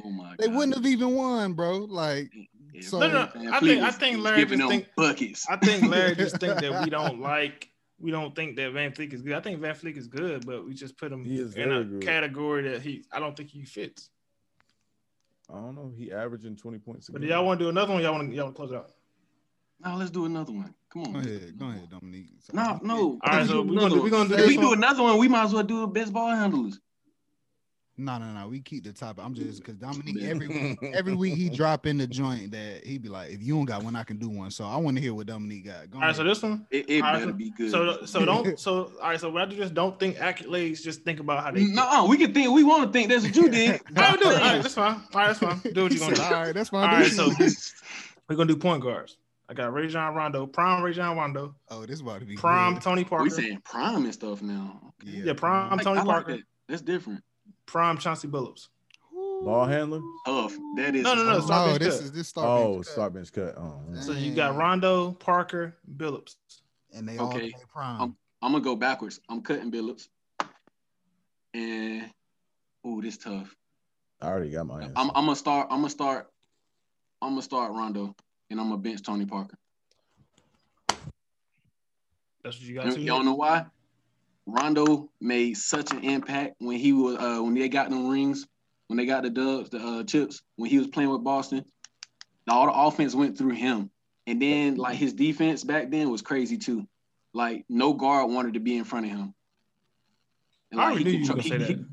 Speaker 4: oh my
Speaker 1: They
Speaker 4: God.
Speaker 1: wouldn't have even won, bro. Like
Speaker 4: Yeah,
Speaker 1: so-
Speaker 4: bro,
Speaker 1: No, no,
Speaker 4: Van
Speaker 2: I
Speaker 4: Fleet
Speaker 2: think- I
Speaker 4: was
Speaker 2: think Larry
Speaker 4: giving
Speaker 2: just
Speaker 4: them
Speaker 2: think-
Speaker 4: buckets.
Speaker 2: I think Larry just think that we don't like we don't think that Van Fleek is good. I think Van Fleek is good, but we just put him
Speaker 3: He is
Speaker 2: in
Speaker 3: very
Speaker 2: a
Speaker 3: good.
Speaker 2: category that he I don't think he fits.
Speaker 3: I don't know. He averaging twenty points. A
Speaker 2: But do
Speaker 3: game.
Speaker 2: y'all want to do another one? Y'all want to y'all want to close it out?
Speaker 4: No, let's do another one. Come on.
Speaker 1: go
Speaker 4: let's do
Speaker 1: ahead, go
Speaker 4: another
Speaker 1: ahead, Dominique.
Speaker 4: one. No, no.
Speaker 2: All right,
Speaker 4: Let's
Speaker 2: so
Speaker 4: do
Speaker 2: we're gonna do,
Speaker 4: another
Speaker 2: we're
Speaker 4: one.
Speaker 2: gonna do
Speaker 4: If
Speaker 2: this
Speaker 4: we do
Speaker 2: one.
Speaker 4: another one, we might as well do a best ball handlers.
Speaker 1: No, no, no. We keep the topic. I'm just because Dominique
Speaker 4: Yeah.
Speaker 1: every week, every week he drop in the joint that he be like, if you don't got one, I can do one. So I want to hear what Dominique got. Go
Speaker 2: All right, so
Speaker 1: ahead.
Speaker 2: this one.
Speaker 4: It, it
Speaker 2: All right,
Speaker 4: better be good.
Speaker 2: So so don't so all right. So when I do this, don't think accolades. Just think about how they.
Speaker 4: no, we can think. We want to think. That's what you did.
Speaker 2: All right, we do it. All right, that's fine. All right, that's fine. Do what
Speaker 1: He
Speaker 2: you gonna
Speaker 1: said,
Speaker 2: do.
Speaker 1: All right, that's fine.
Speaker 2: All
Speaker 1: Do
Speaker 2: right,
Speaker 1: what you
Speaker 2: so
Speaker 1: gonna do."
Speaker 2: we're gonna do point guards. I got Ray John Rondo, prime Ray John Rondo,
Speaker 1: oh, this about to be
Speaker 2: prime
Speaker 1: good.
Speaker 2: Tony Parker,
Speaker 4: we saying prime and stuff now. Okay.
Speaker 2: yeah, prime
Speaker 4: I-
Speaker 2: Tony
Speaker 4: I like
Speaker 2: Parker.
Speaker 4: that. That's different.
Speaker 2: prime Chauncey Billups.
Speaker 3: Ball handler?
Speaker 4: Tough. That is.
Speaker 2: No, no, no,
Speaker 1: Oh,
Speaker 2: sorry. Stop being
Speaker 4: tough.
Speaker 1: this
Speaker 2: cut.
Speaker 1: is this start. being
Speaker 3: Oh,
Speaker 1: cut.
Speaker 3: start bench cut. Oh, yeah.
Speaker 2: So you
Speaker 1: Mm.
Speaker 2: got Rondo, Parker, Billups.
Speaker 1: and they all
Speaker 4: Okay.
Speaker 1: play prime.
Speaker 4: Um, I'm gonna go backwards. I'm cutting Billups. And ooh, this tough.
Speaker 3: I already got my answer.
Speaker 4: I'm, I'm gonna start. I'm gonna start. I'm gonna start Rondo, and I'm gonna bench Tony Parker.
Speaker 2: That's what you got.
Speaker 4: You,
Speaker 2: too.
Speaker 4: y'all know why? Rondo made such an impact when he was uh, when they got them rings, when they got the dubs, the uh, chips, when he was playing with Boston, all the offense went through him. And then like his defense back then was crazy too. Like no guard wanted to be in front of him. And,
Speaker 2: I
Speaker 4: like,
Speaker 2: already
Speaker 4: he
Speaker 2: knew you were gonna
Speaker 4: contro-
Speaker 2: say
Speaker 4: he-
Speaker 2: that.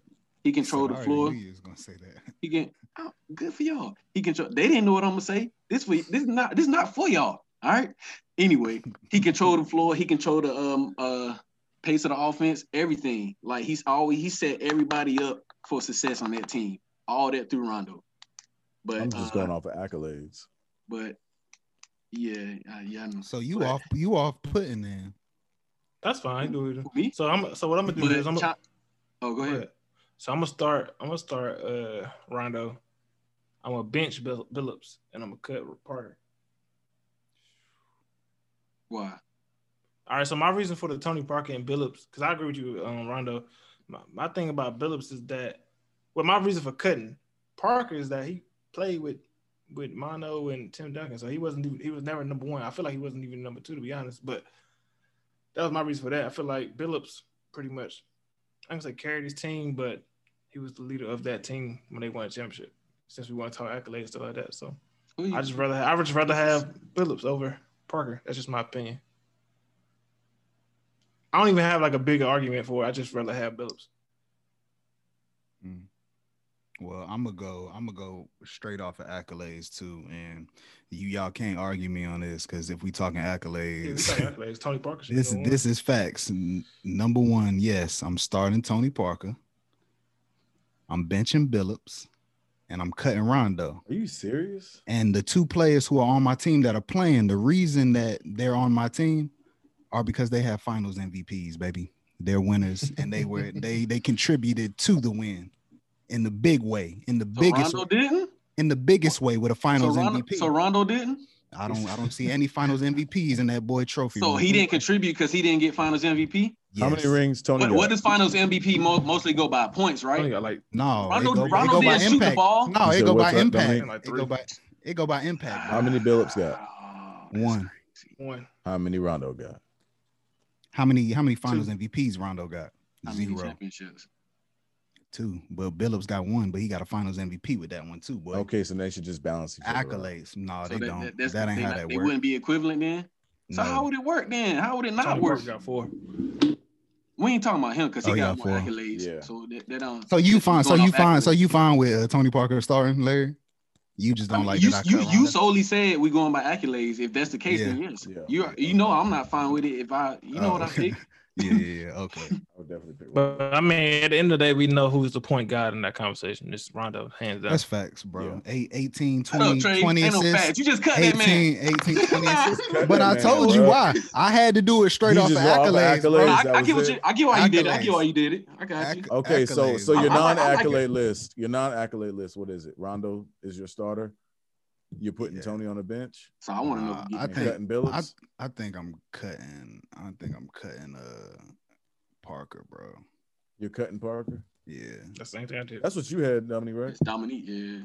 Speaker 4: He, he controlled
Speaker 1: I
Speaker 4: the
Speaker 1: already
Speaker 4: floor.
Speaker 1: knew you was gonna say that.
Speaker 4: He can oh, good for y'all. He control. They didn't know what I'm gonna say. This for this is not this is not for y'all. All right. Anyway, he controlled the floor. He controlled the um uh pace of the offense. Everything. Like he's always he set everybody up for success on that team. All that through Rondo. But
Speaker 3: I'm just
Speaker 4: uh,
Speaker 3: going off of accolades.
Speaker 4: But yeah, uh, yeah. I know.
Speaker 1: So you
Speaker 4: But-
Speaker 1: off, you off putting then.
Speaker 2: That's fine. I can do it.
Speaker 4: Me.
Speaker 2: So I'm. So what I'm gonna do
Speaker 4: But
Speaker 2: is I'm. Gonna,
Speaker 4: Cha- oh, go
Speaker 2: go
Speaker 4: ahead.
Speaker 2: ahead. So I'm gonna start. I'm gonna start uh Rondo. I'm gonna bench Bill, Billups and I'm gonna cut Parker.
Speaker 4: Why?
Speaker 2: All right. So my reason for the Tony Parker and Billups, because I agree with you, um, Rondo. My, my thing about Billups is that, well, my reason for cutting Parker is that he played with with Mono and Tim Duncan, so he wasn't even- he was never number one. I feel like he wasn't even number two to be honest. But that was my reason for that. I feel like Billups pretty much, I can say carried his team, but he was the leader of that team when they won a championship. Since we want to talk accolades and stuff like that, so
Speaker 4: Who you-
Speaker 2: I just rather I would just rather have Phillips over Parker. That's just my opinion. I don't even have like a bigger argument for it. I just rather have Phillips.
Speaker 1: Well, I'm gonna go. I'm gonna go straight off of accolades too, and you y'all can't argue me on this because if we talking
Speaker 2: Yeah, we
Speaker 1: accolades,
Speaker 2: talking accolades. Tony Parker. should
Speaker 1: this
Speaker 2: have won.
Speaker 1: this is facts. N- Number one, yes, I'm starting Tony Parker. I'm benching Billups, and I'm cutting Rondo.
Speaker 3: Are you serious?
Speaker 1: And the two players who are on my team that are playing, the reason that they're on my team are because they have Finals MVPs, baby. They're winners, and they were they they contributed to the win in the big way, in the
Speaker 4: so
Speaker 1: biggest
Speaker 4: Rondo didn't.
Speaker 1: in the biggest way with a
Speaker 4: So
Speaker 1: Finals
Speaker 4: Rondo,
Speaker 1: MVP.
Speaker 4: so Rondo didn't.
Speaker 1: I don't I don't see any Finals MVPs in that boy trophy.
Speaker 4: So
Speaker 1: room.
Speaker 4: he didn't contribute because he didn't get Finals MVP.
Speaker 3: How
Speaker 1: Yes.
Speaker 3: many rings Tony
Speaker 4: What,
Speaker 3: got?
Speaker 4: what does Finals MVP mo- mostly go by? Points,
Speaker 2: Tony
Speaker 4: right?
Speaker 2: got like
Speaker 1: No,
Speaker 4: Rondo-
Speaker 1: it go,
Speaker 4: Rondo
Speaker 1: it go by
Speaker 4: didn't shoot the
Speaker 1: impact.
Speaker 4: ball.
Speaker 1: No,
Speaker 3: You
Speaker 1: it
Speaker 3: said
Speaker 1: go
Speaker 3: what's
Speaker 1: by
Speaker 3: up,
Speaker 1: impact.
Speaker 2: Dominique? Like
Speaker 1: it go by it go by impact.
Speaker 3: How many Billups got?
Speaker 4: Oh, that's
Speaker 1: One.
Speaker 4: crazy.
Speaker 2: one.
Speaker 3: How many Rondo got?
Speaker 1: How many how many Finals
Speaker 2: Two.
Speaker 1: MVPs Rondo got?
Speaker 4: How many
Speaker 1: Zero,
Speaker 4: championships?
Speaker 1: two. Well, Billups got one, but he got a Finals MVP with that one too. Boy,
Speaker 3: Okay, so they should just balance each other. out.
Speaker 1: accolades. No,
Speaker 4: So
Speaker 1: Oh, they
Speaker 4: that-
Speaker 1: don't.
Speaker 4: that-
Speaker 1: That,
Speaker 4: that's the
Speaker 1: ain't
Speaker 4: thing,
Speaker 1: how
Speaker 4: like,
Speaker 1: that
Speaker 4: They
Speaker 1: works.
Speaker 4: wouldn't be equivalent then. So
Speaker 1: No.
Speaker 4: how would it work then? How would it not
Speaker 2: Tony
Speaker 4: work?
Speaker 2: Parker got four.
Speaker 4: We ain't talking about him because he
Speaker 1: Oh, he
Speaker 4: got
Speaker 1: got
Speaker 4: more
Speaker 1: four.
Speaker 4: accolades.
Speaker 3: Yeah.
Speaker 4: So that, that don't.
Speaker 1: So you
Speaker 4: just
Speaker 1: fine? So
Speaker 4: going
Speaker 1: you
Speaker 4: off
Speaker 1: fine? So
Speaker 4: accolades.
Speaker 1: you fine with uh, Tony Parker starring Larry? You just
Speaker 4: I
Speaker 1: don't
Speaker 4: mean,
Speaker 1: like
Speaker 4: you.
Speaker 1: that I
Speaker 4: You,
Speaker 1: cut
Speaker 4: you
Speaker 1: Ronda?
Speaker 4: solely said we going by accolades. If that's the case,
Speaker 1: Yeah.
Speaker 4: then yes.
Speaker 3: Yeah.
Speaker 4: You are, you know I'm not fine with it. If I you know
Speaker 1: Oh,
Speaker 4: what I
Speaker 1: okay.
Speaker 4: think.
Speaker 1: Yeah, yeah, yeah. Okay.
Speaker 3: I would definitely pick.
Speaker 2: But I mean, at the end of the day, we know who's the point guard in that conversation. It's Rondo, hands down.
Speaker 1: That's facts, bro. Eight, 18,
Speaker 4: Shut up,
Speaker 1: 20,
Speaker 4: Trey.
Speaker 1: 20
Speaker 4: Ain't no
Speaker 1: assists.
Speaker 4: facts. You just cut that man.
Speaker 1: 18, 18, 20 assists. But
Speaker 3: Cut that
Speaker 1: I
Speaker 3: man,
Speaker 1: told you
Speaker 3: bro.
Speaker 1: why. I had to do it straight
Speaker 3: You
Speaker 1: off of
Speaker 3: just go off of
Speaker 1: accolades, bro.
Speaker 3: accolades.
Speaker 4: I,
Speaker 3: that
Speaker 4: I
Speaker 3: was
Speaker 4: get what
Speaker 3: it.
Speaker 4: you. I get why you did it. I
Speaker 1: Accolades.
Speaker 4: get why you did it. I got you.
Speaker 1: Acc-
Speaker 3: Okay, so
Speaker 1: accolades,
Speaker 3: so your
Speaker 4: I- I
Speaker 3: non
Speaker 4: like- I like it.
Speaker 3: accolade list, your non accolade list, what is it? Rondo is your starter. You're putting
Speaker 1: Yeah.
Speaker 3: Tony on the bench.
Speaker 4: So I want to know.
Speaker 1: Nah,
Speaker 4: who
Speaker 1: I
Speaker 4: getting
Speaker 3: and
Speaker 1: think-
Speaker 3: cutting Billings.
Speaker 1: I think I'm cutting. I think I'm cutting uh Parker, bro.
Speaker 3: You're cutting Parker.
Speaker 1: Yeah.
Speaker 2: That's the same thing I did.
Speaker 3: That's what you had, Dominique,
Speaker 4: it.
Speaker 3: right?
Speaker 4: It's Dominique. Yeah.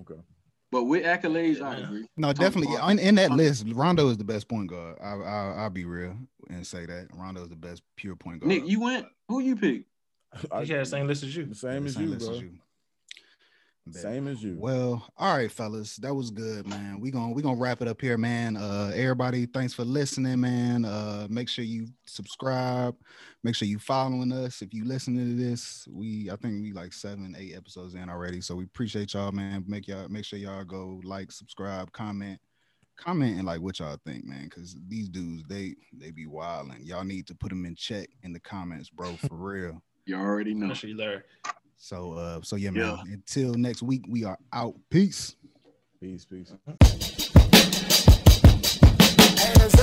Speaker 3: Okay.
Speaker 4: But with accolades, I
Speaker 2: Yeah.
Speaker 4: agree.
Speaker 1: No,
Speaker 4: Tony
Speaker 1: definitely.
Speaker 4: Parker.
Speaker 1: In, in that
Speaker 4: Tony-
Speaker 1: list, Rondo is the best point guard. I, I I'll be real and say that Rondo is the best pure point guard.
Speaker 4: Nick, you went. Who you picked?
Speaker 3: I-
Speaker 2: He had the same list as you.
Speaker 3: the same
Speaker 1: The
Speaker 3: as you,
Speaker 1: list
Speaker 3: bro.
Speaker 1: Bet.
Speaker 3: Same as you.
Speaker 1: Well, all right, fellas, that was good, man. We gonna we gonna wrap it up here, man. Uh, everybody, thanks for listening, man. Uh, make sure you subscribe. Make sure you following us. If you listen to this, we I think we like seven, eight episodes in already. So we appreciate y'all, man. Make y'all make sure y'all go like, subscribe, comment, comment, and like what y'all think, man. Cause these dudes, they they be wilding. Y'all need to put them in check in the comments, bro, for real.
Speaker 4: You already know.
Speaker 2: Especially Larry.
Speaker 1: So uh, so yeah, man.
Speaker 4: Yeah.
Speaker 1: Until next week, we are out. Peace.
Speaker 3: Peace, peace.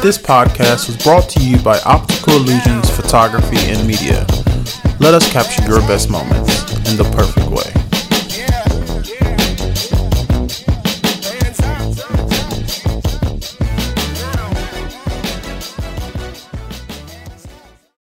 Speaker 5: This podcast was brought to you by Optical Illusions Photography and Media. Let us capture your best moments in the perfect way.